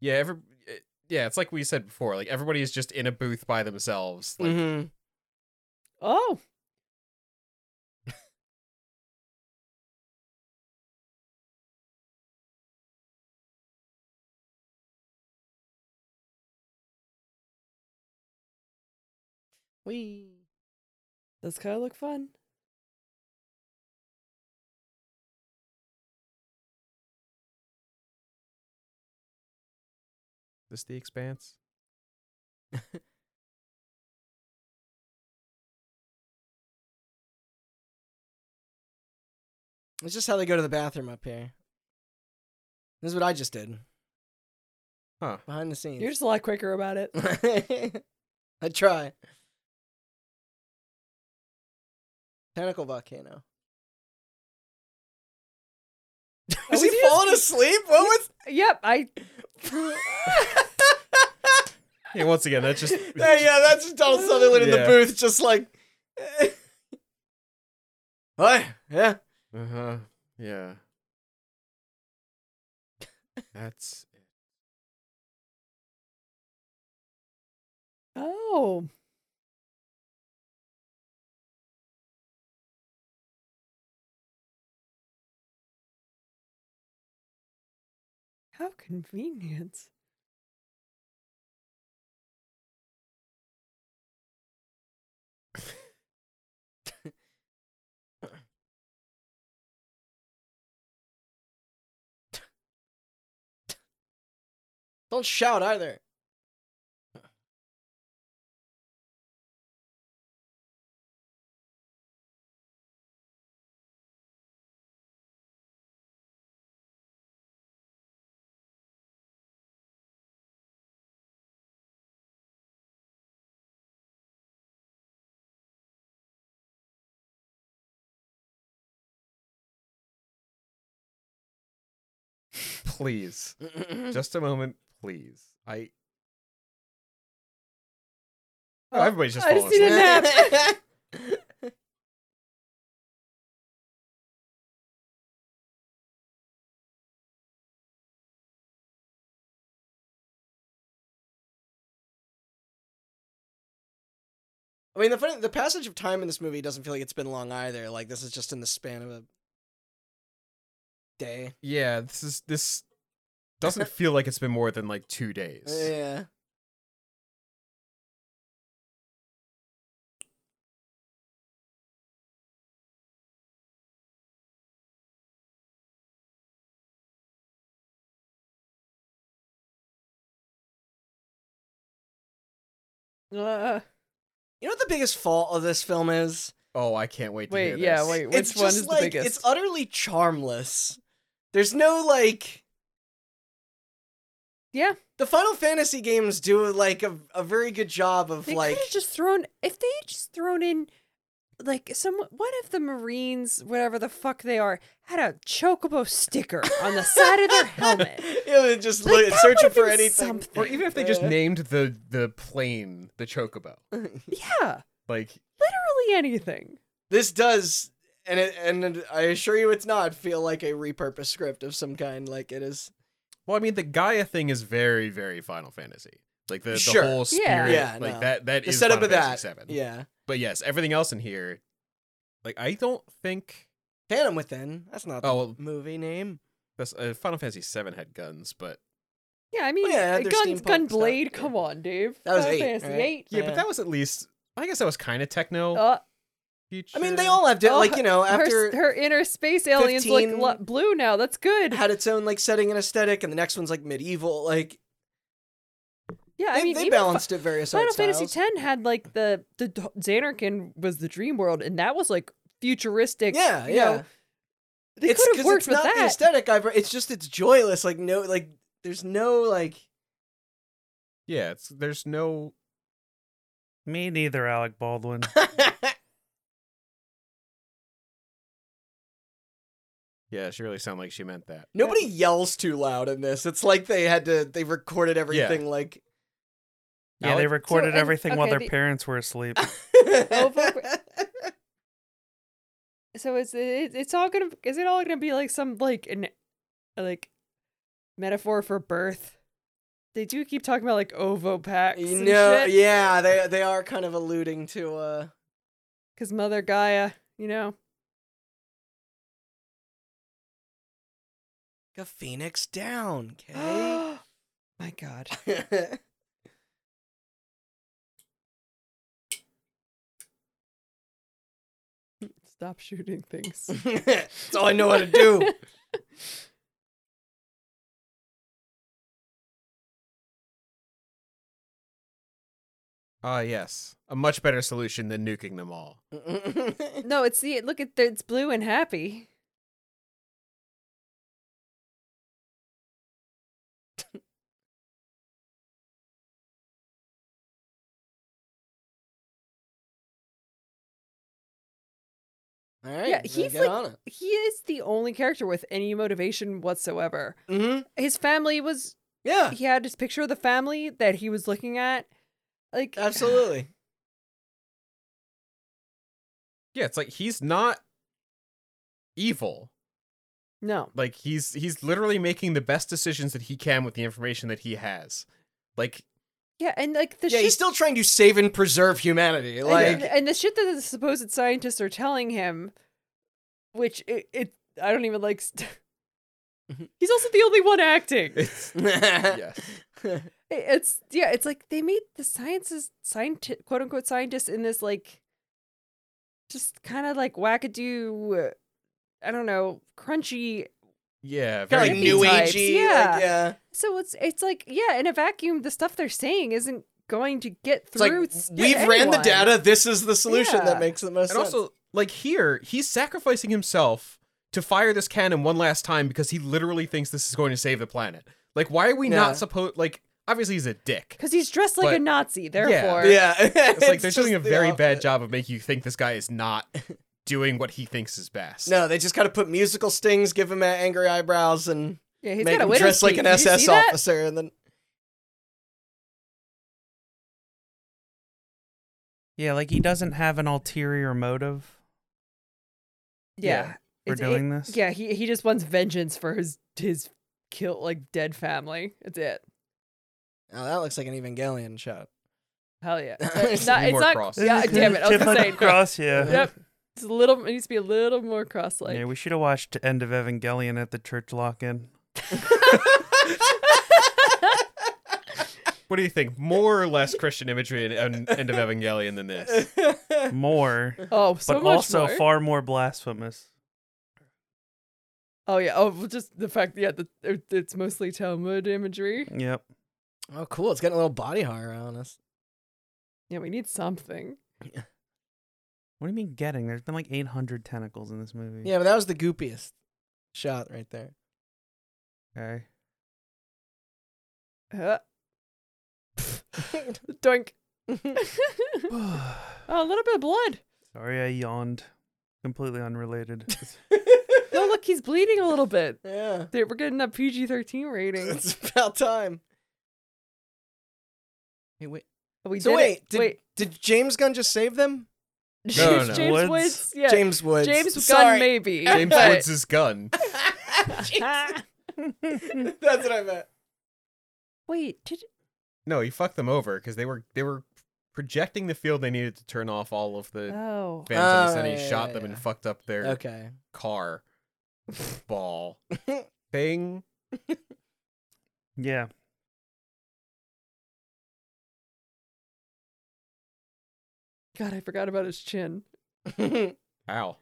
Speaker 5: Yeah, every it- yeah, it's like we said before. Like everybody is just in a booth by themselves. Like,
Speaker 2: Mhm.
Speaker 4: Oh,
Speaker 2: We.
Speaker 4: that's kind of look fun.
Speaker 5: This the Expanse.
Speaker 2: It's just how they go to the bathroom up here. This is what I just did
Speaker 5: Huh.
Speaker 2: behind the scenes.
Speaker 4: You're just a lot quicker about it.
Speaker 2: Mm. I try. Tentacle volcano. Was
Speaker 4: we
Speaker 2: he
Speaker 4: did-
Speaker 2: falling asleep? What was?
Speaker 4: Yep, I
Speaker 5: Yeah, once again, that's just
Speaker 2: yeah, yeah, that's just Donald Sutherland in the
Speaker 5: Yeah.
Speaker 2: booth, just like. What? Yeah.
Speaker 5: Uh-huh. Yeah. That's it.
Speaker 4: oh how convenient.
Speaker 2: Don't shout either.
Speaker 5: Please. just a moment, please. I Oh, everybody's just
Speaker 4: I just
Speaker 5: falling
Speaker 4: need a
Speaker 5: asleep.
Speaker 4: nap.
Speaker 2: I mean, the funny, the passage of time in this movie doesn't feel like it's been long either. Like this is just in the span of a day.
Speaker 5: Yeah, this is this doesn't feel like it's been more than like two days.
Speaker 2: Yeah.
Speaker 4: Uh,
Speaker 2: You know what the biggest fault of this film is?
Speaker 5: Oh, I can't wait to hear
Speaker 4: wait,
Speaker 5: this.
Speaker 4: yeah, wait. Which
Speaker 2: it's
Speaker 4: one
Speaker 2: just
Speaker 4: is
Speaker 2: like
Speaker 4: the biggest?
Speaker 2: it's utterly charmless. There's no like
Speaker 4: Yeah.
Speaker 2: The Final Fantasy games do like a, a very good job of
Speaker 4: They
Speaker 2: like
Speaker 4: could have just thrown if they had just thrown in like some what if the Marines, whatever the fuck they are, had a chocobo sticker on the side of their helmet.
Speaker 2: yeah, they're just
Speaker 4: Like,
Speaker 2: look,
Speaker 4: that
Speaker 2: searching
Speaker 4: would've
Speaker 2: for
Speaker 4: been
Speaker 2: anything.
Speaker 4: something.
Speaker 5: Or even if they just
Speaker 2: Yeah.
Speaker 5: named the the plane the Chocobo.
Speaker 4: Yeah.
Speaker 5: Like
Speaker 4: Literally anything.
Speaker 2: This does and it, and it- I assure you it's not feel like a repurposed script of some kind like it is.
Speaker 5: Well, I mean, the Gaia thing is very, very Final Fantasy. Like the, the
Speaker 2: Sure.
Speaker 5: whole spirit,
Speaker 4: Yeah.
Speaker 2: Yeah,
Speaker 5: like
Speaker 2: no.
Speaker 5: that. That
Speaker 2: The
Speaker 5: is
Speaker 2: setup
Speaker 5: Final
Speaker 2: of that.
Speaker 5: Fantasy Seven.
Speaker 2: Yeah.
Speaker 5: But yes, everything else in here, like I don't think
Speaker 2: Phantom Within. That's not the
Speaker 5: Oh, well-
Speaker 2: movie name.
Speaker 5: that's, uh, Final Fantasy Seven had guns, but
Speaker 4: Yeah, I mean
Speaker 2: yeah,
Speaker 4: uh,
Speaker 2: their
Speaker 4: guns
Speaker 2: steampunk
Speaker 4: gun
Speaker 2: stuff,
Speaker 4: blade,
Speaker 2: yeah.
Speaker 4: come on, Dave.
Speaker 2: That was
Speaker 4: Final
Speaker 2: eight,
Speaker 4: Fantasy
Speaker 2: right?
Speaker 4: eight.
Speaker 5: yeah,
Speaker 2: Yeah. Oh,
Speaker 5: but that was at least I guess that was kind of techno.
Speaker 4: Uh,
Speaker 2: I mean, they all have di-
Speaker 4: Oh,
Speaker 2: like you know
Speaker 4: her s-
Speaker 2: after
Speaker 4: her, inner space aliens
Speaker 2: 15
Speaker 4: look lo- blue now. That's good.
Speaker 2: had its own like setting and aesthetic, and the next one's like medieval. Like
Speaker 4: yeah,
Speaker 2: they,
Speaker 4: I mean,
Speaker 2: they
Speaker 4: even Fi-
Speaker 2: balanced it various
Speaker 4: Final
Speaker 2: art
Speaker 4: Fantasy
Speaker 2: styles.
Speaker 4: X had like the the d- Xanarkin was the dream world, and that was like futuristic.
Speaker 2: yeah,
Speaker 4: you
Speaker 2: yeah.
Speaker 4: know, they
Speaker 2: it's
Speaker 4: could have
Speaker 2: 'cause
Speaker 4: worked
Speaker 2: it's
Speaker 4: with
Speaker 2: not the
Speaker 4: that.
Speaker 2: aesthetic. I've, it's just it's joyless. Like no, like there's no like
Speaker 5: yeah, it's, there's no.
Speaker 3: Me neither, Alec Baldwin.
Speaker 5: Yeah, she really sounded like she meant that.
Speaker 2: nobody yells too loud in this. It's like they had to they recorded everything like
Speaker 3: Yeah, they
Speaker 5: Alec?
Speaker 3: recorded
Speaker 4: So, and-
Speaker 3: everything while
Speaker 4: okay,
Speaker 3: their
Speaker 4: the-
Speaker 3: parents were asleep.
Speaker 4: Oh, Over- so it's it, it's all gonna is it all gonna be like some like an like metaphor for birth? They do keep talking about like ovopacks.
Speaker 2: you
Speaker 4: and
Speaker 2: know,
Speaker 4: shit,
Speaker 2: yeah, they they are kind of alluding to uh
Speaker 4: Cause Mother Gaia, you know,
Speaker 2: a phoenix down, okay?
Speaker 4: my God, stop shooting things.
Speaker 2: That's all I know how to do.
Speaker 5: Ah, yes, a much better solution than nuking them all.
Speaker 4: No, it's the look at the, it's blue and happy.
Speaker 2: all right,
Speaker 4: Yeah,
Speaker 2: then
Speaker 4: he's
Speaker 2: get
Speaker 4: like-
Speaker 2: on it.
Speaker 4: He is the only character with any motivation whatsoever.
Speaker 2: Mm-hmm.
Speaker 4: His family was
Speaker 2: Yeah,
Speaker 4: he had his picture of the family that he was looking at. Like
Speaker 2: absolutely.
Speaker 5: Yeah, it's like he's not evil.
Speaker 4: No.
Speaker 5: Like he's he's literally making the best decisions that he can with the information that he has. Like
Speaker 4: Yeah, and like the
Speaker 2: yeah,
Speaker 4: shit
Speaker 2: he's still trying to save and preserve humanity.
Speaker 4: and-
Speaker 2: Like,
Speaker 4: and, and the shit that the supposed scientists are telling him, which it, it I don't even like. St-
Speaker 2: Mm-hmm.
Speaker 4: he's also the only one acting. It-
Speaker 5: it's
Speaker 2: yeah.
Speaker 5: yes.
Speaker 4: It's yeah, it's like they made the sciences scientist quote unquote scientists in this like, just kind of like wackadoo, uh, I don't know, crunchy
Speaker 2: Kind
Speaker 5: Yeah,
Speaker 2: of
Speaker 5: very
Speaker 2: like
Speaker 4: Hippie
Speaker 2: new
Speaker 4: types,
Speaker 2: agey.
Speaker 4: yeah.
Speaker 2: Like, yeah.
Speaker 4: So it's it's like yeah, in a vacuum, the stuff they're saying isn't going to get
Speaker 2: It's like
Speaker 4: through. s- to
Speaker 2: we've ran the
Speaker 4: anyone.
Speaker 2: data. This is the solution
Speaker 4: Yeah.
Speaker 2: that makes the most
Speaker 5: And
Speaker 2: sense.
Speaker 5: also, like here, he's sacrificing himself to fire this cannon one last time because he literally thinks this is going to save the planet. Like, why are we
Speaker 2: Yeah.
Speaker 5: not supposed? Like, obviously he's a dick.
Speaker 4: because he's dressed like a
Speaker 5: But-
Speaker 4: Nazi. Therefore,
Speaker 2: yeah,
Speaker 5: It's like they're doing a
Speaker 2: just the
Speaker 5: very bad
Speaker 2: opposite.
Speaker 5: job of making you think this guy is not doing what he thinks is best.
Speaker 2: No, they just kind of put musical stings, give him uh, angry eyebrows, and
Speaker 4: Yeah, he's
Speaker 2: make
Speaker 4: got a
Speaker 2: him
Speaker 4: widow's
Speaker 2: dress like an
Speaker 4: peak. Did you
Speaker 2: SS
Speaker 4: see that?
Speaker 2: officer, and then
Speaker 3: yeah, like he doesn't have an ulterior motive
Speaker 4: Yeah,
Speaker 5: Yeah,
Speaker 3: for
Speaker 4: It's- it-
Speaker 3: doing this.
Speaker 4: Yeah, he he just wants vengeance for his his kill like dead family. That's it.
Speaker 2: oh, that looks like an Evangelion shot.
Speaker 4: Hell yeah.
Speaker 2: It's
Speaker 4: It's
Speaker 5: to
Speaker 4: not.
Speaker 5: be
Speaker 4: It's
Speaker 5: more
Speaker 4: not.
Speaker 5: cross.
Speaker 4: Yeah, damn it. I was
Speaker 3: Chip
Speaker 4: gonna
Speaker 3: like
Speaker 4: say,
Speaker 3: cross, yeah.
Speaker 4: Yep. It's a little. It needs to be a little more cross like.
Speaker 3: yeah, we should have watched End of Evangelion at the church lock-in.
Speaker 5: What do you think? More or less Christian imagery in in- End of Evangelion than this?
Speaker 3: More,
Speaker 4: Oh, so
Speaker 3: but
Speaker 4: much
Speaker 3: also
Speaker 4: more.
Speaker 3: far more blasphemous.
Speaker 4: oh yeah. Oh, well, just the fact. Yeah, the, it, it's mostly Talmud imagery.
Speaker 3: Yep.
Speaker 2: oh, cool! It's getting a little body horror on us.
Speaker 4: Yeah, we need something.
Speaker 3: What do you mean getting? There's been like 800 tentacles in this
Speaker 5: Mm.
Speaker 3: movie.
Speaker 2: Yeah, but that was the goopiest shot right there.
Speaker 3: Okay.
Speaker 4: Uh, doink. Oh, a little bit of blood.
Speaker 3: Sorry, I yawned. Completely unrelated.
Speaker 4: No, Oh, look, he's bleeding a little bit.
Speaker 2: yeah,
Speaker 4: They- We're getting that PG 13 rating.
Speaker 2: it's about time. Hey, wait.
Speaker 4: We
Speaker 2: So
Speaker 4: did
Speaker 2: wait,
Speaker 4: it.
Speaker 2: did,
Speaker 4: wait.
Speaker 2: did James Gunn just save them?
Speaker 5: No, no.
Speaker 4: James
Speaker 3: Woods?
Speaker 4: Woods. yeah. James,
Speaker 2: James Woods.
Speaker 4: James Gunn,
Speaker 2: Sorry.
Speaker 4: maybe.
Speaker 5: James
Speaker 4: but-
Speaker 5: Woods' gun.
Speaker 2: That's what I meant.
Speaker 4: wait, did
Speaker 5: No, he fucked them over because they were they were projecting the field they needed to turn off all of the
Speaker 4: oh
Speaker 5: phantoms,
Speaker 2: Oh,
Speaker 5: and he
Speaker 2: yeah,
Speaker 5: shot
Speaker 2: yeah,
Speaker 5: them and
Speaker 2: yeah.
Speaker 5: fucked up their
Speaker 2: Okay.
Speaker 5: car ball thing.
Speaker 3: yeah.
Speaker 4: God, I forgot about his chin.
Speaker 5: Ow.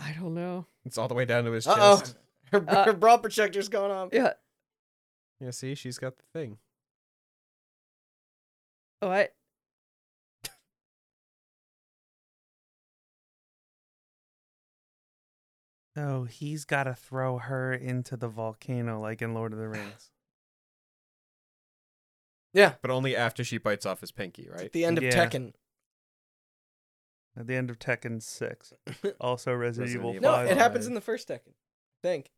Speaker 4: I don't know.
Speaker 5: It's all the way down to his
Speaker 2: Uh-oh.
Speaker 5: chest.
Speaker 2: her,
Speaker 4: Uh,
Speaker 2: her bra protector's going off.
Speaker 4: Yeah.
Speaker 5: Yeah, see, she's got the thing.
Speaker 4: Oh, I.
Speaker 3: So Oh, he's got to throw her into the volcano like in Lord of the Rings.
Speaker 2: Yeah,
Speaker 5: But only after she bites off his pinky,
Speaker 2: at
Speaker 5: right?
Speaker 2: the end of
Speaker 3: Yeah.
Speaker 2: Tekken.
Speaker 3: At the end of Tekken 6. Also Resident,
Speaker 5: Resident
Speaker 3: Evil 5.
Speaker 5: Evil.
Speaker 2: No,
Speaker 5: Five
Speaker 2: it happens
Speaker 5: eyes.
Speaker 2: in the first Tekken. I think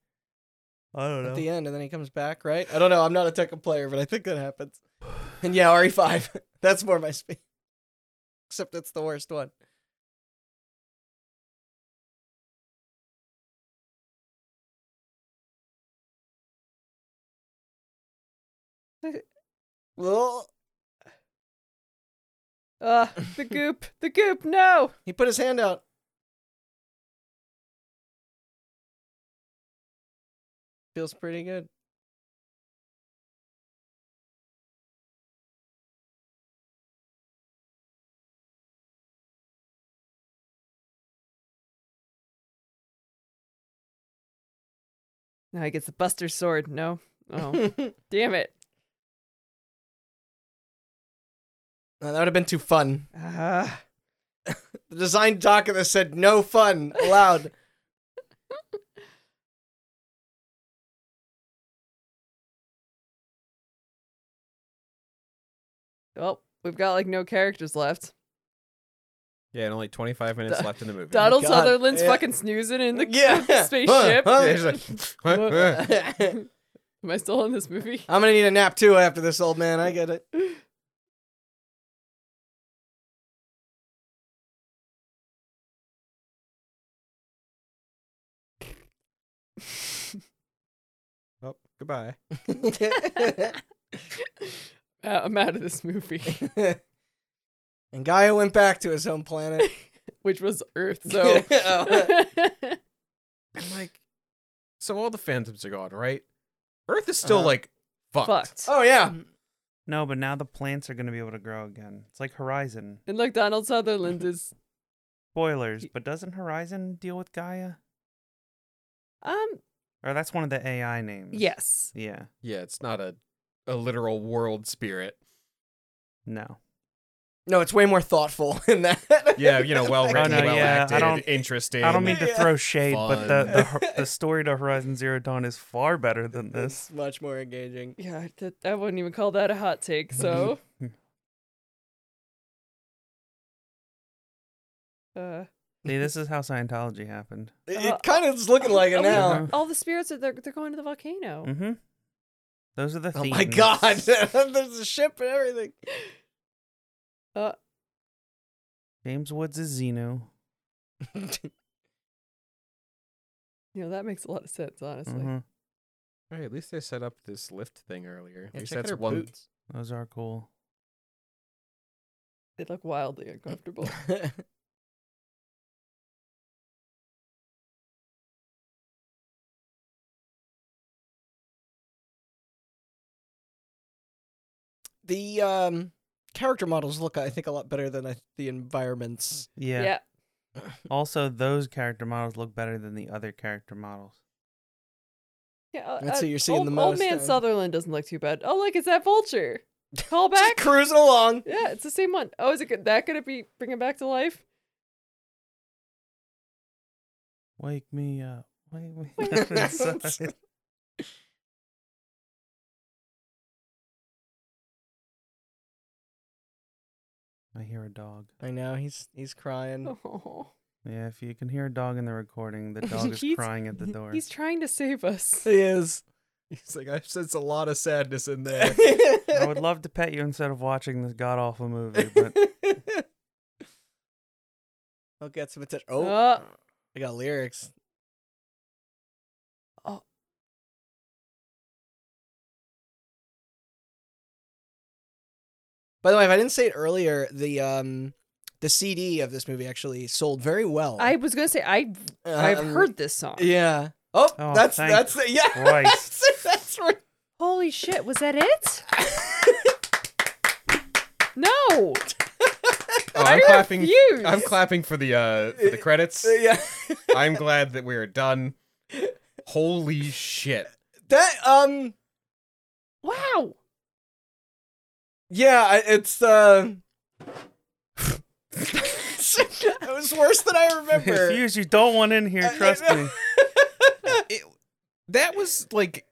Speaker 3: I don't know.
Speaker 2: at the end, and then he comes back, right? I don't know. I'm not a Tekken player, but I think that happens. And yeah, RE5. That's more my speed. Except it's the worst one. Well,
Speaker 4: Uh, the goop. The goop. No.
Speaker 2: he put his hand out. Feels pretty good.
Speaker 4: Now he gets the Buster Sword. No. Oh, damn it.
Speaker 2: No, that would have been too fun.
Speaker 4: Ah.
Speaker 2: The design document said no fun allowed.
Speaker 4: well, we've got like no characters left.
Speaker 2: Oh
Speaker 5: Yeah, and only 25 minutes
Speaker 4: Do-
Speaker 5: left in the movie.
Speaker 4: Donald
Speaker 2: God.
Speaker 4: Sutherland's
Speaker 2: Yeah.
Speaker 4: fucking snoozing in the
Speaker 2: Yeah. Huh,
Speaker 4: spaceship.
Speaker 2: huh.
Speaker 5: Yeah, she's like, "Huh, huh."
Speaker 2: I'm
Speaker 4: Am I still in this movie?
Speaker 2: gonna need a nap too after this, old man. I get it.
Speaker 5: oh, goodbye.
Speaker 4: Uh, I'm out of this movie,
Speaker 2: and Gaia went back to his home planet.
Speaker 4: which was Earth. So.
Speaker 2: Oh.
Speaker 5: And like, so all the phantoms are gone, right? Earth is still
Speaker 2: Uh-huh.
Speaker 5: like fucked.
Speaker 4: Fucked.
Speaker 2: oh yeah,
Speaker 3: No, but now the plants are going to be able to grow again. It's like Horizon.
Speaker 4: And look, Donald Sutherland is
Speaker 3: Spoilers, but doesn't Horizon deal with Gaia?
Speaker 4: um
Speaker 3: Or that's one of the AI names.
Speaker 4: yes.
Speaker 3: Yeah.
Speaker 5: Yeah, it's not a a literal world spirit.
Speaker 3: No.
Speaker 2: no, it's way more thoughtful in that.
Speaker 5: Yeah, you know, well written,
Speaker 3: Oh, no,
Speaker 5: well
Speaker 3: yeah, I
Speaker 5: acted,
Speaker 3: don't-
Speaker 5: interesting.
Speaker 3: I don't mean to
Speaker 2: Yeah.
Speaker 3: throw shade, but the,
Speaker 5: Fun.
Speaker 3: the hor- the story to Horizon Zero Dawn is far better than this.
Speaker 2: It's much more engaging.
Speaker 4: Yeah, that, I wouldn't even call that a hot take. So. uh,
Speaker 3: See, this is how Scientology happened.
Speaker 2: It,
Speaker 4: Uh,
Speaker 2: it kind of is looking like it
Speaker 4: oh,
Speaker 2: now.
Speaker 3: yeah.
Speaker 4: all the spirits are they're, they're going to the volcano.
Speaker 3: Mm-hmm. Those are the
Speaker 2: Oh
Speaker 3: themes.
Speaker 2: my god, there's a ship and everything.
Speaker 3: James Woods is Xenu.
Speaker 4: You know that makes a lot of sense, honestly.
Speaker 2: Mm-hmm.
Speaker 3: Mhm.
Speaker 5: Hey, at least they set up this lift thing earlier. At
Speaker 2: Yeah,
Speaker 5: least
Speaker 2: check out
Speaker 5: that's
Speaker 2: her
Speaker 5: one.
Speaker 2: boots.
Speaker 3: Those are cool.
Speaker 4: They look wildly uncomfortable.
Speaker 2: the um, character models look, I think, a lot better than I, the environments.
Speaker 3: Yeah. Also, those character models look better than the other character models.
Speaker 4: Yeah, uh,
Speaker 2: That's
Speaker 4: uh,
Speaker 2: who you're seeing
Speaker 4: old,
Speaker 2: the
Speaker 4: Old
Speaker 2: most
Speaker 4: man
Speaker 2: then.
Speaker 4: Sutherland doesn't look too bad. Oh, look, it's that vulture. Call
Speaker 2: Just
Speaker 4: back.
Speaker 2: cruising along.
Speaker 4: yeah, it's the same one. Oh, is it go- that gonna be bring him back to life?
Speaker 3: Wake me up. Wake me up inside. I hear a dog.
Speaker 2: I know he's he's crying.
Speaker 4: Oh,
Speaker 3: Yeah, if you can hear a dog in the recording, the dog is
Speaker 4: He's-
Speaker 3: crying at the door.
Speaker 4: he's trying to save us.
Speaker 2: He is.
Speaker 5: He's like, I sense a lot of sadness in there.
Speaker 3: I would love to pet you instead of watching this god awful movie, but
Speaker 2: I'll get some attention. Oh,
Speaker 4: Uh,
Speaker 2: I got lyrics.
Speaker 3: Oh.
Speaker 2: By the way, if I didn't say it earlier, the um the CD of this movie actually sold very well.
Speaker 4: I was gonna say I
Speaker 2: Uh,
Speaker 4: I've
Speaker 2: um,
Speaker 4: heard this song.
Speaker 2: Yeah. Oh,
Speaker 3: Oh,
Speaker 2: that's
Speaker 3: thank
Speaker 2: that's yeah.
Speaker 3: Christ.
Speaker 2: that's that's right.
Speaker 4: Holy shit, was that it? No.
Speaker 5: oh, I'm
Speaker 4: I
Speaker 5: clapping.
Speaker 4: refuse.
Speaker 5: I'm clapping for the uh for the credits.
Speaker 2: yeah.
Speaker 5: I'm glad that we are done. Holy shit!
Speaker 2: That um
Speaker 4: Wow.
Speaker 2: yeah, I- it's uh It was worse than I remember.
Speaker 3: Fuse, you don't want in here.
Speaker 2: I- I
Speaker 3: Trust
Speaker 2: know.
Speaker 3: me.
Speaker 5: It, that was like,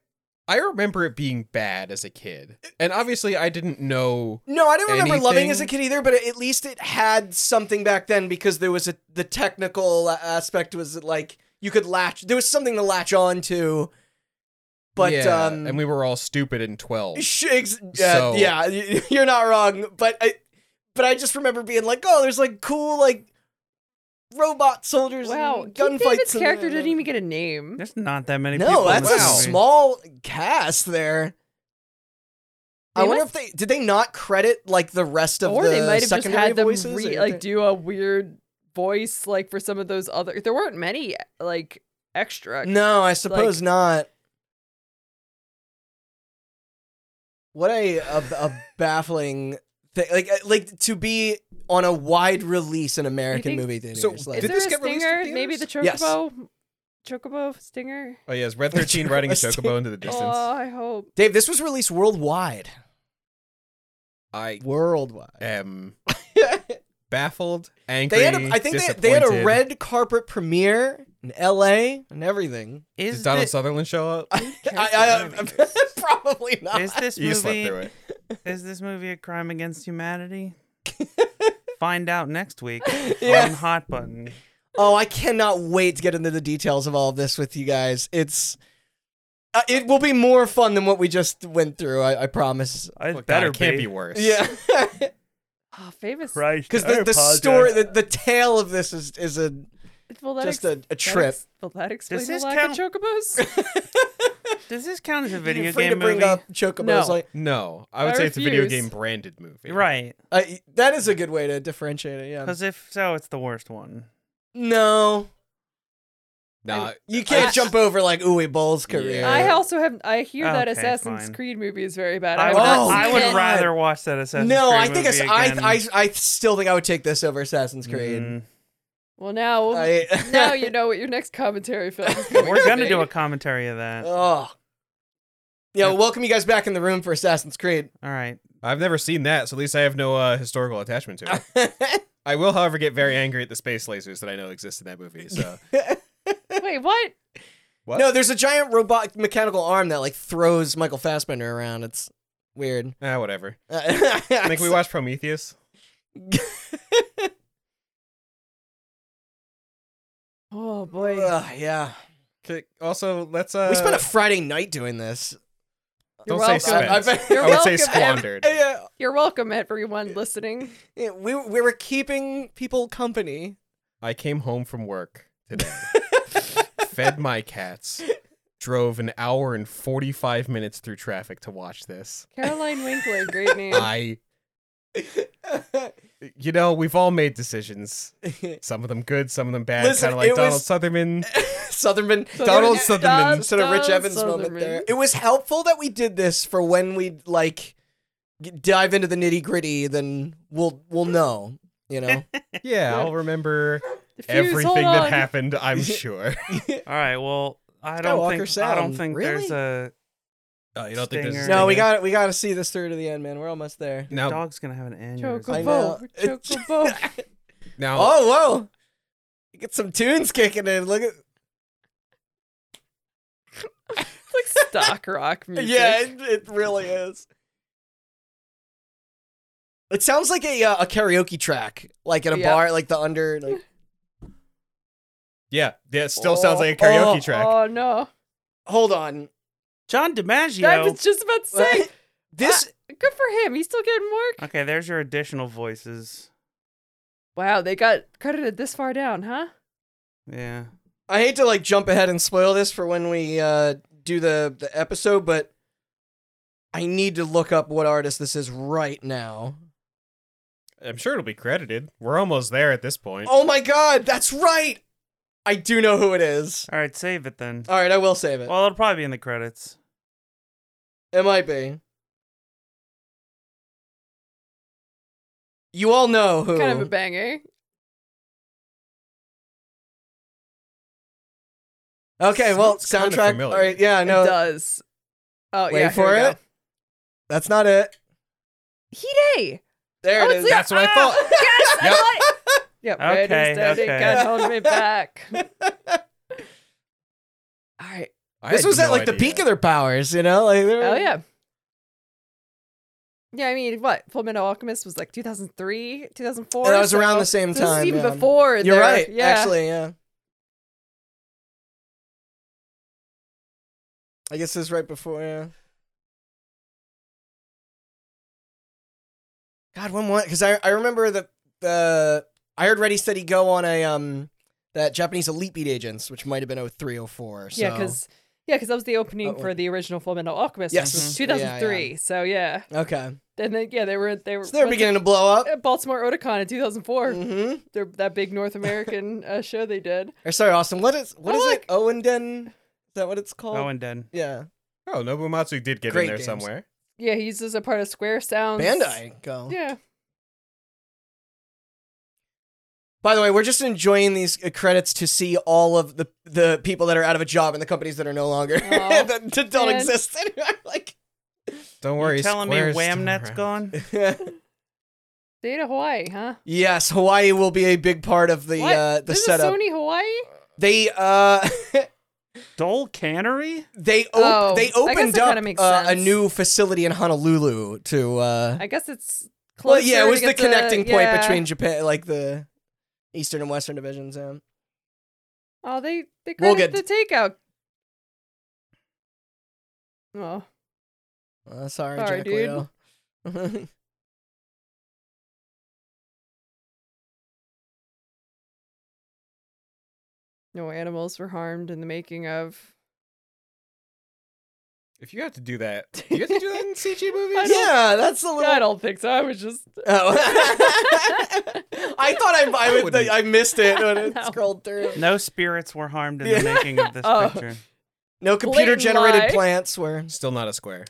Speaker 5: I remember it being bad as a kid, and obviously I didn't know.
Speaker 2: No, I don't remember loving as a
Speaker 5: Anything?
Speaker 2: kid either, but at least it had something back then because there was a the technical aspect was like you could latch there was something to latch on to. But
Speaker 5: Yeah,
Speaker 2: um
Speaker 5: and we were all stupid in twelve.
Speaker 2: Sh- ex- yeah,
Speaker 5: So-
Speaker 2: yeah, y- you're not wrong, but I, but I just remember being like, oh, there's like cool like robot soldiers
Speaker 4: Wow.
Speaker 2: and
Speaker 4: Keith
Speaker 2: gunfights.
Speaker 4: David's
Speaker 2: and-
Speaker 4: character didn't even get a name.
Speaker 3: There's not that many people.
Speaker 2: No,
Speaker 3: in
Speaker 2: that's a
Speaker 3: this movie.
Speaker 2: small cast there. I
Speaker 4: They
Speaker 2: wonder
Speaker 4: must-
Speaker 2: if they did they not credit like the rest of
Speaker 4: Or
Speaker 2: the
Speaker 4: they might have just
Speaker 2: secondary
Speaker 4: had them
Speaker 2: voices
Speaker 4: re-
Speaker 2: or
Speaker 4: like
Speaker 2: anything?
Speaker 4: do a weird voice like for some of those other. There weren't many like extra.
Speaker 2: No, I suppose not. What a a, a baffling thing! Like uh, like to be on a wide release in American
Speaker 4: think-
Speaker 2: movie theaters.
Speaker 5: So,
Speaker 2: like,
Speaker 4: Is
Speaker 5: Did
Speaker 4: there
Speaker 5: this
Speaker 4: a
Speaker 5: get released in
Speaker 4: stinger? Maybe the chocobo.
Speaker 2: Yes.
Speaker 4: Chocobo stinger.
Speaker 5: Oh yes, Red Thirteen riding a chocobo into the distance.
Speaker 4: Oh, I hope.
Speaker 2: Dave, this was released worldwide.
Speaker 5: I
Speaker 2: Worldwide.
Speaker 5: am
Speaker 2: they
Speaker 5: baffled, angry.
Speaker 2: had a, I think they, they had a
Speaker 5: disappointed.
Speaker 2: red carpet premiere in L.A. and everything.
Speaker 5: Did
Speaker 3: Is
Speaker 5: Donald
Speaker 3: thi-
Speaker 5: Sutherland show up?
Speaker 2: I, I, probably not.
Speaker 3: Is this
Speaker 5: You slept
Speaker 3: movie?
Speaker 5: through it.
Speaker 3: Is this movie a crime against humanity? Find out next week
Speaker 2: Yeah.
Speaker 3: on Hot Button.
Speaker 2: Oh, I cannot wait to get into the details of all of this with you guys. It's uh, it will be more fun than what we just went through. I, I promise.
Speaker 3: It
Speaker 5: Well, God,
Speaker 3: better
Speaker 5: it can't be
Speaker 3: be.
Speaker 5: worse.
Speaker 2: Yeah,
Speaker 4: Oh, famous.
Speaker 3: Christ,
Speaker 2: because
Speaker 3: I
Speaker 2: the, the
Speaker 3: apologize.
Speaker 2: story, the, the tale of this is is a
Speaker 4: Well, that
Speaker 2: just
Speaker 4: ex-
Speaker 2: a, a
Speaker 4: that
Speaker 2: trip.
Speaker 4: ex- Will that explain the
Speaker 3: this
Speaker 4: lack of chocobos?
Speaker 3: Does this count as a video
Speaker 2: You're free
Speaker 3: game
Speaker 2: to bring
Speaker 3: movie?
Speaker 2: up chocobos.
Speaker 4: No.
Speaker 2: Like
Speaker 5: No, I
Speaker 4: I
Speaker 5: would say it's a video
Speaker 4: refuse.
Speaker 5: game branded movie.
Speaker 3: Right,
Speaker 2: I, that is a good way to differentiate it. Yeah.
Speaker 3: because if so, it's the worst one.
Speaker 2: No,
Speaker 5: Nah,
Speaker 2: you can't
Speaker 4: I-
Speaker 2: jump over like Uwe Boll's
Speaker 5: Yeah.
Speaker 2: career.
Speaker 4: I also have. I hear that
Speaker 3: Okay,
Speaker 4: Assassin's
Speaker 3: fine.
Speaker 4: Creed movie is very bad.
Speaker 3: I would,
Speaker 4: have not
Speaker 2: Oh,
Speaker 4: seen
Speaker 3: I would
Speaker 4: it.
Speaker 2: God.
Speaker 3: rather watch that Assassin's
Speaker 2: no,
Speaker 3: Creed
Speaker 2: I think
Speaker 3: movie
Speaker 2: it's, I,
Speaker 3: again.
Speaker 2: I I still think I would take this over Assassin's Creed.
Speaker 3: Mm.
Speaker 4: Well,
Speaker 5: Oh.
Speaker 4: now,
Speaker 2: I-
Speaker 4: now you know what your next commentary film. Is going
Speaker 3: We're
Speaker 4: to
Speaker 3: gonna
Speaker 4: be.
Speaker 3: do a commentary of that. All
Speaker 2: Oh. Yeah, welcome you guys back in the room for Assassin's Creed.
Speaker 3: right,
Speaker 5: I've never seen that, so at least I have no uh, historical attachment to it. I will, however, get very angry at the space lasers that I know exist in that movie. So
Speaker 4: Wait, what?
Speaker 5: what?
Speaker 2: no, there's a giant robot mechanical arm that like throws Michael Fassbender around. It's weird.
Speaker 5: Ah, whatever.
Speaker 2: I
Speaker 5: I think we watched Prometheus.
Speaker 4: Oh boy.
Speaker 2: yeah.
Speaker 5: Okay, Also, let's. Uh,
Speaker 2: we spent a Friday night doing this.
Speaker 5: don't
Speaker 4: You're
Speaker 5: say
Speaker 4: welcome.
Speaker 5: spent.
Speaker 2: I- I-
Speaker 5: I,
Speaker 2: You're
Speaker 5: would say
Speaker 4: welcome.
Speaker 5: squandered.
Speaker 2: Yeah,
Speaker 4: You're welcome, everyone listening.
Speaker 2: yeah, we we were keeping people company.
Speaker 5: I came home from work today, fed my cats, drove an hour and forty-five minutes through traffic to watch this.
Speaker 4: Caroline Winkler, great name.
Speaker 5: I, you know, we've all made decisions. Some of them good, some of them bad.
Speaker 2: Listen,
Speaker 5: Kind of like
Speaker 2: it
Speaker 5: Donald
Speaker 2: was-
Speaker 5: Sutherman.
Speaker 2: Sutherman,
Speaker 5: Donald Sutherman.
Speaker 2: sort of Rich
Speaker 4: Donald
Speaker 2: Evans moment
Speaker 4: Sutherman.
Speaker 2: there. It was helpful that we did this for when we like g- dive into the nitty gritty. Then we'll we'll know. You know,
Speaker 5: Yeah, I'll remember
Speaker 4: Fuse, hold
Speaker 5: everything that
Speaker 4: on.
Speaker 5: happened. I'm sure.
Speaker 3: all right. Well, I don't
Speaker 2: Skywalker
Speaker 3: think I don't
Speaker 2: sound,
Speaker 3: think
Speaker 2: really?
Speaker 3: there's a
Speaker 5: Oh, you
Speaker 3: don't think this is
Speaker 2: no, we
Speaker 3: Yeah.
Speaker 2: got we got to see this through to the end, man. We're almost there.
Speaker 5: Now,
Speaker 3: dog's gonna have an aneurysm.
Speaker 2: I know.
Speaker 4: Chocobo. Chocobo.
Speaker 5: now,
Speaker 2: Oh whoa, get some tunes kicking in. Look at
Speaker 4: It's like stock rock music.
Speaker 2: yeah, it, it really is. It sounds like a uh, a karaoke track, like at a
Speaker 4: Yeah.
Speaker 2: bar, like the under. Like,
Speaker 5: yeah, yeah, it still sounds like a
Speaker 2: Oh,
Speaker 5: karaoke
Speaker 2: oh,
Speaker 5: track.
Speaker 4: Oh no.
Speaker 2: hold on,
Speaker 3: John
Speaker 4: I was
Speaker 3: DiMaggio.
Speaker 4: just about to say.
Speaker 2: this
Speaker 4: Good for him. He's still getting work.
Speaker 3: Okay, there's your additional voices.
Speaker 4: Wow, they got credited this far down, huh?
Speaker 3: Yeah.
Speaker 2: I hate to like jump ahead and spoil this for when we uh, do the the episode, but I need to look up what artist this is right now.
Speaker 5: I'm sure it'll be credited. We're almost there at this point.
Speaker 2: Oh my god, that's right! I do know who it is.
Speaker 3: All right, save it then.
Speaker 2: All right, I will save it.
Speaker 3: Well, it'll probably be in the credits.
Speaker 2: It might be. You all know who.
Speaker 4: Kind of a banger.
Speaker 2: okay, well,
Speaker 5: Sounds kinda
Speaker 2: soundtrack.
Speaker 5: familiar.
Speaker 2: all right, yeah,
Speaker 4: It
Speaker 2: no,
Speaker 4: does. Oh
Speaker 2: wait
Speaker 4: yeah.
Speaker 2: for it. That's not it.
Speaker 4: Hide.
Speaker 2: There
Speaker 4: Oh,
Speaker 2: it
Speaker 4: it's
Speaker 2: is.
Speaker 4: the-
Speaker 5: That's what I thought.
Speaker 4: Yes, I
Speaker 5: Yep.
Speaker 4: thought it. Yep. where it
Speaker 3: Okay,
Speaker 4: is that it
Speaker 3: okay.
Speaker 4: can hold me back. All right.
Speaker 5: I
Speaker 2: this
Speaker 5: had
Speaker 2: was at
Speaker 5: no
Speaker 2: like the
Speaker 5: idea.
Speaker 2: peak of their powers, you know? Like, they were-
Speaker 4: Oh yeah. Yeah, I mean, what? Full Metal Alchemist was like 2003, 2004.
Speaker 2: That was around
Speaker 4: so
Speaker 2: the same
Speaker 4: this
Speaker 2: time.
Speaker 4: Is even
Speaker 2: yeah.
Speaker 4: before.
Speaker 2: You're
Speaker 4: their-
Speaker 2: right.
Speaker 4: Yeah.
Speaker 2: Actually, yeah. I guess this is right before. Yeah. God, when one because I I remember that the I heard Ready Steady Go on a um that Japanese Elite Beat Agents, which might have been 0304. So.
Speaker 4: Yeah, because yeah, because that was the opening
Speaker 2: Oh,
Speaker 4: for the original Full Metal Alchemist.
Speaker 2: Yes.
Speaker 4: which
Speaker 2: Mhm.
Speaker 4: was
Speaker 2: Yeah, yeah.
Speaker 4: 2003. So yeah,
Speaker 2: okay,
Speaker 4: and then yeah, they were they were
Speaker 2: so they're
Speaker 4: what's
Speaker 2: beginning to blow up.
Speaker 4: it- uh, Baltimore Otakon in 2004.
Speaker 2: Mm-hmm.
Speaker 4: Their, that big North American uh, show they did.
Speaker 2: Or sorry, Austin. What is what
Speaker 4: I
Speaker 2: is
Speaker 4: like-
Speaker 2: it? Owenden? Is that what it's called?
Speaker 3: Oh, and then
Speaker 2: Yeah.
Speaker 5: Oh, Nobumatsu did get
Speaker 2: Great
Speaker 5: in there
Speaker 2: games.
Speaker 5: somewhere.
Speaker 4: Yeah, he's just a part of Square Sound.
Speaker 2: Bandai. Go.
Speaker 4: Yeah.
Speaker 2: By the way, we're just enjoying these uh, credits to see all of the the people that are out of a job and the companies that are no longer
Speaker 4: Aw,
Speaker 2: that, that don't
Speaker 4: man.
Speaker 2: exist anymore. Like,
Speaker 5: Don't
Speaker 3: You're
Speaker 5: worry.
Speaker 3: telling me
Speaker 5: Square's still
Speaker 3: Whamnet's
Speaker 5: around.
Speaker 3: gone?
Speaker 4: Data Hawaii, huh?
Speaker 2: yes, Hawaii will be a big part of the
Speaker 4: What?
Speaker 2: uh, the
Speaker 4: this
Speaker 2: setup.
Speaker 4: is Sony Hawaii.
Speaker 2: They uh
Speaker 3: Dole Cannery?
Speaker 2: they op-
Speaker 4: Oh, I
Speaker 2: they
Speaker 4: guess
Speaker 2: opened
Speaker 4: that
Speaker 2: up
Speaker 4: kinda makes
Speaker 2: uh, a
Speaker 4: sense.
Speaker 2: new facility in Honolulu to. uh
Speaker 4: I guess it's closer.
Speaker 2: Well, yeah, it
Speaker 4: to
Speaker 2: was the
Speaker 4: get
Speaker 2: connecting point
Speaker 4: yeah.
Speaker 2: between Japan, like the eastern and western divisions. Yeah.
Speaker 4: Oh, they they
Speaker 2: We'll
Speaker 4: credit
Speaker 2: get-
Speaker 4: the takeout. Oh,
Speaker 2: Uh, sorry,
Speaker 4: Sorry,
Speaker 2: Jack
Speaker 4: dude.
Speaker 2: Leto.
Speaker 4: no animals were harmed in the making of.
Speaker 5: If you have to do that, do you have to do that in CG movies?
Speaker 4: don't-
Speaker 2: yeah, that's a little
Speaker 4: I don't think so. I was just
Speaker 2: Oh. I thought I I, would-
Speaker 5: wouldn't.
Speaker 2: I missed it when it
Speaker 4: No.
Speaker 2: scrolled through.
Speaker 3: No spirits were harmed in
Speaker 2: Yeah.
Speaker 3: the making of this
Speaker 4: Oh.
Speaker 3: picture.
Speaker 2: No computer generated
Speaker 4: lie.
Speaker 2: plants were.
Speaker 5: Still not a square.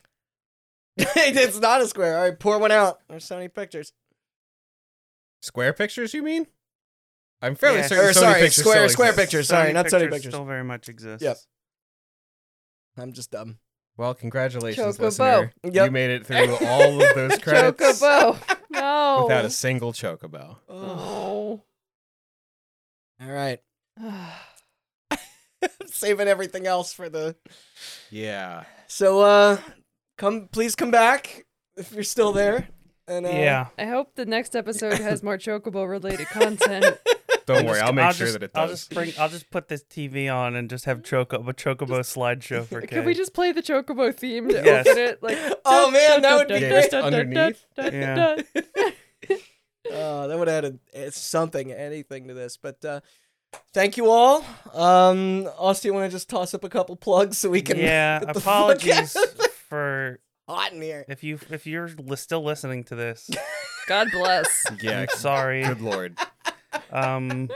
Speaker 2: it's not a square. All right, pour one out. There's so many pictures.
Speaker 5: Square pictures, you mean? I'm fairly
Speaker 3: Yeah,
Speaker 5: certain.
Speaker 2: or
Speaker 5: Sony
Speaker 2: sorry,
Speaker 5: pictures
Speaker 2: square-
Speaker 5: still
Speaker 2: square
Speaker 5: exist.
Speaker 2: pictures. sorry, not Sony pictures.
Speaker 3: Still very much exists.
Speaker 2: Yep. I'm just dumb.
Speaker 5: Well, congratulations,
Speaker 4: Chocobo.
Speaker 5: listener.
Speaker 2: Yep.
Speaker 5: You made it through all of those credits
Speaker 4: Chocobo. No.
Speaker 5: without a single chocobo.
Speaker 4: Oh.
Speaker 2: All right, saving everything else for the.
Speaker 5: Yeah.
Speaker 2: So uh, come please come back if you're still there. And uh,
Speaker 3: Yeah.
Speaker 4: I hope the next episode has more chocobo related content.
Speaker 5: Don't
Speaker 3: I'm
Speaker 5: worry,
Speaker 3: just-
Speaker 5: I'll make sure
Speaker 3: just-
Speaker 5: that it
Speaker 3: I'll
Speaker 5: does.
Speaker 3: just bring. I'll just put this TV on and just have Choco, a Chocobo slideshow for kids.
Speaker 4: Can we just play the chocobo theme to
Speaker 3: Yes.
Speaker 4: open it? Like
Speaker 2: Oh, man, that would be
Speaker 5: Yeah,
Speaker 2: great.
Speaker 5: just underneath.
Speaker 3: Yeah.
Speaker 2: Uh, that would have added uh, something, anything to this. But uh, thank you all. Um, Austin, you want to just toss up a couple plugs so we can
Speaker 3: Yeah.
Speaker 2: get the fuck out
Speaker 3: Apologies for
Speaker 2: hot in here?
Speaker 3: if you if you're li- still listening to this.
Speaker 4: God bless.
Speaker 5: yeah.
Speaker 3: I'm sorry.
Speaker 5: Good lord.
Speaker 3: Um.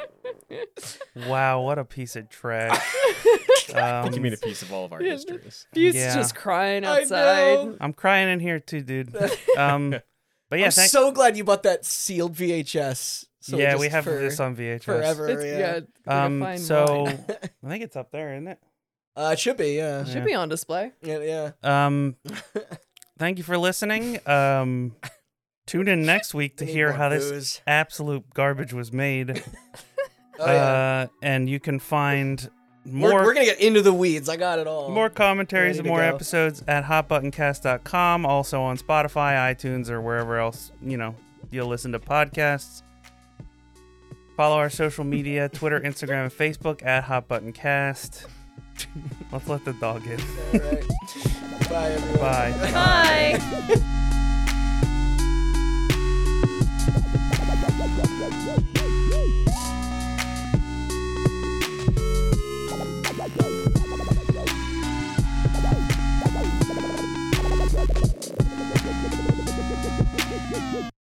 Speaker 3: Wow, what a piece of trash.
Speaker 5: I think you
Speaker 3: Um,
Speaker 5: mean a piece of all of our
Speaker 4: Yeah.
Speaker 5: histories.
Speaker 4: He's
Speaker 3: Yeah.
Speaker 4: just crying
Speaker 2: I
Speaker 4: outside.
Speaker 2: know.
Speaker 3: I'm crying in here too, dude. Um. But yeah,
Speaker 2: I'm
Speaker 3: thank-
Speaker 2: so glad you bought that sealed VHS. So
Speaker 3: yeah,
Speaker 2: just
Speaker 3: we have
Speaker 2: for
Speaker 3: this on VHS.
Speaker 2: forever.
Speaker 4: It's,
Speaker 2: yeah.
Speaker 4: yeah. we're gonna
Speaker 3: Um.
Speaker 4: find
Speaker 3: So
Speaker 4: mine.
Speaker 3: I think it's up there, isn't it?
Speaker 2: Uh, it should be. Yeah.
Speaker 4: It should be on display.
Speaker 2: Yeah. yeah.
Speaker 3: Um, thank you for listening. Um, tune in next week to
Speaker 2: Need
Speaker 3: hear
Speaker 2: more
Speaker 3: how this
Speaker 2: booze.
Speaker 3: absolute garbage was made.
Speaker 2: Oh, yeah.
Speaker 3: uh, and you can find
Speaker 2: We're-
Speaker 3: more
Speaker 2: we're, gonna get into the weeds. I got it all.
Speaker 3: more commentaries
Speaker 2: Ready
Speaker 3: and
Speaker 2: to
Speaker 3: more
Speaker 2: go.
Speaker 3: episodes at hotbuttoncast.com, also on Spotify, iTunes, or wherever else you know you'll listen to podcasts. Follow our social media: Twitter, Instagram, and Facebook at hotbuttoncast. Let's let the dog in.
Speaker 2: All right. Bye everyone.
Speaker 3: Bye.
Speaker 4: Bye.